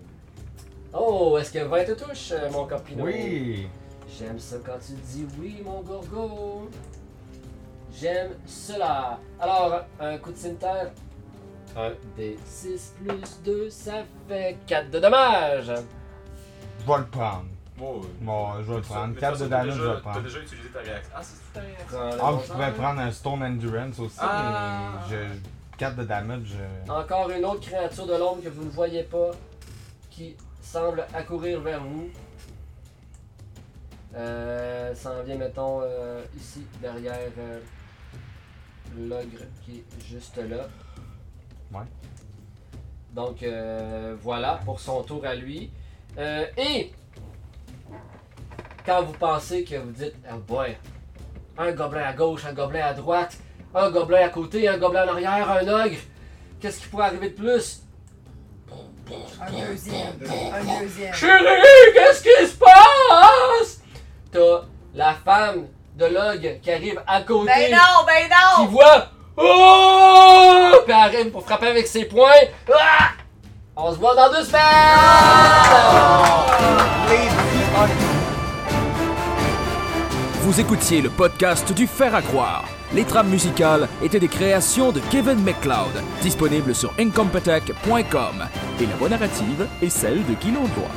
Speaker 5: Oh, est-ce que 20 te touche, euh, mon copino?
Speaker 4: Oui.
Speaker 5: J'aime ça quand tu dis oui, mon gorgo. J'aime cela. Alors, un coup de cimetière. 1 des 6 plus 2, ça fait 4 de dommages.
Speaker 4: Je vais le prendre.
Speaker 3: Bon,
Speaker 4: Bon, je vais le prendre. 4 de damage, je vais le
Speaker 3: T'as
Speaker 4: prendre.
Speaker 3: déjà utilisé ta réaction. Ah, c'est tout ta réaction.
Speaker 5: Prends le
Speaker 4: Ah,
Speaker 5: bon
Speaker 4: je pouvais
Speaker 5: temps.
Speaker 4: prendre un Stone Endurance aussi,
Speaker 3: Ah.
Speaker 4: mais je, 4 de damage. euh, je-
Speaker 5: Encore une autre créature de l'ombre que vous ne voyez pas qui semble accourir vers vous. Euh, elle s'en vient, mettons, euh, ici, derrière euh, l'ogre qui est juste là.
Speaker 4: Ouais.
Speaker 5: Donc euh, voilà pour son tour à lui. Euh, et quand vous pensez que vous dites, oh boy, un gobelin à gauche, un gobelin à droite, un gobelin à côté, un gobelin en arrière, un ogre. Qu'est-ce qui pourrait arriver de plus?
Speaker 10: Un deuxième. Un deuxième.
Speaker 5: Chérie, qu'est-ce qui se passe? T'as la femme de l'og qui arrive à côté,
Speaker 8: Ben non,
Speaker 5: qui
Speaker 8: ben non!
Speaker 5: voit. Oh! Puis elle arrive pour frapper avec ses poings. Ah! On se voit dans deux semaines!
Speaker 8: Ah!
Speaker 11: Vous écoutiez le podcast du Fer à croire. Les trames musicales étaient des créations de Kevin MacLeod, disponibles sur incompetech.com. Et la voix narrative est celle de Guy Landois.